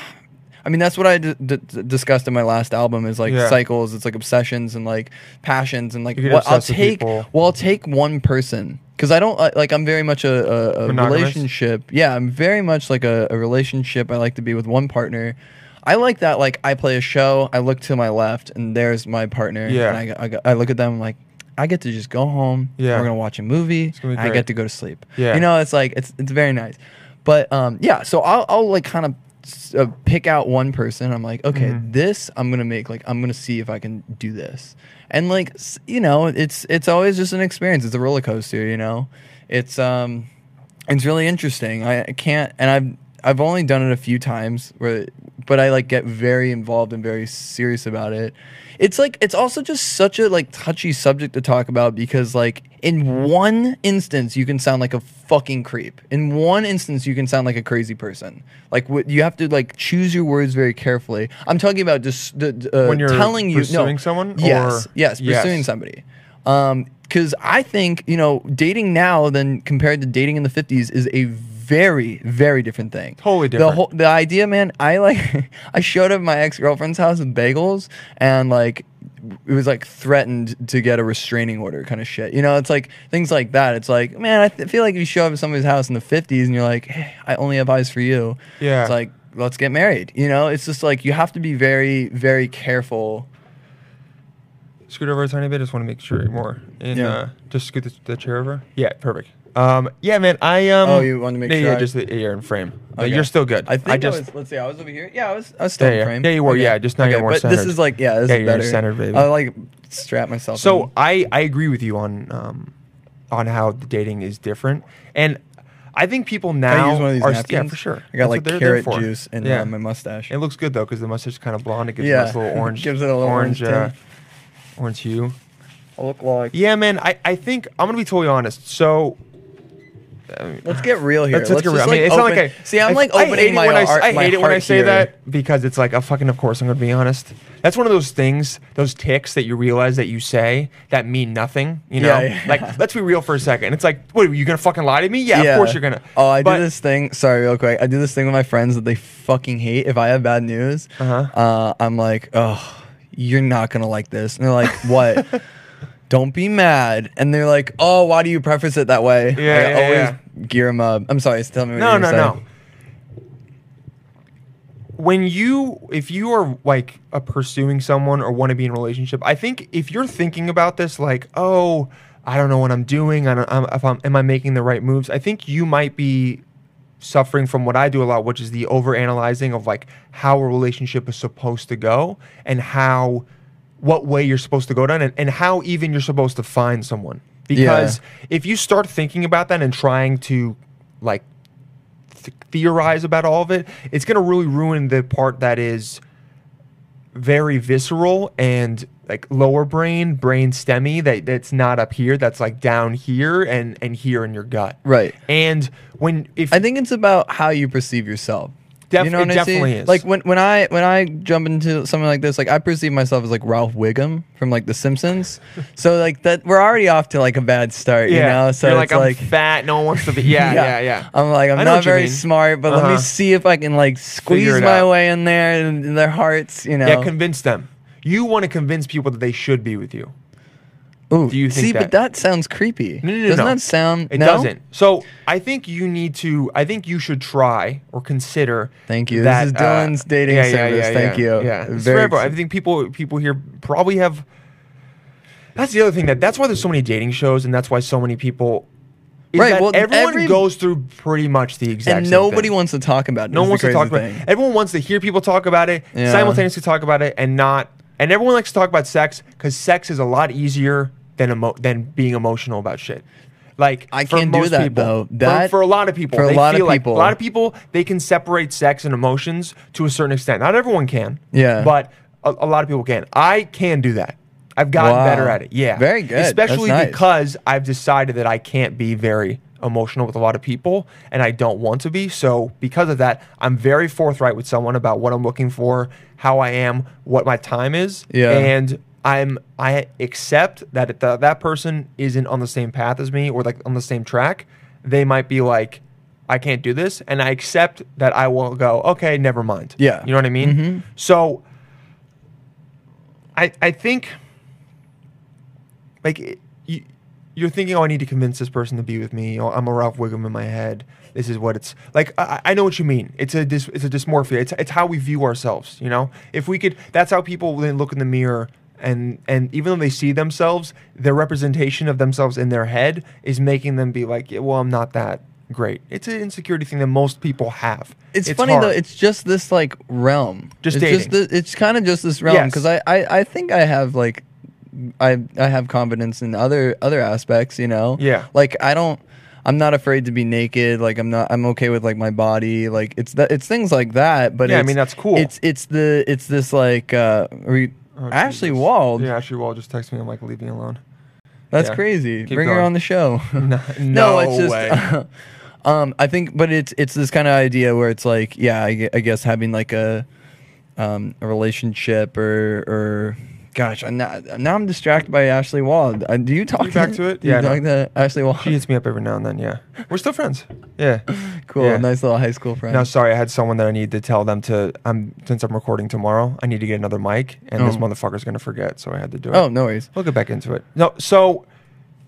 Speaker 5: I mean, that's what I d- d- d- discussed in my last album is like
Speaker 1: Yeah.
Speaker 5: cycles. It's like obsessions and like passions and like
Speaker 1: You get
Speaker 5: what I'll
Speaker 1: obsessed with
Speaker 5: take.
Speaker 1: people.
Speaker 5: Well, I'll take one person because I don't I- like. I'm very much a, a, a
Speaker 1: Monogamous?
Speaker 5: relationship. Yeah, I'm very much like a, a relationship. I like to be with one partner. I like that. Like I play a show. I look to my left, and there's my partner.
Speaker 1: Yeah.
Speaker 5: And I, go- I, go- I look at them I'm like. I get to just go home.
Speaker 1: Yeah.
Speaker 5: We're gonna watch a movie.
Speaker 1: gonna be
Speaker 5: I
Speaker 1: great.
Speaker 5: get to go to sleep.
Speaker 1: Yeah.
Speaker 5: You know, it's like it's it's very nice. But um, yeah. So I'll I'll like kind of uh, pick out one person. I'm like, okay,
Speaker 1: Mm-hmm.
Speaker 5: this I'm gonna make. Like I'm gonna see if I can do this. And like s- you know, it's it's always just an experience. It's a roller coaster. You know, it's um, it's really interesting. I, I can't, and I've I've only done it a few times, where, but I like get very involved and very serious about it. It's like it's also just such a like touchy subject to talk about because like in one instance you can sound like a fucking creep. In one instance you can sound like a crazy person. Like what you have to like choose your words very carefully. I'm talking about just the, uh,
Speaker 1: When you're
Speaker 5: telling you no
Speaker 1: pursuing someone,
Speaker 5: Yes,
Speaker 1: or-
Speaker 5: yes,
Speaker 1: Yes.
Speaker 5: pursuing somebody. because I think you know dating now than compared to dating in the fifties is a very very different thing.
Speaker 1: Totally
Speaker 5: The
Speaker 1: different.
Speaker 5: whole the idea, man. I like I showed up at my ex girlfriend's house with bagels and like it was like threatened to get a restraining order kind of shit. You know, it's like things like that. It's like man, I th- feel like if you show up at somebody's house in the fifties and you're like, hey, I only have eyes for you.
Speaker 1: Yeah.
Speaker 5: it's like let's get married. You know, it's just like you have to be very very careful.
Speaker 1: scoot over a tiny bit. Just want to make sure you're more. And
Speaker 5: Yeah.
Speaker 1: uh, just scoot the, the chair over. Yeah, perfect. Um, yeah, man. I um.
Speaker 5: Oh, you wanted to make
Speaker 1: yeah,
Speaker 5: sure
Speaker 1: Yeah,
Speaker 5: I-
Speaker 1: just the, you're in frame. Uh,
Speaker 5: Okay.
Speaker 1: You're still good.
Speaker 5: I think
Speaker 1: just
Speaker 5: I was, let's see, I was over here. Yeah, I was, I was still
Speaker 1: Yeah, yeah.
Speaker 5: in frame.
Speaker 1: Yeah, you were, yeah, just now you're more
Speaker 5: but This
Speaker 1: centered.
Speaker 5: is like, yeah, this
Speaker 1: Yeah,
Speaker 5: is
Speaker 1: you're
Speaker 5: better.
Speaker 1: centered, baby.
Speaker 5: I like strap myself.
Speaker 1: So
Speaker 5: in.
Speaker 1: I, I agree with you on um, on how the dating is different, and I think people
Speaker 5: Can
Speaker 1: now
Speaker 5: I use one of these
Speaker 1: are
Speaker 5: napkins.
Speaker 1: yeah for sure.
Speaker 5: I got
Speaker 1: That's what
Speaker 5: like
Speaker 1: they're there
Speaker 5: carrot
Speaker 1: for.
Speaker 5: juice and
Speaker 1: yeah.
Speaker 5: uh, my mustache.
Speaker 1: It looks good though because the mustache is kind of blonde. It gives
Speaker 5: Yeah.
Speaker 1: it a nice little orange.
Speaker 5: Gives it a little orange
Speaker 1: uh,
Speaker 5: tint.
Speaker 1: orange hue.
Speaker 5: I look like.
Speaker 1: Yeah, man. I, I think I'm gonna be totally honest. So
Speaker 5: Let's get real here.
Speaker 1: Let's, let's get real.
Speaker 5: just,
Speaker 1: I mean, it's not like
Speaker 5: open-
Speaker 1: I,
Speaker 5: See, I'm
Speaker 1: I-
Speaker 5: like
Speaker 1: I hate
Speaker 5: opening
Speaker 1: it
Speaker 5: my
Speaker 1: when I s-
Speaker 5: art-
Speaker 1: I
Speaker 5: my
Speaker 1: hate it when I
Speaker 5: heart
Speaker 1: say
Speaker 5: here.
Speaker 1: that because it's like, oh, fucking, of course, I'm going to be honest. That's one of those things, those ticks that you realize that you say that mean nothing. You know,
Speaker 5: Yeah, yeah.
Speaker 1: like let's be real for a second. It's like, what are you going to fucking lie to me? Yeah, of course you're going to.
Speaker 5: Oh, I
Speaker 1: but,
Speaker 5: do this thing. Sorry, real quick. I do this thing with my friends that they fucking hate. If I have bad news,
Speaker 1: Uh-huh.
Speaker 5: uh, I'm like, oh, you're not gonna like this, and they're like, what? Don't be mad. And they're like, oh, why do you preface it that way?
Speaker 1: Yeah,
Speaker 5: Like, I
Speaker 1: yeah,
Speaker 5: always gear them up. I'm sorry. Tell me. What
Speaker 1: No,
Speaker 5: you were
Speaker 1: no,
Speaker 5: saying.
Speaker 1: no. When you, if you are like a pursuing someone or want to be in a relationship, I think if you're thinking about this, like, oh, I don't know what I'm doing, I don't, I'm, if I'm, am I making the right moves? I think you might be suffering from what I do a lot, which is the overanalyzing of like how a relationship is supposed to go and how, what way you're supposed to go down, and, and how even you're supposed to find someone. Because if you start thinking about that and trying to like th- theorize about all of it, it's going to really ruin the part that is very visceral and like lower brain, brain stemmy that that's not up here, that's like down here and and here in your gut.
Speaker 5: Right.
Speaker 1: And when if
Speaker 5: I think it's about how you perceive yourself.
Speaker 1: Def-
Speaker 5: you know what
Speaker 1: it
Speaker 5: I see?
Speaker 1: definitely is.
Speaker 5: Like when, when I when I jump into something like this, like I perceive myself as like Ralph Wiggum from like The Simpsons. so like that we're already off to like a bad start, you know. So
Speaker 1: you're like
Speaker 5: it's
Speaker 1: I'm
Speaker 5: like
Speaker 1: fat, no one wants to be yeah, yeah, yeah.
Speaker 5: I'm like
Speaker 1: I
Speaker 5: I'm
Speaker 1: know
Speaker 5: not
Speaker 1: what you
Speaker 5: very
Speaker 1: mean.
Speaker 5: smart, but let
Speaker 1: Uh-huh.
Speaker 5: me see if I can like
Speaker 1: Figure
Speaker 5: squeeze
Speaker 1: it
Speaker 5: my
Speaker 1: out.
Speaker 5: way in there in, in their hearts, you know.
Speaker 1: Yeah, convince them. You want to convince people that they should be with you.
Speaker 5: Ooh,
Speaker 1: do you think
Speaker 5: see,
Speaker 1: that-
Speaker 5: but that sounds creepy.
Speaker 1: No, no, no,
Speaker 5: Doesn't
Speaker 1: no.
Speaker 5: that sound?
Speaker 1: It
Speaker 5: no?
Speaker 1: doesn't. So I think you need to. I think you should try or consider.
Speaker 5: Thank you. This
Speaker 1: That, uh,
Speaker 5: is Dylan's dating service. Thank you.
Speaker 1: Yeah,
Speaker 5: Very
Speaker 1: It's very important.
Speaker 5: excited.
Speaker 1: I think people people here probably have. That's the other thing that that's why there's so many dating shows and that's why so many people. is
Speaker 5: Right,
Speaker 1: that
Speaker 5: well,
Speaker 1: everyone
Speaker 5: every-
Speaker 1: goes through pretty much the exact.
Speaker 5: And
Speaker 1: same
Speaker 5: nobody
Speaker 1: thing.
Speaker 5: wants to talk about it.
Speaker 1: No
Speaker 5: is
Speaker 1: one wants
Speaker 5: the
Speaker 1: to talk
Speaker 5: crazy
Speaker 1: about.
Speaker 5: thing.
Speaker 1: it. Everyone wants to hear people talk about it
Speaker 5: Yeah.
Speaker 1: simultaneously. Talk about it and not. And everyone likes to talk about sex because sex is a lot easier than emo- than being emotional about shit. Like
Speaker 5: I
Speaker 1: for
Speaker 5: can't do
Speaker 1: most
Speaker 5: that,
Speaker 1: people,
Speaker 5: though.
Speaker 1: For-
Speaker 5: That-
Speaker 1: for, a lot of people,
Speaker 5: for a
Speaker 1: they
Speaker 5: lot of
Speaker 1: feel like-
Speaker 5: people.
Speaker 1: a lot of people they can separate sex and emotions to a certain extent. Not everyone can.
Speaker 5: Yeah.
Speaker 1: but a, a lot of people can. I can do that. I've gotten
Speaker 5: Wow.
Speaker 1: better at it. Yeah,
Speaker 5: Very good. That's
Speaker 1: Especially
Speaker 5: nice.
Speaker 1: because because I've decided that I can't be very emotional with a lot of people and I don't want to be. So, because of that, I'm very forthright with someone about what I'm looking for, how I am, what my time is.
Speaker 5: Yeah.
Speaker 1: And I'm I accept that if th- that person isn't on the same path as me or like on the same track, they might be like I can't do this and I accept that I will go, okay, never mind.
Speaker 5: Yeah. Mm-hmm.
Speaker 1: You know what I mean? So I I think like it- you, you're thinking, oh, I need to convince this person to be with me. Oh, I'm a Ralph Wiggum in my head. This is what it's like. I, I I know what you mean. It's a dis, it's a dysmorphia. It's it's how we view ourselves. You know, if we could, that's how people then look in the mirror. And, and even though they see themselves, their representation of themselves in their head is making them be like, yeah, well, I'm not that great. It's an insecurity thing that most people have.
Speaker 5: It's, funny
Speaker 1: hard.
Speaker 5: though. It's just this like realm.
Speaker 1: Just
Speaker 5: it's
Speaker 1: dating.
Speaker 5: the, it's kind of just this realm
Speaker 1: Yes.
Speaker 5: because I, I I think I have like I I have confidence in other other aspects. You know.
Speaker 1: Yeah.
Speaker 5: Like I don't. I'm not afraid to be naked. Like I'm not. I'm okay with like my body. Like it's that. It's things like that. But
Speaker 1: Yeah, I
Speaker 5: it's-
Speaker 1: mean, that's cool. Oh,
Speaker 5: It's it's the it's this like uh, re- Ashley
Speaker 1: Jesus.
Speaker 5: Wald.
Speaker 1: Yeah, Ashley Wald just texted me. I'm like, leave me alone.
Speaker 5: That's
Speaker 1: Yeah.
Speaker 5: crazy.
Speaker 1: Keep
Speaker 5: Bring her
Speaker 1: going.
Speaker 5: on the show.
Speaker 1: No,
Speaker 5: it's
Speaker 1: no
Speaker 5: just.
Speaker 1: way.
Speaker 5: um, I think, but it's it's this kind of idea where it's like, yeah, I, gue- I guess having like a, um, a relationship or or Gosh, I'm now, now I'm distracted by Ashley Wall. Uh, do you talk
Speaker 1: You back to it?
Speaker 5: do you
Speaker 1: Yeah, no.
Speaker 5: talk to Ashley Wall.
Speaker 1: She hits me up every now and then. Yeah, we're still friends. Yeah,
Speaker 5: cool,
Speaker 1: Yeah.
Speaker 5: nice little high school friend.
Speaker 1: Now, sorry, I had someone that I need to tell them to. I'm since I'm recording tomorrow, I need to get another mic, and this
Speaker 5: Oh.
Speaker 1: motherfucker's gonna forget, so I had to do it.
Speaker 5: oh, no worries.
Speaker 1: we'll get back into it. No, so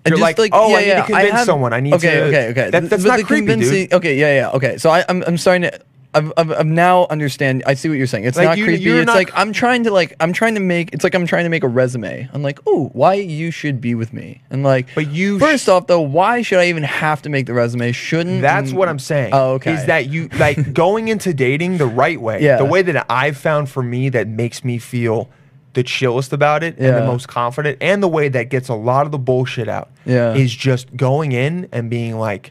Speaker 5: And
Speaker 1: you're
Speaker 5: just
Speaker 1: like, oh, I need to convince
Speaker 5: have-
Speaker 1: someone. I need
Speaker 5: okay,
Speaker 1: to.
Speaker 5: Okay, okay,
Speaker 1: That, that's
Speaker 5: But
Speaker 1: not
Speaker 5: the
Speaker 1: creepy,
Speaker 5: convincing-
Speaker 1: dude.
Speaker 5: Okay, yeah, yeah, okay. So I, I'm, I'm starting to. I've, I've, I've now understand. I see what you're saying. It's
Speaker 1: Like,
Speaker 5: not
Speaker 1: you-
Speaker 5: creepy.
Speaker 1: you're
Speaker 5: It's
Speaker 1: not-
Speaker 5: like I'm trying to like I'm trying to make. It's like I'm trying to make a resume. I'm like, oh, why you should be with me, and like,
Speaker 1: But you sh-
Speaker 5: first off though, why should I even have to make the resume? Shouldn't
Speaker 1: That's
Speaker 5: and-
Speaker 1: what I'm saying.
Speaker 5: Oh, okay.
Speaker 1: Is that you like going into dating the right way?
Speaker 5: Yeah.
Speaker 1: The way that I've found for me that makes me feel the chillest about it and
Speaker 5: Yeah.
Speaker 1: the most confident, and the way that gets a lot of the bullshit out.
Speaker 5: Yeah.
Speaker 1: Is just going in and being like,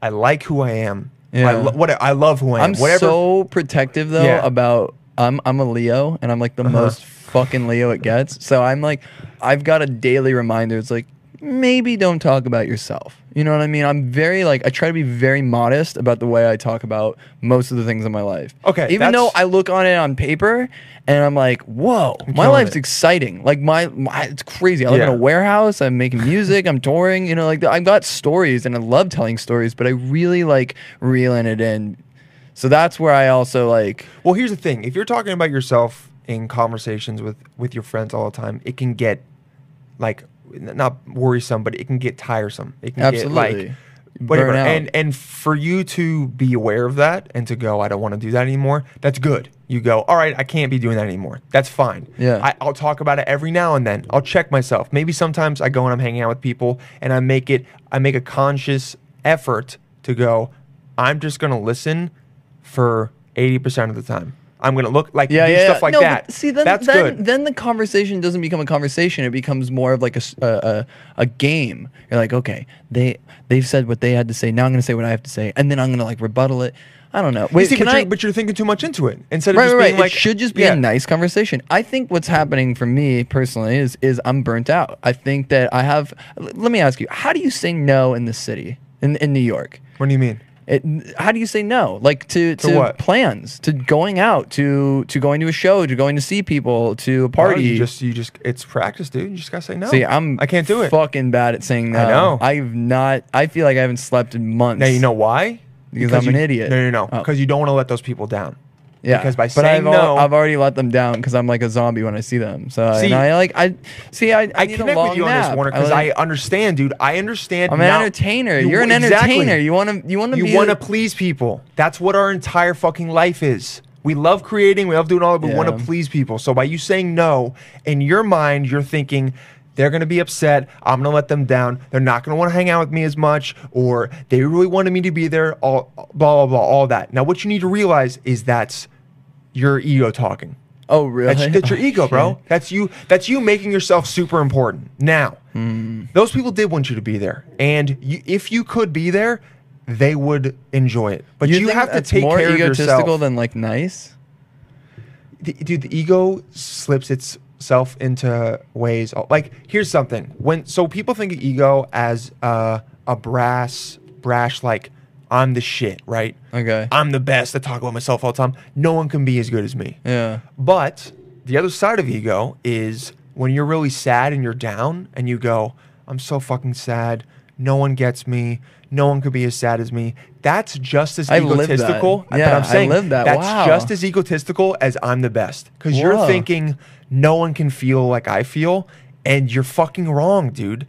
Speaker 1: I like who I am.
Speaker 5: Yeah.
Speaker 1: I lo- what I love who I am.
Speaker 5: I'm
Speaker 1: Whatever.
Speaker 5: so protective though
Speaker 1: Yeah. Uh-huh.
Speaker 5: about I'm I'm a Leo and I'm like the most fucking Leo it gets. So I'm like I've got a daily reminder. It's like maybe don't talk about yourself. You know what I mean? I'm very like I try to be very modest about the way I talk about most of the things in my life.
Speaker 1: Okay,
Speaker 5: Even though
Speaker 1: that's-
Speaker 5: I look on it on paper and I'm like, whoa, my
Speaker 1: killing
Speaker 5: life's
Speaker 1: it.
Speaker 5: exciting. Like my, my it's crazy. I live in
Speaker 1: Yeah.
Speaker 5: a warehouse. I'm making music. I'm touring. You know, like I've got stories and I love telling stories, but I really like reeling it in. So that's where I also like.
Speaker 1: Well, here's the thing: if you're talking about yourself in conversations with with your friends all the time, it can get like n- not worrisome, but it can get tiresome. It can get
Speaker 5: Absolutely.
Speaker 1: like whatever.
Speaker 5: Burn out.
Speaker 1: And and for you to be aware of that and to go, I don't want to do that anymore. That's good. You go, all right, I can't be doing that anymore. That's fine.
Speaker 5: Yeah.
Speaker 1: I, I'll talk about it every now and then. I'll check myself. Maybe sometimes I go and I'm hanging out with people and I make it. I make a conscious effort to go. I'm just gonna listen for eighty percent of the time. I'm gonna look like
Speaker 5: Yeah,
Speaker 1: do
Speaker 5: yeah.
Speaker 1: stuff like
Speaker 5: no, but
Speaker 1: that.
Speaker 5: See, then,
Speaker 1: that's
Speaker 5: then,
Speaker 1: good.
Speaker 5: then the conversation doesn't become a conversation. It becomes more of like a, s- a, a, a game. You're like, okay, they they've said what they had to say. Now I'm gonna say what I have to say, and then I'm gonna like rebuttal it. I don't know. Wait,
Speaker 1: You see,
Speaker 5: can
Speaker 1: but,
Speaker 5: I?
Speaker 1: you're, but you're thinking too much into it instead of
Speaker 5: right,
Speaker 1: just
Speaker 5: right, right.
Speaker 1: being like
Speaker 5: it should just be
Speaker 1: yeah.
Speaker 5: a nice conversation. I think what's happening for me personally is is I'm burnt out. I think that I have. l- Let me ask you: How do you say no in the city in in New York?
Speaker 1: What do you mean?
Speaker 5: It, how do you say no? Like to to,
Speaker 1: what?
Speaker 5: plans, to going out, to to going to a show, to going to see people, to a
Speaker 1: Party.
Speaker 5: party.
Speaker 1: you just you just it's practice, dude. You just gotta say no.
Speaker 5: See, I'm
Speaker 1: I can't do it.
Speaker 5: Fucking bad at saying no.
Speaker 1: I know.
Speaker 5: I've not. I feel like I haven't slept in months.
Speaker 1: Now you know why?
Speaker 5: Because I'm an
Speaker 1: you-
Speaker 5: idiot.
Speaker 1: No, no, no.
Speaker 5: Oh.
Speaker 1: Because you don't want to let those people down.
Speaker 5: Yeah,
Speaker 1: Because by
Speaker 5: but
Speaker 1: saying
Speaker 5: I've
Speaker 1: no,
Speaker 5: al- I've already let them down because I'm like a zombie when I see them. So I-
Speaker 1: See-
Speaker 5: and I like I see I I,
Speaker 1: I
Speaker 5: need
Speaker 1: connect
Speaker 5: a long
Speaker 1: with you on
Speaker 5: nap.
Speaker 1: this, Warner, because I,
Speaker 5: like-
Speaker 1: understand, dude. I understand.
Speaker 5: I'm an
Speaker 1: now-
Speaker 5: entertainer.
Speaker 1: You-
Speaker 5: You, are an
Speaker 1: exactly.
Speaker 5: entertainer. You want to you want to
Speaker 1: You
Speaker 5: be
Speaker 1: want to please people. That's what our entire fucking life is. We love creating, we love doing all that, but we want
Speaker 5: Yeah.
Speaker 1: to please people. So by you saying no, in your mind, you're thinking, they're going to be upset. I'm going to let them down. They're not going to want to hang out with me as much, or they really wanted me to be there, all blah, blah, blah, all that. Now, what you need to realize is that's your ego talking.
Speaker 5: oh really
Speaker 1: That's, that's your
Speaker 5: Oh,
Speaker 1: ego, bro.
Speaker 5: shit.
Speaker 1: That's you. That's you making yourself super important. Now,
Speaker 5: Hmm.
Speaker 1: those people did want you to be there, and you, if you could be there, they would enjoy it. But you,
Speaker 5: think
Speaker 1: have to
Speaker 5: that's
Speaker 1: take
Speaker 5: more
Speaker 1: care of
Speaker 5: egotistical
Speaker 1: yourself.
Speaker 5: than like nice.
Speaker 1: The- dude, the ego slips itself into ways. Like, here's something. When so people think of ego as uh, a brass, brash, like I'm the shit, right?
Speaker 5: Okay.
Speaker 1: I'm the best. I talk about myself all the time. No one can be as good as me.
Speaker 5: Yeah.
Speaker 1: But the other side of ego is when you're really sad and you're down and you go, I'm so fucking sad. No one gets me. No one could be as sad as me. That's just as
Speaker 5: I live that.
Speaker 1: egotistical. but
Speaker 5: Yeah, I
Speaker 1: I'm saying
Speaker 5: live that.
Speaker 1: that's
Speaker 5: Wow.
Speaker 1: just as egotistical as I'm the best. Because you're
Speaker 5: Whoa.
Speaker 1: thinking no one can feel like I feel, and you're fucking wrong, dude.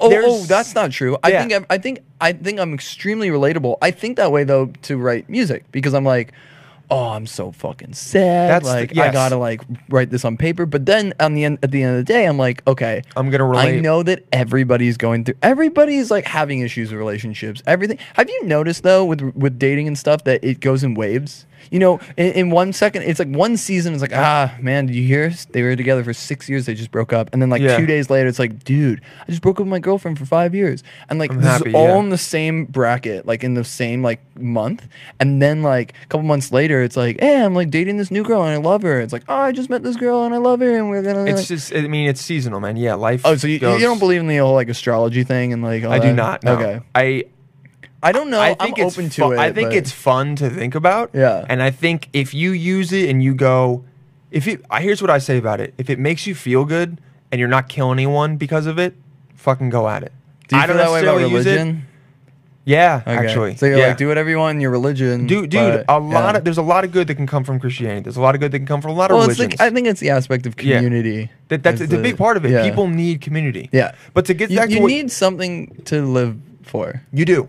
Speaker 5: Oh,
Speaker 1: There's-
Speaker 5: oh, that's not true. I
Speaker 1: Yeah.
Speaker 5: think I'm, I think I think I'm extremely relatable. I think that way though to write music because I'm like, oh, I'm so fucking sad.
Speaker 1: That's the-
Speaker 5: like I
Speaker 1: yes.
Speaker 5: gotta like write this on paper. But then on the end at the end of the day, I'm like, okay,
Speaker 1: I'm gonna
Speaker 5: I
Speaker 1: relate.
Speaker 5: know that everybody's going through. Everybody's like having issues with relationships. Everything. Have you noticed though with with dating and stuff that it goes in waves? You know, in, in one second, it's like one season. It's like, ah, man, did you hear? They were together for six years. They just broke up, and then like
Speaker 1: Yeah.
Speaker 5: two days later, it's like, dude, I just broke up with my girlfriend for five years, and like
Speaker 1: I'm
Speaker 5: this
Speaker 1: happy,
Speaker 5: is all
Speaker 1: yeah.
Speaker 5: in the same bracket, like in the same like month, and then like a couple months later, it's like, hey, I'm like dating this new girl and I love her. It's like, oh, I just met this girl and I love her, and we're gonna. like-
Speaker 1: It's just, I mean, it's seasonal, man. Yeah, life.
Speaker 5: Oh, so you, you
Speaker 1: goes-
Speaker 5: don't believe in the whole like astrology thing and like all
Speaker 1: I do
Speaker 5: that?
Speaker 1: not. No.
Speaker 5: Okay,
Speaker 1: I
Speaker 5: I don't know.
Speaker 1: I think
Speaker 5: I'm
Speaker 1: it's
Speaker 5: open
Speaker 1: fu-
Speaker 5: to it.
Speaker 1: I think
Speaker 5: but-
Speaker 1: it's fun to think about.
Speaker 5: Yeah.
Speaker 1: And I think if you use it and you go, If you, I here's what I say about it. If it makes you feel good and you're not killing anyone because of it, fucking go at it.
Speaker 5: Do you
Speaker 1: I
Speaker 5: feel
Speaker 1: don't
Speaker 5: that way about
Speaker 1: necessarily use it.
Speaker 5: religion?
Speaker 1: Yeah,
Speaker 5: Okay.
Speaker 1: actually.
Speaker 5: so you're
Speaker 1: yeah.
Speaker 5: like, do whatever you want in your religion.
Speaker 1: Dude, dude,
Speaker 5: but-
Speaker 1: a lot
Speaker 5: yeah.
Speaker 1: of there's a lot of good that can come from Christianity. There's a lot of good that can come from a lot of
Speaker 5: Well, it's
Speaker 1: religions.
Speaker 5: like, I think it's the aspect of
Speaker 1: Yeah.
Speaker 5: community.
Speaker 1: that, that's
Speaker 5: is
Speaker 1: it's a
Speaker 5: the-
Speaker 1: big part of it.
Speaker 5: yeah.
Speaker 1: People need community.
Speaker 5: Yeah,
Speaker 1: but to get
Speaker 5: you,
Speaker 1: back to
Speaker 5: you
Speaker 1: what-
Speaker 5: need something to live for.
Speaker 1: you do,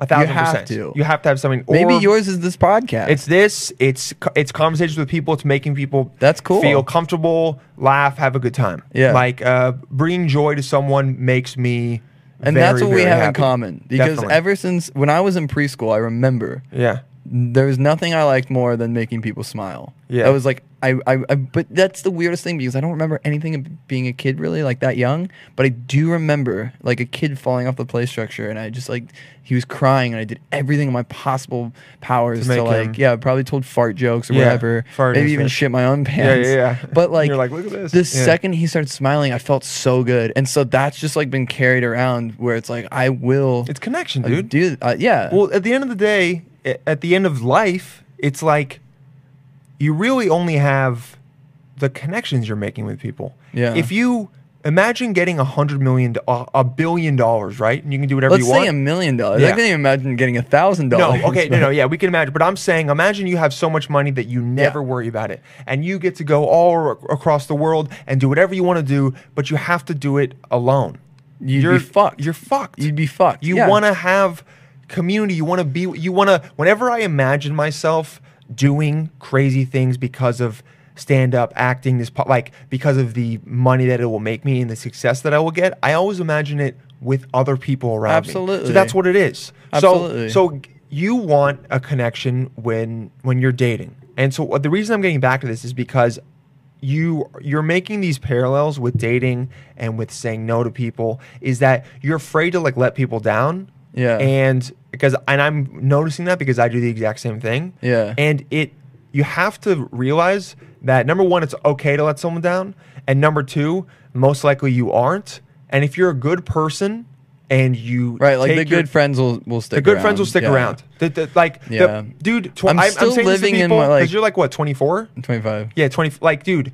Speaker 1: a thousand
Speaker 5: have
Speaker 1: percent.
Speaker 5: to.
Speaker 1: You have to have something.
Speaker 5: Maybe
Speaker 1: or
Speaker 5: yours is this podcast.
Speaker 1: It's this. It's co- it's conversations with people. It's making people
Speaker 5: That's cool.
Speaker 1: Feel comfortable, laugh, have a good time.
Speaker 5: Yeah.
Speaker 1: like uh, bringing joy to someone makes me.
Speaker 5: and that's
Speaker 1: very,
Speaker 5: what we
Speaker 1: very
Speaker 5: have in
Speaker 1: happy.
Speaker 5: common because
Speaker 1: Definitely.
Speaker 5: ever since when I was in preschool, I remember
Speaker 1: yeah,
Speaker 5: there was nothing I liked more than making people smile.
Speaker 1: Yeah.
Speaker 5: that was like I, I, I. But that's the weirdest thing because I don't remember anything of being a kid really like that young. But I do remember like a kid falling off the play structure, and I just like he was crying, and I did everything in my possible powers
Speaker 1: To
Speaker 5: to,
Speaker 1: make
Speaker 5: like
Speaker 1: him-
Speaker 5: yeah, probably told fart jokes or
Speaker 1: Yeah,
Speaker 5: whatever,
Speaker 1: fart
Speaker 5: maybe
Speaker 1: is
Speaker 5: even
Speaker 1: it.
Speaker 5: shit my own pants.
Speaker 1: yeah.
Speaker 5: But like
Speaker 1: You're like, "Look at this."
Speaker 5: The
Speaker 1: Yeah.
Speaker 5: second he started smiling, I felt so good, and so that's just like been carried around where it's like I will.
Speaker 1: it's connection,
Speaker 5: uh,
Speaker 1: dude.
Speaker 5: do uh, yeah.
Speaker 1: Well, at the end of the day, a- at the end of life, it's like you really only have the connections you're making with people.
Speaker 5: Yeah.
Speaker 1: If you imagine getting a hundred million, do- a a billion dollars, right? And you can do whatever
Speaker 5: Let's
Speaker 1: you
Speaker 5: say
Speaker 1: want.
Speaker 5: a million dollars. I
Speaker 1: Yeah.
Speaker 5: can't even imagine getting a thousand
Speaker 1: no,
Speaker 5: dollars.
Speaker 1: okay, no, no, yeah, we can imagine. But I'm saying, imagine you have so much money that you never worry about it, and you get to go all ar- across the world and do whatever you want to do, but you have to do it alone.
Speaker 5: You'd
Speaker 1: are
Speaker 5: be fucked.
Speaker 1: You're fucked.
Speaker 5: You'd be fucked.
Speaker 1: You
Speaker 5: yeah.
Speaker 1: want to have community. You want to be. You want to. Whenever I imagine myself doing crazy things because of stand up acting, this po- like because of the money that it will make me and the success that I will get, I always imagine it with other people around me. So
Speaker 5: Absolutely.
Speaker 1: that's what it is.
Speaker 5: Absolutely.
Speaker 1: So so you want a connection when when you're dating. And so what- the reason I'm getting back to this is because you you're making these parallels with dating and with saying no to people is that you're afraid to like let people down.
Speaker 5: Yeah.
Speaker 1: And because and I'm noticing that because I do the exact same thing.
Speaker 5: Yeah.
Speaker 1: And it you have to realize that number one, it's okay to let someone down. And number two, most likely you aren't. And if you're a good person and you
Speaker 5: right. Like
Speaker 1: take
Speaker 5: the
Speaker 1: your-
Speaker 5: good friends will will stick.
Speaker 1: the good
Speaker 5: around.
Speaker 1: friends will stick
Speaker 5: Yeah.
Speaker 1: around. The, the, like, the-
Speaker 5: Yeah.
Speaker 1: dude, tw-
Speaker 5: I'm
Speaker 1: I'm, I'm
Speaker 5: still
Speaker 1: saying living
Speaker 5: living
Speaker 1: this
Speaker 5: in
Speaker 1: to people
Speaker 5: my, like-
Speaker 1: because you're like what 24?
Speaker 5: Twenty-five.
Speaker 1: Yeah, 20. Like, dude,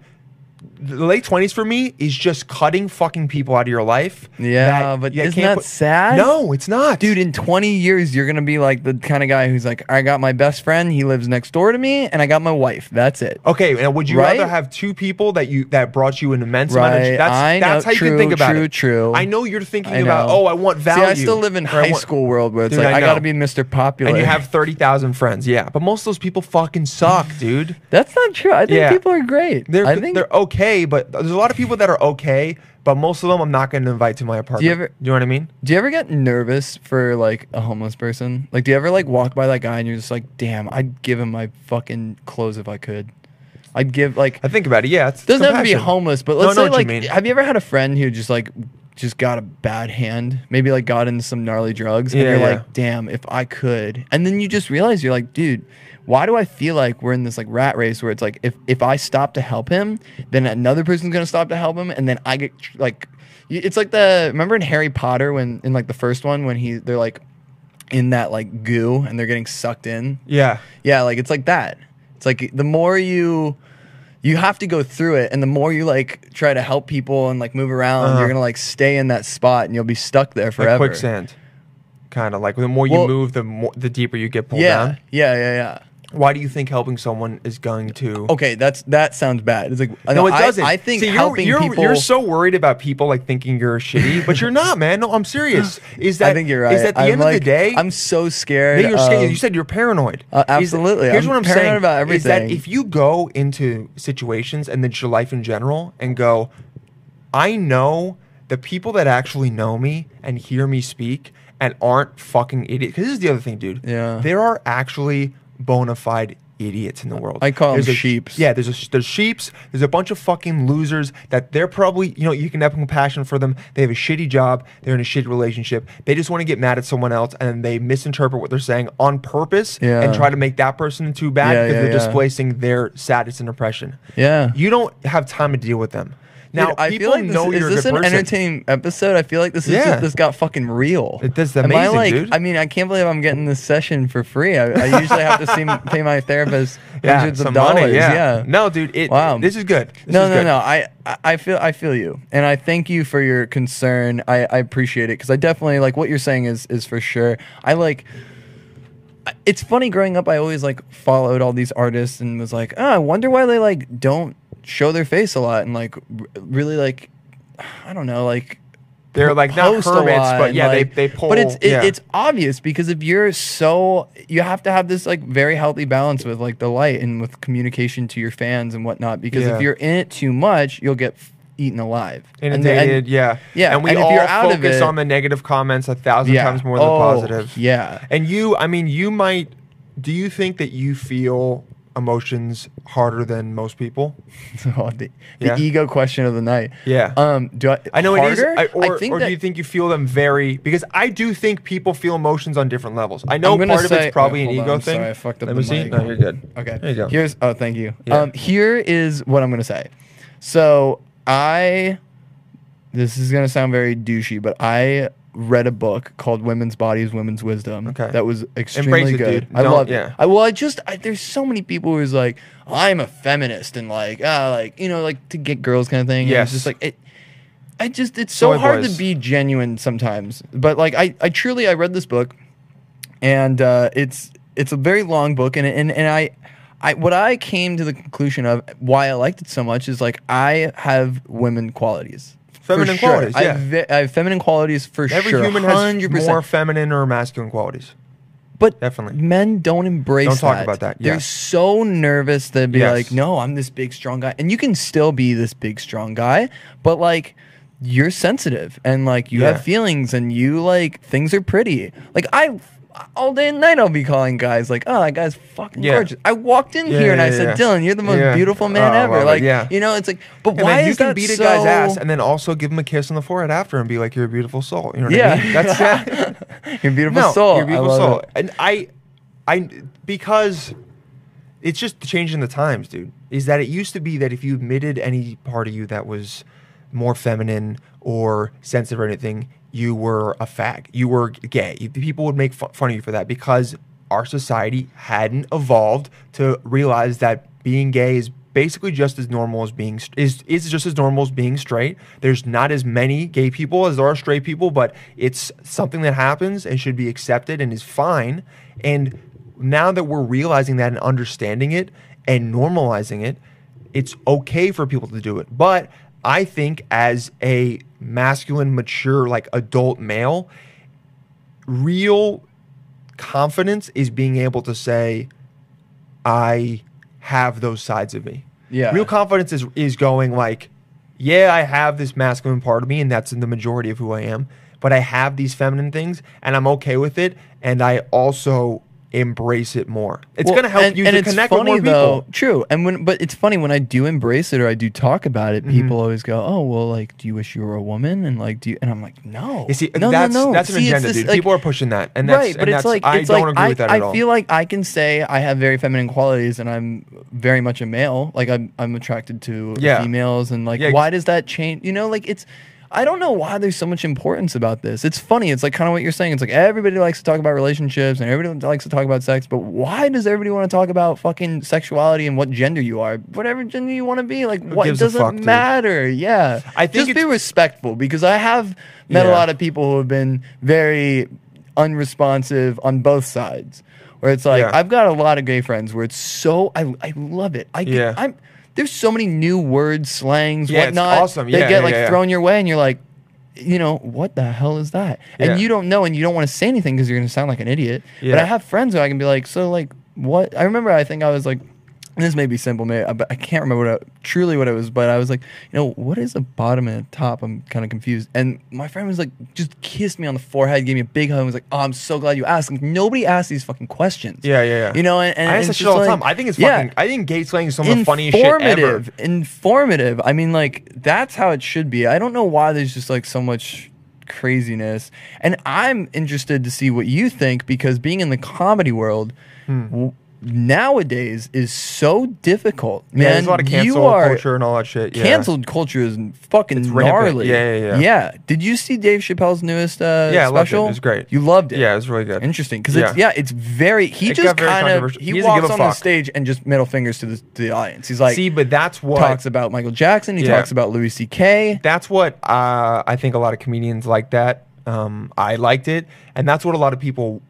Speaker 1: the late 20s for me is just cutting fucking people out of your life.
Speaker 5: Yeah, but
Speaker 1: you
Speaker 5: isn't
Speaker 1: can't
Speaker 5: that sad?
Speaker 1: No, it's not,
Speaker 5: Dude, in 20 years, you're going to be like the kind of guy who's like, I got my best friend. He lives next door to me, and I got my wife. That's it.
Speaker 1: Okay, and would you
Speaker 5: Right?
Speaker 1: rather have two people that you that brought you an immense amount of
Speaker 5: Right,
Speaker 1: that's
Speaker 5: I know-
Speaker 1: that's how you can
Speaker 5: true,
Speaker 1: think about
Speaker 5: true,
Speaker 1: it.
Speaker 5: true.
Speaker 1: I know you're thinking
Speaker 5: I
Speaker 1: about,
Speaker 5: know.
Speaker 1: oh, I want value.
Speaker 5: See, I still live in
Speaker 1: or I
Speaker 5: high
Speaker 1: want-
Speaker 5: school world where it's
Speaker 1: Dude,
Speaker 5: like,
Speaker 1: I
Speaker 5: I, got
Speaker 1: know.
Speaker 5: to be Mr. Popular.
Speaker 1: and you have 30,000 friends. Yeah, but most of those people fucking suck, dude.
Speaker 5: That's not true. I think
Speaker 1: Yeah.
Speaker 5: people are great.
Speaker 1: They're
Speaker 5: I think
Speaker 1: they're okay, but there's a lot of people that are okay, but most of them I'm not going to invite to my apartment.
Speaker 5: ever-
Speaker 1: you know what I mean?
Speaker 5: Do you ever get nervous for like a homeless person? Like, do you ever like walk by that guy and you're just like, damn, I'd give him my fucking clothes if I could. I'd give like
Speaker 1: I think about it. Yeah, it's
Speaker 5: doesn't have to be
Speaker 1: compassion.
Speaker 5: homeless, but
Speaker 1: No,
Speaker 5: let's
Speaker 1: I know
Speaker 5: say
Speaker 1: what
Speaker 5: like,
Speaker 1: you mean.
Speaker 5: have you ever had a friend who just like just got a bad hand? Maybe like got into some gnarly drugs, and
Speaker 1: Yeah,
Speaker 5: you're
Speaker 1: yeah.
Speaker 5: like, damn, if I could. And then you just realize you're like, dude, why do I feel like we're in this like rat race where it's like, if if I stop to help him, then another person's gonna stop to help him, and then I get tr- like, y- it's like the remember in Harry Potter when in like the first one when he they're like in that like goo and they're getting sucked in
Speaker 1: Yeah.
Speaker 5: yeah, like it's like that. It's like the more you you have to go through it and the more you like try to help people and like move around,
Speaker 1: Uh-huh.
Speaker 5: you're going to like stay in that spot and you'll be stuck there
Speaker 1: Like
Speaker 5: forever.
Speaker 1: quicksand. Kind of like the more you
Speaker 5: Well-
Speaker 1: move, the more the deeper you get pulled
Speaker 5: Yeah.
Speaker 1: down.
Speaker 5: Yeah, yeah, yeah.
Speaker 1: Why do you think helping someone is going to
Speaker 5: Okay, that's that sounds bad. It's like
Speaker 1: No, it
Speaker 5: Oh, I-
Speaker 1: doesn't.
Speaker 5: I, think
Speaker 1: See, you're,
Speaker 5: helping
Speaker 1: you're,
Speaker 5: people
Speaker 1: You're so worried about people like thinking you're shitty, but you're not, man. No, I'm serious. Is that
Speaker 5: I think you're right.
Speaker 1: Is that the
Speaker 5: I'm
Speaker 1: end of
Speaker 5: like-
Speaker 1: the day?
Speaker 5: I'm so scared.
Speaker 1: that you're scared.
Speaker 5: of-
Speaker 1: You said you're paranoid.
Speaker 5: Uh,
Speaker 1: Is-
Speaker 5: absolutely.
Speaker 1: here's
Speaker 5: I'm
Speaker 1: what I'm
Speaker 5: paranoid
Speaker 1: saying
Speaker 5: about
Speaker 1: is that
Speaker 5: everything.
Speaker 1: if you go into situations and then your life in general and go, I know the people that actually know me and hear me speak and aren't fucking idiots. Because this is the other thing, dude.
Speaker 5: Yeah.
Speaker 1: There are actually bona fide idiots in the world.
Speaker 5: I call 'em
Speaker 1: There's a-
Speaker 5: sheeps.
Speaker 1: Yeah, there's a, there's sheeps. There's a bunch of fucking losers that they're probably you know you can have compassion for them. They have a shitty job. They're in a shitty relationship. They just want to get mad at someone else and they misinterpret what they're saying on purpose
Speaker 5: Yeah.
Speaker 1: and try to make that person too bad
Speaker 5: Yeah,
Speaker 1: because
Speaker 5: yeah,
Speaker 1: they're
Speaker 5: yeah.
Speaker 1: displacing their sadness and depression.
Speaker 5: Yeah.
Speaker 1: you don't have time to deal with them. Now
Speaker 5: Dude, I
Speaker 1: people
Speaker 5: feel like this,
Speaker 1: know
Speaker 5: is
Speaker 1: you're
Speaker 5: this
Speaker 1: a good
Speaker 5: an
Speaker 1: person.
Speaker 5: entertaining episode? I feel like this is
Speaker 1: Yeah.
Speaker 5: just, this got fucking real.
Speaker 1: It- this is
Speaker 5: Am I
Speaker 1: amazing,
Speaker 5: like?
Speaker 1: dude.
Speaker 5: I mean, I can't believe I'm getting this session for free. I, I usually have to see, pay my therapist hundreds of dollars. yeah.
Speaker 1: No, dude. It,
Speaker 5: Wow.
Speaker 1: This is good. This
Speaker 5: no,
Speaker 1: is
Speaker 5: no,
Speaker 1: good.
Speaker 5: no. I, I- I feel, I feel you, and I thank you for your concern. I, I appreciate it because I definitely like what you're saying is, is for sure. I like. I- It's funny growing up. I always like followed all these artists and was like, oh, I wonder why they like don't show their face a lot and like r- really like, I don't know, like
Speaker 1: They're like not
Speaker 5: post a
Speaker 1: hermits,
Speaker 5: lot
Speaker 1: but
Speaker 5: and,
Speaker 1: yeah,
Speaker 5: like-
Speaker 1: they they pull.
Speaker 5: But it's it,
Speaker 1: yeah.
Speaker 5: it's obvious because if you're so you have to have this like very healthy balance with like the light and with communication to your fans and whatnot. Because
Speaker 1: Yeah.
Speaker 5: if you're in it too much, you'll get f- eaten alive. And the- and-
Speaker 1: inundated. yeah,
Speaker 5: yeah,
Speaker 1: And we
Speaker 5: and if
Speaker 1: all
Speaker 5: you're out of
Speaker 1: focus
Speaker 5: it-
Speaker 1: on the negative comments a thousand
Speaker 5: Yeah.
Speaker 1: times more than
Speaker 5: Oh,
Speaker 1: positive.
Speaker 5: yeah.
Speaker 1: And you, I mean, you might. Do you think that you feel emotions harder than most people?
Speaker 5: Oh, the, the
Speaker 1: Yeah.
Speaker 5: ego question of the night.
Speaker 1: Yeah.
Speaker 5: Um. Do I?
Speaker 1: I know
Speaker 5: harder?
Speaker 1: it is. I, or
Speaker 5: think
Speaker 1: or
Speaker 5: that,
Speaker 1: do you think you feel them very? Because I do think people feel emotions on different levels. I know
Speaker 5: I'm gonna
Speaker 1: part of
Speaker 5: say-
Speaker 1: it's probably
Speaker 5: wait,
Speaker 1: an
Speaker 5: hold on,
Speaker 1: ego
Speaker 5: I'm
Speaker 1: thing.
Speaker 5: sorry, I fucked up
Speaker 1: Let
Speaker 5: the
Speaker 1: me see.
Speaker 5: mic.
Speaker 1: No, you're good.
Speaker 5: Okay.
Speaker 1: There you go.
Speaker 5: Here's oh, thank you.
Speaker 1: Yeah.
Speaker 5: Um, here is what I'm gonna say. So I, this is gonna sound very douchey, but I read a book called "Women's Bodies, Women's Wisdom."
Speaker 1: Okay.
Speaker 5: That was extremely
Speaker 1: it,
Speaker 5: good.
Speaker 1: dude.
Speaker 5: I
Speaker 1: Don't-
Speaker 5: loved
Speaker 1: yeah.
Speaker 5: it. I well, I just I, there's so many people who's like, I'm a feminist and like, ah, like you know, like to get girls kind of thing. Yeah.
Speaker 1: Yes.
Speaker 5: It's just like it. I just it's so
Speaker 1: Soy
Speaker 5: hard
Speaker 1: boys.
Speaker 5: to be genuine sometimes. But like I, I truly I read this book and uh, it's it's a very long book and and, and I, I what I came to the conclusion of why I liked it so much is like I have women qualities. For
Speaker 1: Feminine
Speaker 5: sure.
Speaker 1: qualities,
Speaker 5: I
Speaker 1: yeah.
Speaker 5: have, ve- I have feminine qualities for
Speaker 1: Every
Speaker 5: sure.
Speaker 1: human has
Speaker 5: 100%.
Speaker 1: more feminine or masculine qualities.
Speaker 5: But
Speaker 1: Definitely.
Speaker 5: men don't embrace.
Speaker 1: Don't talk about that,
Speaker 5: They're
Speaker 1: yes.
Speaker 5: so nervous. They'd be
Speaker 1: Yes.
Speaker 5: like, "No, I'm this big strong guy," and you can still be this big strong guy, but like, you're sensitive and like you
Speaker 1: Yeah.
Speaker 5: have feelings and you like things are pretty. Like I, all day and night, I'll be calling guys like, "Oh, that guy's fucking
Speaker 1: Yeah.
Speaker 5: gorgeous." I walked in
Speaker 1: Yeah,
Speaker 5: here and
Speaker 1: yeah,
Speaker 5: I said,
Speaker 1: yeah.
Speaker 5: "Dylan, you're the most
Speaker 1: Yeah.
Speaker 5: beautiful man
Speaker 1: Oh, I
Speaker 5: ever."
Speaker 1: love it,
Speaker 5: like,
Speaker 1: yeah.
Speaker 5: you know, it's like, but
Speaker 1: And
Speaker 5: why
Speaker 1: then you
Speaker 5: is
Speaker 1: can
Speaker 5: that
Speaker 1: beat
Speaker 5: so?
Speaker 1: a guy's ass and then also give him a kiss on the forehead after and be like, "You're a beautiful soul." You know what I
Speaker 5: Yeah.
Speaker 1: mean? That's that.
Speaker 5: You're beautiful soul.
Speaker 1: You're a
Speaker 5: I
Speaker 1: beautiful
Speaker 5: love
Speaker 1: soul.
Speaker 5: it.
Speaker 1: And I, I because it's just the change in the times, dude. Is that it used to be that if you admitted any part of you that was more feminine or sensitive or anything, you were a fag. You were gay. You- People would make fu- fun of you for that because our society hadn't evolved to realize that being gay is basically just as normal as being st- is is just as normal as being straight. There's not as many gay people as there are straight people, but it's something that happens and should be accepted and is fine. And now that we're realizing that and understanding it and normalizing it, it's okay for people to do it. But I think as a masculine, mature, like adult male, real confidence is being able to say, I have those sides of me.
Speaker 5: Yeah.
Speaker 1: Real confidence is is going like, yeah, I have this masculine part of me, and that's in the majority of who I am. But I have these feminine things, and I'm okay with it, and I also embrace it more. It's
Speaker 5: Well,
Speaker 1: gonna help
Speaker 5: and-
Speaker 1: you
Speaker 5: and
Speaker 1: to
Speaker 5: it's
Speaker 1: connect
Speaker 5: funny,
Speaker 1: with more
Speaker 5: though,
Speaker 1: people.
Speaker 5: True, and when but it's funny when I do embrace it or I do talk about
Speaker 1: Mm-hmm.
Speaker 5: it, people always go, "Oh, well, like, do you wish you were a woman?" And like, do you? And I'm like, "No,
Speaker 1: You see,
Speaker 5: no,
Speaker 1: that's
Speaker 5: no, no."
Speaker 1: that's an
Speaker 5: See, it's
Speaker 1: agenda,
Speaker 5: this,
Speaker 1: dude.
Speaker 5: like-
Speaker 1: people are pushing that, and that's
Speaker 5: right, but
Speaker 1: and
Speaker 5: it's
Speaker 1: that's-
Speaker 5: like
Speaker 1: I
Speaker 5: it's
Speaker 1: don't
Speaker 5: like
Speaker 1: agree
Speaker 5: I,
Speaker 1: with that
Speaker 5: I
Speaker 1: at all.
Speaker 5: feel like I can say I have very feminine qualities, and I'm very much a male. Like I'm I'm attracted to
Speaker 1: Yeah.
Speaker 5: females, and like
Speaker 1: Yeah, ex-
Speaker 5: why does that change? You know, like it's. I don't know why there's so much importance about this. It's funny. It's like kind of what you're saying. It's like everybody likes to talk about relationships and everybody likes to talk about sex, but why does everybody want to talk about fucking sexuality and what gender you are? Whatever gender you want to be, like what
Speaker 1: gives a
Speaker 5: doesn't
Speaker 1: fuck, dude?
Speaker 5: matter. Yeah,
Speaker 1: I think
Speaker 5: just
Speaker 1: it's-
Speaker 5: be respectful because I have met
Speaker 1: Yeah.
Speaker 5: a lot of people who have been very unresponsive on both sides. Where it's like
Speaker 1: Yeah.
Speaker 5: I've got a lot of gay friends where it's so I I love it. I get,
Speaker 1: Yeah.
Speaker 5: I'm there's so many new words, slangs,
Speaker 1: Yeah, it's
Speaker 5: whatnot.
Speaker 1: awesome.
Speaker 5: They
Speaker 1: Yeah,
Speaker 5: get
Speaker 1: yeah,
Speaker 5: like
Speaker 1: yeah.
Speaker 5: thrown your way, and you're like, you know, what the hell is that?
Speaker 1: Yeah.
Speaker 5: And you don't know, and you don't want to say anything because you're gonna sound like an idiot. But
Speaker 1: Yeah.
Speaker 5: I have friends who I can be like, so like what? I remember I think I was like. and This may be simple, may but I can't remember what I, truly what it was. But I was like, you know, what is a bottom and a top? I'm kind of confused. And my friend was like, just kissed me on the forehead, gave me a big hug, and was like, oh, I'm so glad you asked. Like, nobody asks these fucking questions.
Speaker 1: yeah, yeah, yeah.
Speaker 5: You know, and, and
Speaker 1: I ask
Speaker 5: it's
Speaker 1: that
Speaker 5: just
Speaker 1: shit all the
Speaker 5: like-
Speaker 1: time. I think it's
Speaker 5: yeah.
Speaker 1: fucking. I think gay slang is some of the funniest shit ever.
Speaker 5: Informative, Informative. I mean, like that's how it should be. I don't know why there's just like so much craziness,
Speaker 1: Hmm.
Speaker 5: and I'm interested to see what you think because being in the comedy world, w- nowadays is so difficult. Man,
Speaker 1: Yeah, there's a lot of
Speaker 5: you
Speaker 1: cancel
Speaker 5: are
Speaker 1: culture and all that shit. Yeah.
Speaker 5: Canceled culture is fucking
Speaker 1: rampant.
Speaker 5: gnarly.
Speaker 1: Yeah, yeah, yeah.
Speaker 5: Did you see Dave Chappelle's newest uh,
Speaker 1: Yeah, I loved it. It
Speaker 5: special?
Speaker 1: was great.
Speaker 5: You loved it.
Speaker 1: Yeah, it was really good.
Speaker 5: Interesting, because it's yeah, it's very. He
Speaker 1: It
Speaker 5: just
Speaker 1: got very
Speaker 5: kind of
Speaker 1: controversial.
Speaker 5: he,
Speaker 1: He doesn't
Speaker 5: walks
Speaker 1: give a
Speaker 5: on the
Speaker 1: fuck.
Speaker 5: stage and just middle fingers to the to the audience. He's like
Speaker 1: See, but that's what
Speaker 5: talks about Michael Jackson. He
Speaker 1: Yeah.
Speaker 5: talks about Louis C.K.
Speaker 1: that's what uh, I think a lot of comedians like that. Um, I liked it, and that's what a lot of people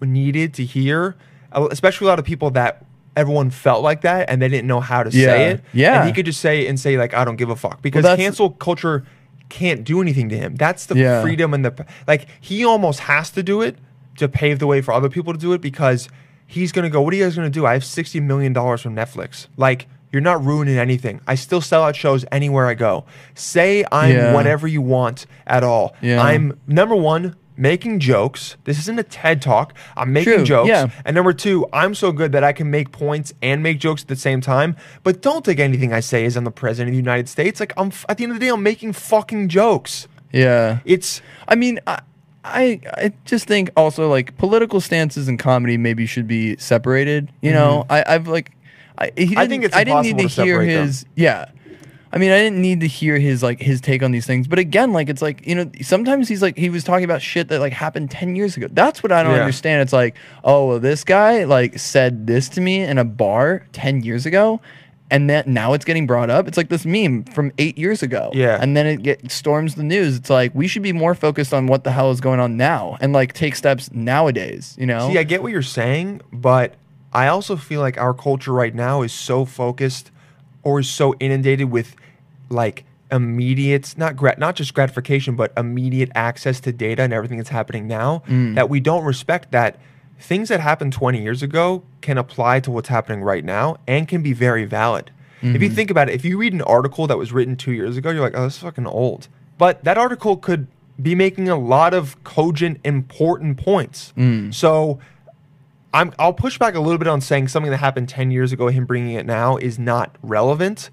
Speaker 1: needed to hear, uh, especially a lot of people that everyone felt like that and they didn't know how to
Speaker 5: Yeah.
Speaker 1: say it.
Speaker 5: Yeah.
Speaker 1: and he could just say and say like, "I don't give a fuck," because
Speaker 5: that's-
Speaker 1: cancel culture can't do anything to him. That's the
Speaker 5: Yeah.
Speaker 1: freedom and the p- like. He almost has to do it to pave the way for other people to do it because he's gonna go. What are you guys gonna do? I have sixty million dollars from Netflix. Like. You're not ruining anything. I still sell out shows anywhere I go. Say I'm
Speaker 5: Yeah.
Speaker 1: whatever you want at all.
Speaker 5: Yeah.
Speaker 1: I'm number one, making jokes. This isn't a TED talk. I'm making
Speaker 5: True,
Speaker 1: jokes.
Speaker 5: yeah.
Speaker 1: And number two, I'm so good that I can make points and make jokes at the same time. But don't take anything I say as I'm the president of the United States. Like I'm f- at the end of the day, I'm making fucking jokes.
Speaker 5: Yeah,
Speaker 1: It's
Speaker 5: I mean, I, I, I just think also like political stances and comedy maybe should be separated. You know, I, I've like, I, he didn't, I
Speaker 1: Mm-hmm. think it's
Speaker 5: didn't need to,
Speaker 1: impossible to
Speaker 5: hear
Speaker 1: separate them.
Speaker 5: his, yeah. I mean, I didn't need to hear his like his take on these things, but again, like it's like you know, sometimes he's like he was talking about shit that like happened ten years ago. That's what I don't
Speaker 1: Yeah.
Speaker 5: understand. It's like, oh, well, this guy like said this to me in a bar ten years ago, and that now it's getting brought up. It's like this meme from eight years ago,
Speaker 1: Yeah.
Speaker 5: and then it get, storms the news. It's like we should be more focused on what the hell is going on now and like take steps nowadays. You know?
Speaker 1: See, I get what you're saying, but I also feel like our culture right now is so focused or is so inundated with like immediate not grat not just gratification but immediate access to data and everything that's happening now that we don't respect that things that happened 20 years ago can apply to what's happening right now and can be very valid. If you think about it, if you read an article that was written 2 years ago, you're like, "Oh, that's fucking old." But that article could be making a lot of cogent important points. So I'm, I'll push back a little bit on saying something that happened 10 years ago, him bringing it now is not relevant.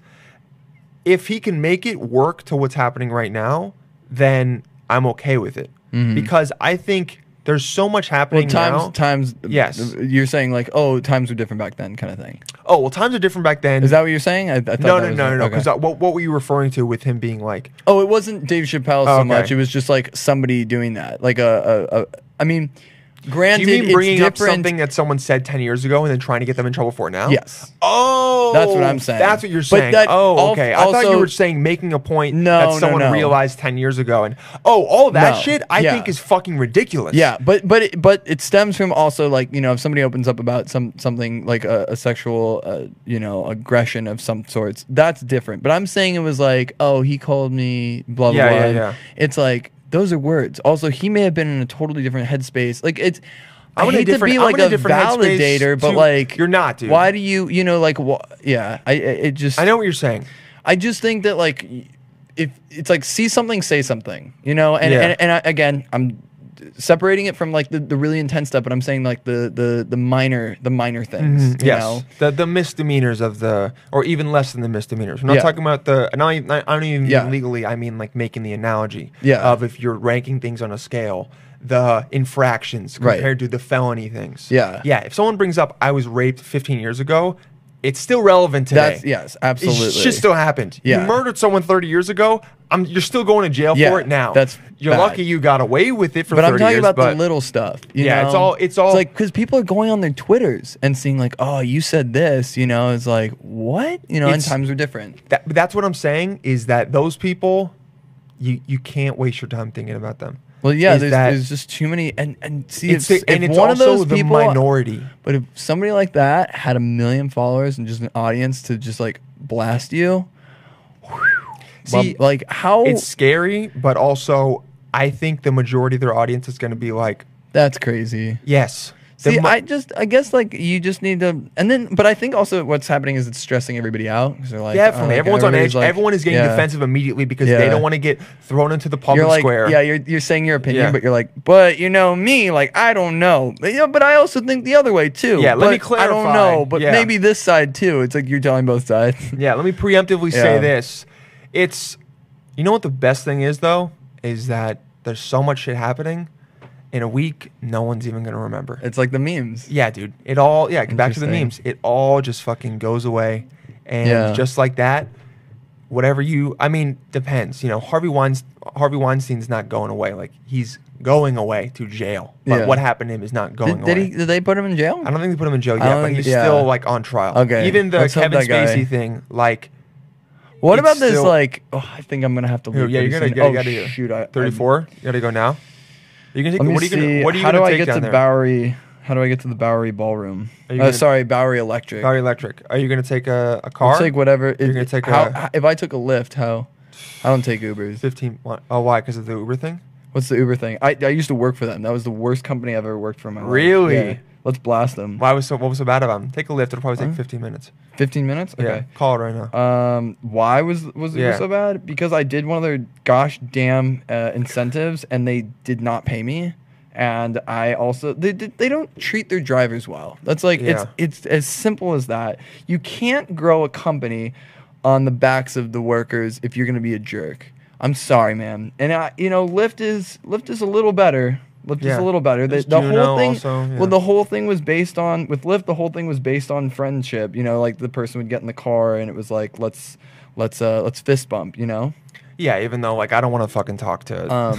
Speaker 1: If he can make it work to what's happening right now, then I'm okay with it. Because I think there's so much
Speaker 5: Mm-hmm. well,
Speaker 1: happening
Speaker 5: times,
Speaker 1: now.
Speaker 5: times.
Speaker 1: Yes.
Speaker 5: You're saying like, oh, times were different back then, kind of thing.
Speaker 1: oh, well, times are different back then.
Speaker 5: Is that what you're saying? I, I thought
Speaker 1: no,
Speaker 5: that
Speaker 1: no,
Speaker 5: was
Speaker 1: no, no,
Speaker 5: it.
Speaker 1: no.
Speaker 5: Okay.
Speaker 1: Because what, what were you referring to with him being like,
Speaker 5: Oh, it wasn't Dave Chappelle so
Speaker 1: Oh, okay.
Speaker 5: much. It was just like somebody doing that. Like a, a, a I mean,
Speaker 1: do
Speaker 5: granted,
Speaker 1: you mean bringing
Speaker 5: it's
Speaker 1: up
Speaker 5: different.
Speaker 1: something that someone said 10 years ago and then trying to get them in trouble for it now?
Speaker 5: Yes.
Speaker 1: Oh,
Speaker 5: That's what I'm saying.
Speaker 1: That's what you're
Speaker 5: But
Speaker 1: saying.
Speaker 5: that al-
Speaker 1: oh, okay. I thought
Speaker 5: also-
Speaker 1: you were saying making a point
Speaker 5: No, no,
Speaker 1: that someone
Speaker 5: no.
Speaker 1: realized 10 years ago, and oh, all that
Speaker 5: No.
Speaker 1: shit I
Speaker 5: Yeah.
Speaker 1: think is fucking ridiculous.
Speaker 5: Yeah, but but it, but it stems from also like you know if somebody opens up about some something like a, a sexual uh, you know aggression of some sorts that's different. But I'm saying it was like oh he called me blah blah
Speaker 1: Yeah,
Speaker 5: blah.
Speaker 1: yeah,
Speaker 5: And
Speaker 1: yeah.
Speaker 5: It's like those are words. Also, he may have been in a totally different headspace. Like it's. i
Speaker 1: I'm in a
Speaker 5: hate to
Speaker 1: different-
Speaker 5: be
Speaker 1: I'm
Speaker 5: like
Speaker 1: in a
Speaker 5: a,
Speaker 1: different headspace
Speaker 5: validator, but
Speaker 1: to-
Speaker 5: like
Speaker 1: You're not, dude.
Speaker 5: Why do you, you know, like, wh- yeah, I, I- it just,
Speaker 1: I know what you're saying.
Speaker 5: I just think that like if it's like see something, say something, you know, and
Speaker 1: Yeah.
Speaker 5: and, and I, again, I'm separating it from like the, the really intense stuff, but I'm saying like the the the minor the minor things, you
Speaker 1: Mm-hmm. yes,
Speaker 5: know.
Speaker 1: the the misdemeanors of the, or even less than the misdemeanors. We're not
Speaker 5: Yeah.
Speaker 1: talking about the. And I, I don't even mean
Speaker 5: Yeah.
Speaker 1: legally. I mean like making the analogy
Speaker 5: Yeah.
Speaker 1: of if you're ranking things on a scale, the infractions
Speaker 5: Right.
Speaker 1: compared to the felony things.
Speaker 5: Yeah.
Speaker 1: yeah. If someone brings up I was raped 15 years ago, it's still relevant today.
Speaker 5: That's yes, absolutely.
Speaker 1: It shit still happened.
Speaker 5: Yeah.
Speaker 1: You murdered someone 30 years ago. I'm, you're still going to jail
Speaker 5: Yeah,
Speaker 1: for it now.
Speaker 5: that's
Speaker 1: you're
Speaker 5: bad.
Speaker 1: lucky you got away with it for
Speaker 5: but
Speaker 1: 30
Speaker 5: I'm talking
Speaker 1: years,
Speaker 5: about the
Speaker 1: but-
Speaker 5: little stuff. you
Speaker 1: Yeah,
Speaker 5: know?
Speaker 1: it's all- it's all-
Speaker 5: like because people are going on their Twitters and seeing like, oh, you said this, you know, it's like what, you know, and
Speaker 1: It's-
Speaker 5: times are different.
Speaker 1: that, but that's what I'm saying is that those people, you you can't waste your time thinking about them.
Speaker 5: Well, yeah,
Speaker 1: Is
Speaker 5: there's,
Speaker 1: that-
Speaker 5: there's just too many, and and see,
Speaker 1: it's,
Speaker 5: if,
Speaker 1: the- and
Speaker 5: if
Speaker 1: it's
Speaker 5: one
Speaker 1: also
Speaker 5: of those
Speaker 1: the
Speaker 5: people, Oh.
Speaker 1: minority.
Speaker 5: But if somebody like that had a million followers and just an audience to just like blast you, well,
Speaker 1: See,
Speaker 5: like how
Speaker 1: it's scary, but also I think the majority of their audience is going to be like,
Speaker 5: that's crazy.
Speaker 1: yes. The
Speaker 5: See,
Speaker 1: mo-
Speaker 5: I just, I guess, like you just need to, and then, but I think also what's happening is it's stressing everybody out. 'cause They're like, oh,
Speaker 1: Definitely,
Speaker 5: like,
Speaker 1: everyone's on
Speaker 5: everybody's
Speaker 1: edge.
Speaker 5: like-
Speaker 1: Everyone is getting
Speaker 5: yeah.
Speaker 1: defensive immediately because
Speaker 5: Yeah.
Speaker 1: they don't want to get thrown into the public
Speaker 5: You're like,
Speaker 1: square.
Speaker 5: yeah, you're you're saying your opinion,
Speaker 1: Yeah.
Speaker 5: but you're like, but you know me, like I don't know, but, you know, but I also think the other way too.
Speaker 1: Yeah, let me
Speaker 5: but I don't
Speaker 1: clarify.
Speaker 5: know, but
Speaker 1: Yeah.
Speaker 5: maybe this side too. It's like you're telling both sides.
Speaker 1: Yeah, let me preemptively
Speaker 5: Yeah.
Speaker 1: say this. It's you know what the best thing is though? Is that there's so much shit happening in a week, no one's even gonna remember.
Speaker 5: It's like the memes.
Speaker 1: Yeah, dude. It all yeah, back to the
Speaker 5: Interesting.
Speaker 1: memes. It all just fucking goes away. And
Speaker 5: Yeah.
Speaker 1: just like that, whatever you I mean, depends. You know, Harvey Weinst- Harvey Weinstein's not going away. Like he's going away to jail. But
Speaker 5: Yeah.
Speaker 1: what happened to him is not going
Speaker 5: Did, did
Speaker 1: away.
Speaker 5: he? Did they put him in jail?
Speaker 1: I don't think they put him in jail
Speaker 5: I
Speaker 1: yet, but
Speaker 5: don't-
Speaker 1: he's
Speaker 5: yeah.
Speaker 1: still like on trial.
Speaker 5: Okay.
Speaker 1: Even the
Speaker 5: Let's hope
Speaker 1: Kevin
Speaker 5: that guy-
Speaker 1: Spacey thing, like
Speaker 5: What
Speaker 1: It's
Speaker 5: about this?
Speaker 1: still-
Speaker 5: Like, oh, I think I'm gonna have to
Speaker 1: Dude,
Speaker 5: leave.
Speaker 1: yeah, you're
Speaker 5: pretty
Speaker 1: gonna
Speaker 5: soon.
Speaker 1: get
Speaker 5: oh,
Speaker 1: out of here.
Speaker 5: Shoot, I, I-
Speaker 1: 34. You gotta go now. You can take.
Speaker 5: Let me
Speaker 1: What are you
Speaker 5: see.
Speaker 1: gonna? What are you
Speaker 5: how
Speaker 1: gonna
Speaker 5: do
Speaker 1: take
Speaker 5: I get
Speaker 1: down
Speaker 5: to
Speaker 1: there?
Speaker 5: Bowery? How do I get to the Bowery Ballroom?
Speaker 1: Are you
Speaker 5: Uh,
Speaker 1: gonna-
Speaker 5: sorry, Bowery Electric.
Speaker 1: Bowery Electric. Are you gonna take a, a
Speaker 5: I'll
Speaker 1: car?
Speaker 5: take whatever. It-
Speaker 1: You're gonna take
Speaker 5: how,
Speaker 1: a-
Speaker 5: h- if I took a Lyft, how? I don't take Ubers.
Speaker 1: 15. why- Oh, why? Because of the Uber thing?
Speaker 5: What's the Uber thing? I, I used to work for them. That was the worst company I've ever worked for in my life.
Speaker 1: Really?
Speaker 5: Yeah. Let's blast them.
Speaker 1: Why was so? What was so bad about him? Take a lift. It'll probably take
Speaker 5: Huh?
Speaker 1: 15 minutes.
Speaker 5: Fifteen minutes. Okay.
Speaker 1: Yeah. Call it right now.
Speaker 5: Um, why was was it
Speaker 1: Yeah.
Speaker 5: so bad? Because I did one of their gosh damn uh, incentives, and they did not pay me. And I also they did- they don't treat their drivers well. That's like
Speaker 1: Yeah.
Speaker 5: it's it's as simple as that. You can't grow a company on the backs of the workers if you're gonna be a jerk. I'm sorry, man. And I, you know, Lyft is Lyft is a little better. Lyft is
Speaker 1: Yeah.
Speaker 5: a little better. The,
Speaker 1: There's
Speaker 5: the
Speaker 1: Juno
Speaker 5: whole thing,
Speaker 1: also, yeah.
Speaker 5: well, the whole thing was based on with Lyft. The whole thing was based on friendship. You know, like the person would get in the car and it was like, let's let's uh let's fist bump. You know.
Speaker 1: yeah. Even though like I don't want to fucking talk to.
Speaker 5: Um,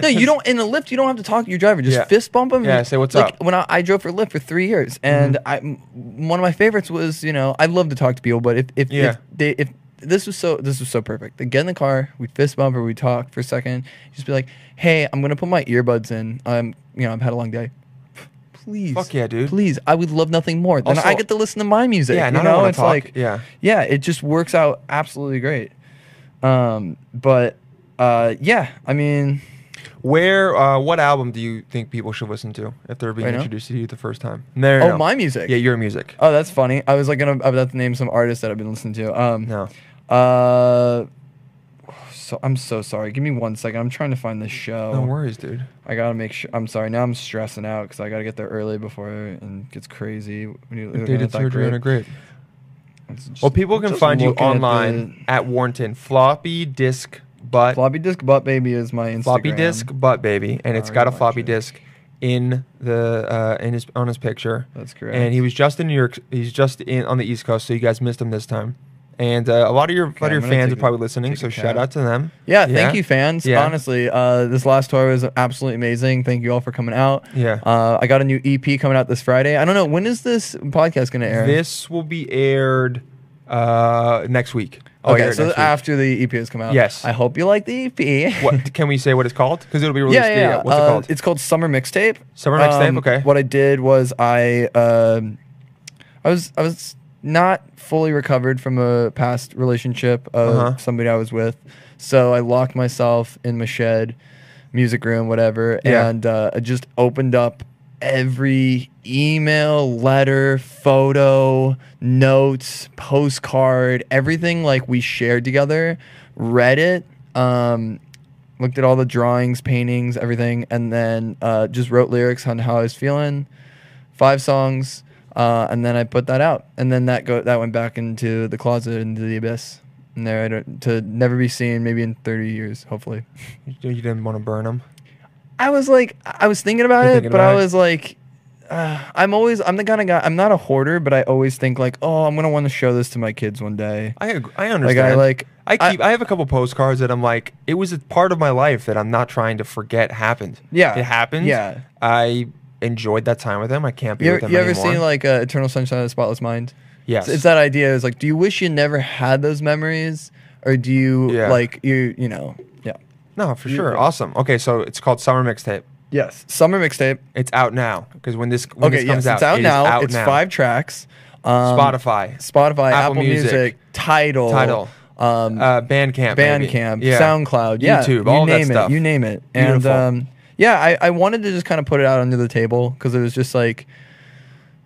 Speaker 5: no, you don't. In a Lyft, you don't have to talk to your driver. Just
Speaker 1: Yeah.
Speaker 5: fist bump him.
Speaker 1: Yeah, say, "What's
Speaker 5: like,
Speaker 1: up?" Mm-hmm.
Speaker 5: When I, I drove for Lyft for three years, and I m- one of my favorites was you know I love to talk to people, but if if,
Speaker 1: Yeah.
Speaker 5: if they if this was so this was so perfect. They get in the car, we fist bump or we talk for a second. Just be like, hey, I'm gonna put my earbuds in. I'm you know I've had a long day. Please,
Speaker 1: Fuck yeah, dude.
Speaker 5: Please, I would love nothing more than
Speaker 1: Also-
Speaker 5: I get to listen to my music.
Speaker 1: Yeah, and
Speaker 5: you
Speaker 1: I don't
Speaker 5: know
Speaker 1: wanna
Speaker 5: it's
Speaker 1: talk.
Speaker 5: like
Speaker 1: Yeah.
Speaker 5: yeah, it just works out absolutely great. Um, but uh, yeah, I mean,
Speaker 1: Where? Uh, what album do you think people should listen to if they're being
Speaker 5: Right now?
Speaker 1: introduced to you the first time? No. no,
Speaker 5: Oh,
Speaker 1: no.
Speaker 5: my music.
Speaker 1: Yeah, your music.
Speaker 5: oh, that's funny. I was like gonna about to name some artists that I've been listening to. Um,
Speaker 1: No.
Speaker 5: Uh, so I'm so sorry. Give me one second. I'm trying to find this show.
Speaker 1: No worries, dude.
Speaker 5: I gotta make sure. I'm sorry. Now I'm stressing out because I gotta get there early before it gets crazy. When you,
Speaker 1: They did surgery on a grape.
Speaker 5: It's just-
Speaker 1: Well, people can
Speaker 5: just
Speaker 1: find you
Speaker 5: looking at
Speaker 1: online at Warrenton Floppy Disk Butt
Speaker 5: the- floppy disk butt baby is my Instagram.
Speaker 1: floppy disk butt baby, and it's
Speaker 5: Sorry,
Speaker 1: got a
Speaker 5: my
Speaker 1: floppy
Speaker 5: shit.
Speaker 1: disk in the uh, in his on his picture.
Speaker 5: That's correct.
Speaker 1: And he was just in New York. He's just in on the East Coast, so you guys missed him this time. And uh, a lot of your a lot
Speaker 5: I'm
Speaker 1: of your
Speaker 5: gonna
Speaker 1: fans
Speaker 5: take
Speaker 1: are
Speaker 5: a-
Speaker 1: probably listening,
Speaker 5: take a
Speaker 1: so
Speaker 5: cab.
Speaker 1: shout out to them.
Speaker 5: Yeah, thank you, fans.
Speaker 1: Yeah.
Speaker 5: Honestly, uh, this last tour was absolutely amazing. Thank you all for coming out.
Speaker 1: Yeah.
Speaker 5: Uh, I got a new EP coming out this Friday. I don't know when is this podcast going to air.
Speaker 1: This will be aired uh, next week. I'll air
Speaker 5: okay,
Speaker 1: it
Speaker 5: so
Speaker 1: next week.
Speaker 5: after the EP has come out.
Speaker 1: Yes.
Speaker 5: I hope you like the EP.
Speaker 1: what can we say? What it's called? Because it'll be released.
Speaker 5: Yeah, yeah, yeah.
Speaker 1: What's
Speaker 5: Uh,
Speaker 1: it called?
Speaker 5: It's called Summer Mixtape. Um,
Speaker 1: Summer Mixtape, okay.
Speaker 5: What I did was I, um, I was, I was not fully recovered from a past relationship of
Speaker 1: Uh-huh.
Speaker 5: somebody I was with, so I locked myself in my shed, music room, whatever,
Speaker 1: Yeah.
Speaker 5: and uh, I just opened up every email, letter, photo, notes, postcard, everything like we shared together, read it. Um, looked at all the drawings, paintings, everything, and then uh, just wrote lyrics on how I was feeling. Five songs, uh, and then I put that out, and then that go that went back into the closet, into the abyss, and there I don't, to never be seen, maybe in thirty years, hopefully.
Speaker 1: you you didn't want to burn them.
Speaker 5: I was like, I was thinking about
Speaker 1: You're
Speaker 5: it,
Speaker 1: thinking
Speaker 5: but
Speaker 1: about
Speaker 5: I
Speaker 1: it.
Speaker 5: was like, uh, I'm always, I'm the kind of guy, I'm not a hoarder, but I always think like, oh, I'm gonna want to show this to my kids one day.
Speaker 1: I ag- I understand.
Speaker 5: like-
Speaker 1: I
Speaker 5: I-
Speaker 1: keep I, have a couple postcards that I'm like it was a part of my life that I'm not trying to forget happened.
Speaker 5: Yeah.
Speaker 1: it happened.
Speaker 5: Yeah.
Speaker 1: I enjoyed that time with them. I can't be
Speaker 5: You
Speaker 1: with
Speaker 5: ever,
Speaker 1: them
Speaker 5: you ever
Speaker 1: anymore.
Speaker 5: seen like uh, Eternal Sunshine of the Spotless Mind?
Speaker 1: Yes.
Speaker 5: It's, it's that idea. It's like, do you wish you never had those memories, or do you
Speaker 1: Yeah.
Speaker 5: like you you know? Yeah.
Speaker 1: no, for sure. Awesome. Okay, so it's called Summer Mixtape.
Speaker 5: Yes. Summer mixtape.
Speaker 1: It's out now because when this when
Speaker 5: okay.
Speaker 1: this
Speaker 5: Yes.
Speaker 1: comes out,
Speaker 5: it's out
Speaker 1: it is
Speaker 5: now. it's five tracks. Um,
Speaker 1: Spotify,
Speaker 5: Spotify,
Speaker 1: Apple
Speaker 5: Apple,
Speaker 1: Music,
Speaker 5: Music, Title,
Speaker 1: Tidal,
Speaker 5: um,
Speaker 1: uh, Bandcamp, maybe.
Speaker 5: Bandcamp,
Speaker 1: Yeah.
Speaker 5: SoundCloud, yeah,
Speaker 1: YouTube,
Speaker 5: you
Speaker 1: all that
Speaker 5: name
Speaker 1: stuff.
Speaker 5: It, you name it. And
Speaker 1: Beautiful.
Speaker 5: um, yeah, I, I wanted to just kind of put it out under the table because it was just like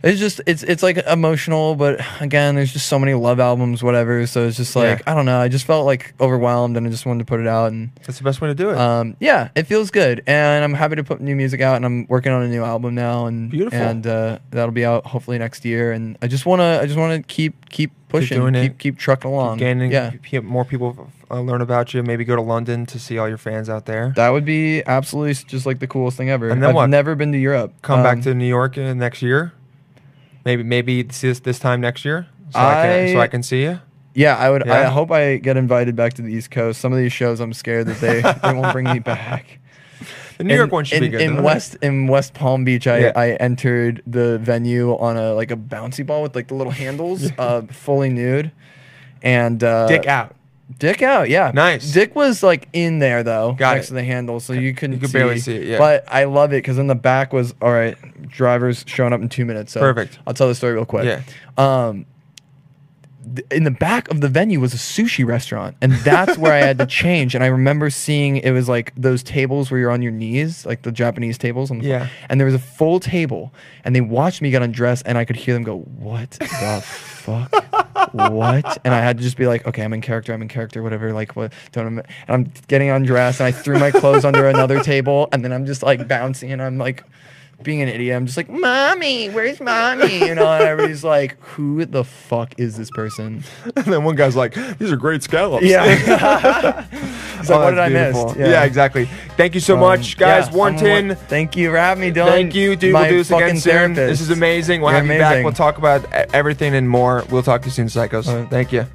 Speaker 5: It's just it's it's like emotional, but again, there's just so many love albums, whatever. So it's just like
Speaker 1: Yeah.
Speaker 5: I don't know. I just felt like overwhelmed, and I just wanted to put it out. And
Speaker 1: That's the best way to do it.
Speaker 5: um, yeah, it feels good, and I'm happy to put new music out, and I'm working on a new album now, and
Speaker 1: Beautiful.
Speaker 5: and uh, that'll be out hopefully next year. And I just wanna I just wanna keep keep pushing,
Speaker 1: doing
Speaker 5: keep
Speaker 1: it.
Speaker 5: keep trucking along.
Speaker 1: Again,
Speaker 5: Um, yeah,
Speaker 1: yeah. more people uh, learn about you. Maybe go to London to see all your fans out there.
Speaker 5: that would be absolutely s- just like the coolest thing ever.
Speaker 1: And then
Speaker 5: I've
Speaker 1: what?
Speaker 5: never been to Europe.
Speaker 1: Come
Speaker 5: Um,
Speaker 1: back to New York uh, next year. Maybe maybe see this this time next year. So I, can so
Speaker 5: I-
Speaker 1: I can see you.
Speaker 5: Yeah, I would. I
Speaker 1: Yeah.
Speaker 5: hope I get invited back to the East Coast. Some of these shows, I'm scared that they, they won't bring me back.
Speaker 1: The New
Speaker 5: In-
Speaker 1: York one should
Speaker 5: in,
Speaker 1: be good.
Speaker 5: In
Speaker 1: though.
Speaker 5: West in West Palm Beach, I,
Speaker 1: Yeah.
Speaker 5: I entered the venue on a like a bouncy ball with like the little handles, uh, fully nude, and uh,
Speaker 1: dick out.
Speaker 5: Dick out, yeah.
Speaker 1: Nice.
Speaker 5: Dick was like in there though,
Speaker 1: Got
Speaker 5: next
Speaker 1: it.
Speaker 5: to the handle, so you couldn't.
Speaker 1: could barely see it, yeah.
Speaker 5: But I love it because then the back was all right. Drivers showing up in two minutes. So
Speaker 1: Perfect.
Speaker 5: I'll tell the story real quick.
Speaker 1: Yeah.
Speaker 5: Um, th- in the back of the venue was a sushi restaurant, and that's where I had to change. And I remember seeing it was like those tables where you're on your knees, like the Japanese tables. On the
Speaker 1: Yeah.
Speaker 5: And there was a full table, and they watched me get undressed, and I could hear them go, "What the fuck?" what? And I had to just be like, okay, I'm in character, I'm in character, whatever. Like, what? Don't. I'm, and I'm getting undressed, and I threw my clothes under another table, and then I'm just like bouncing, and I'm like being an idiot. I'm just like, mommy, where's mommy? You know, and everybody's like, who the fuck is this person?
Speaker 1: and then one guy's like, "These are great scallops."
Speaker 5: Yeah. It's like,
Speaker 1: Oh,
Speaker 5: what
Speaker 1: that's
Speaker 5: did I miss? Um,
Speaker 1: beautiful. Yeah. exactly. Thank you so much, guys. Warrington.
Speaker 5: Thank you for having me, Dylan.
Speaker 1: Thank you, dude.
Speaker 5: My
Speaker 1: we'll do this
Speaker 5: fucking
Speaker 1: again soon. This
Speaker 5: therapist.
Speaker 1: is amazing. We'll
Speaker 5: You're
Speaker 1: have you back.
Speaker 5: amazing.
Speaker 1: We'll talk about e- everything and more. We'll talk to you soon, psychos.
Speaker 5: All right.
Speaker 1: Thank you.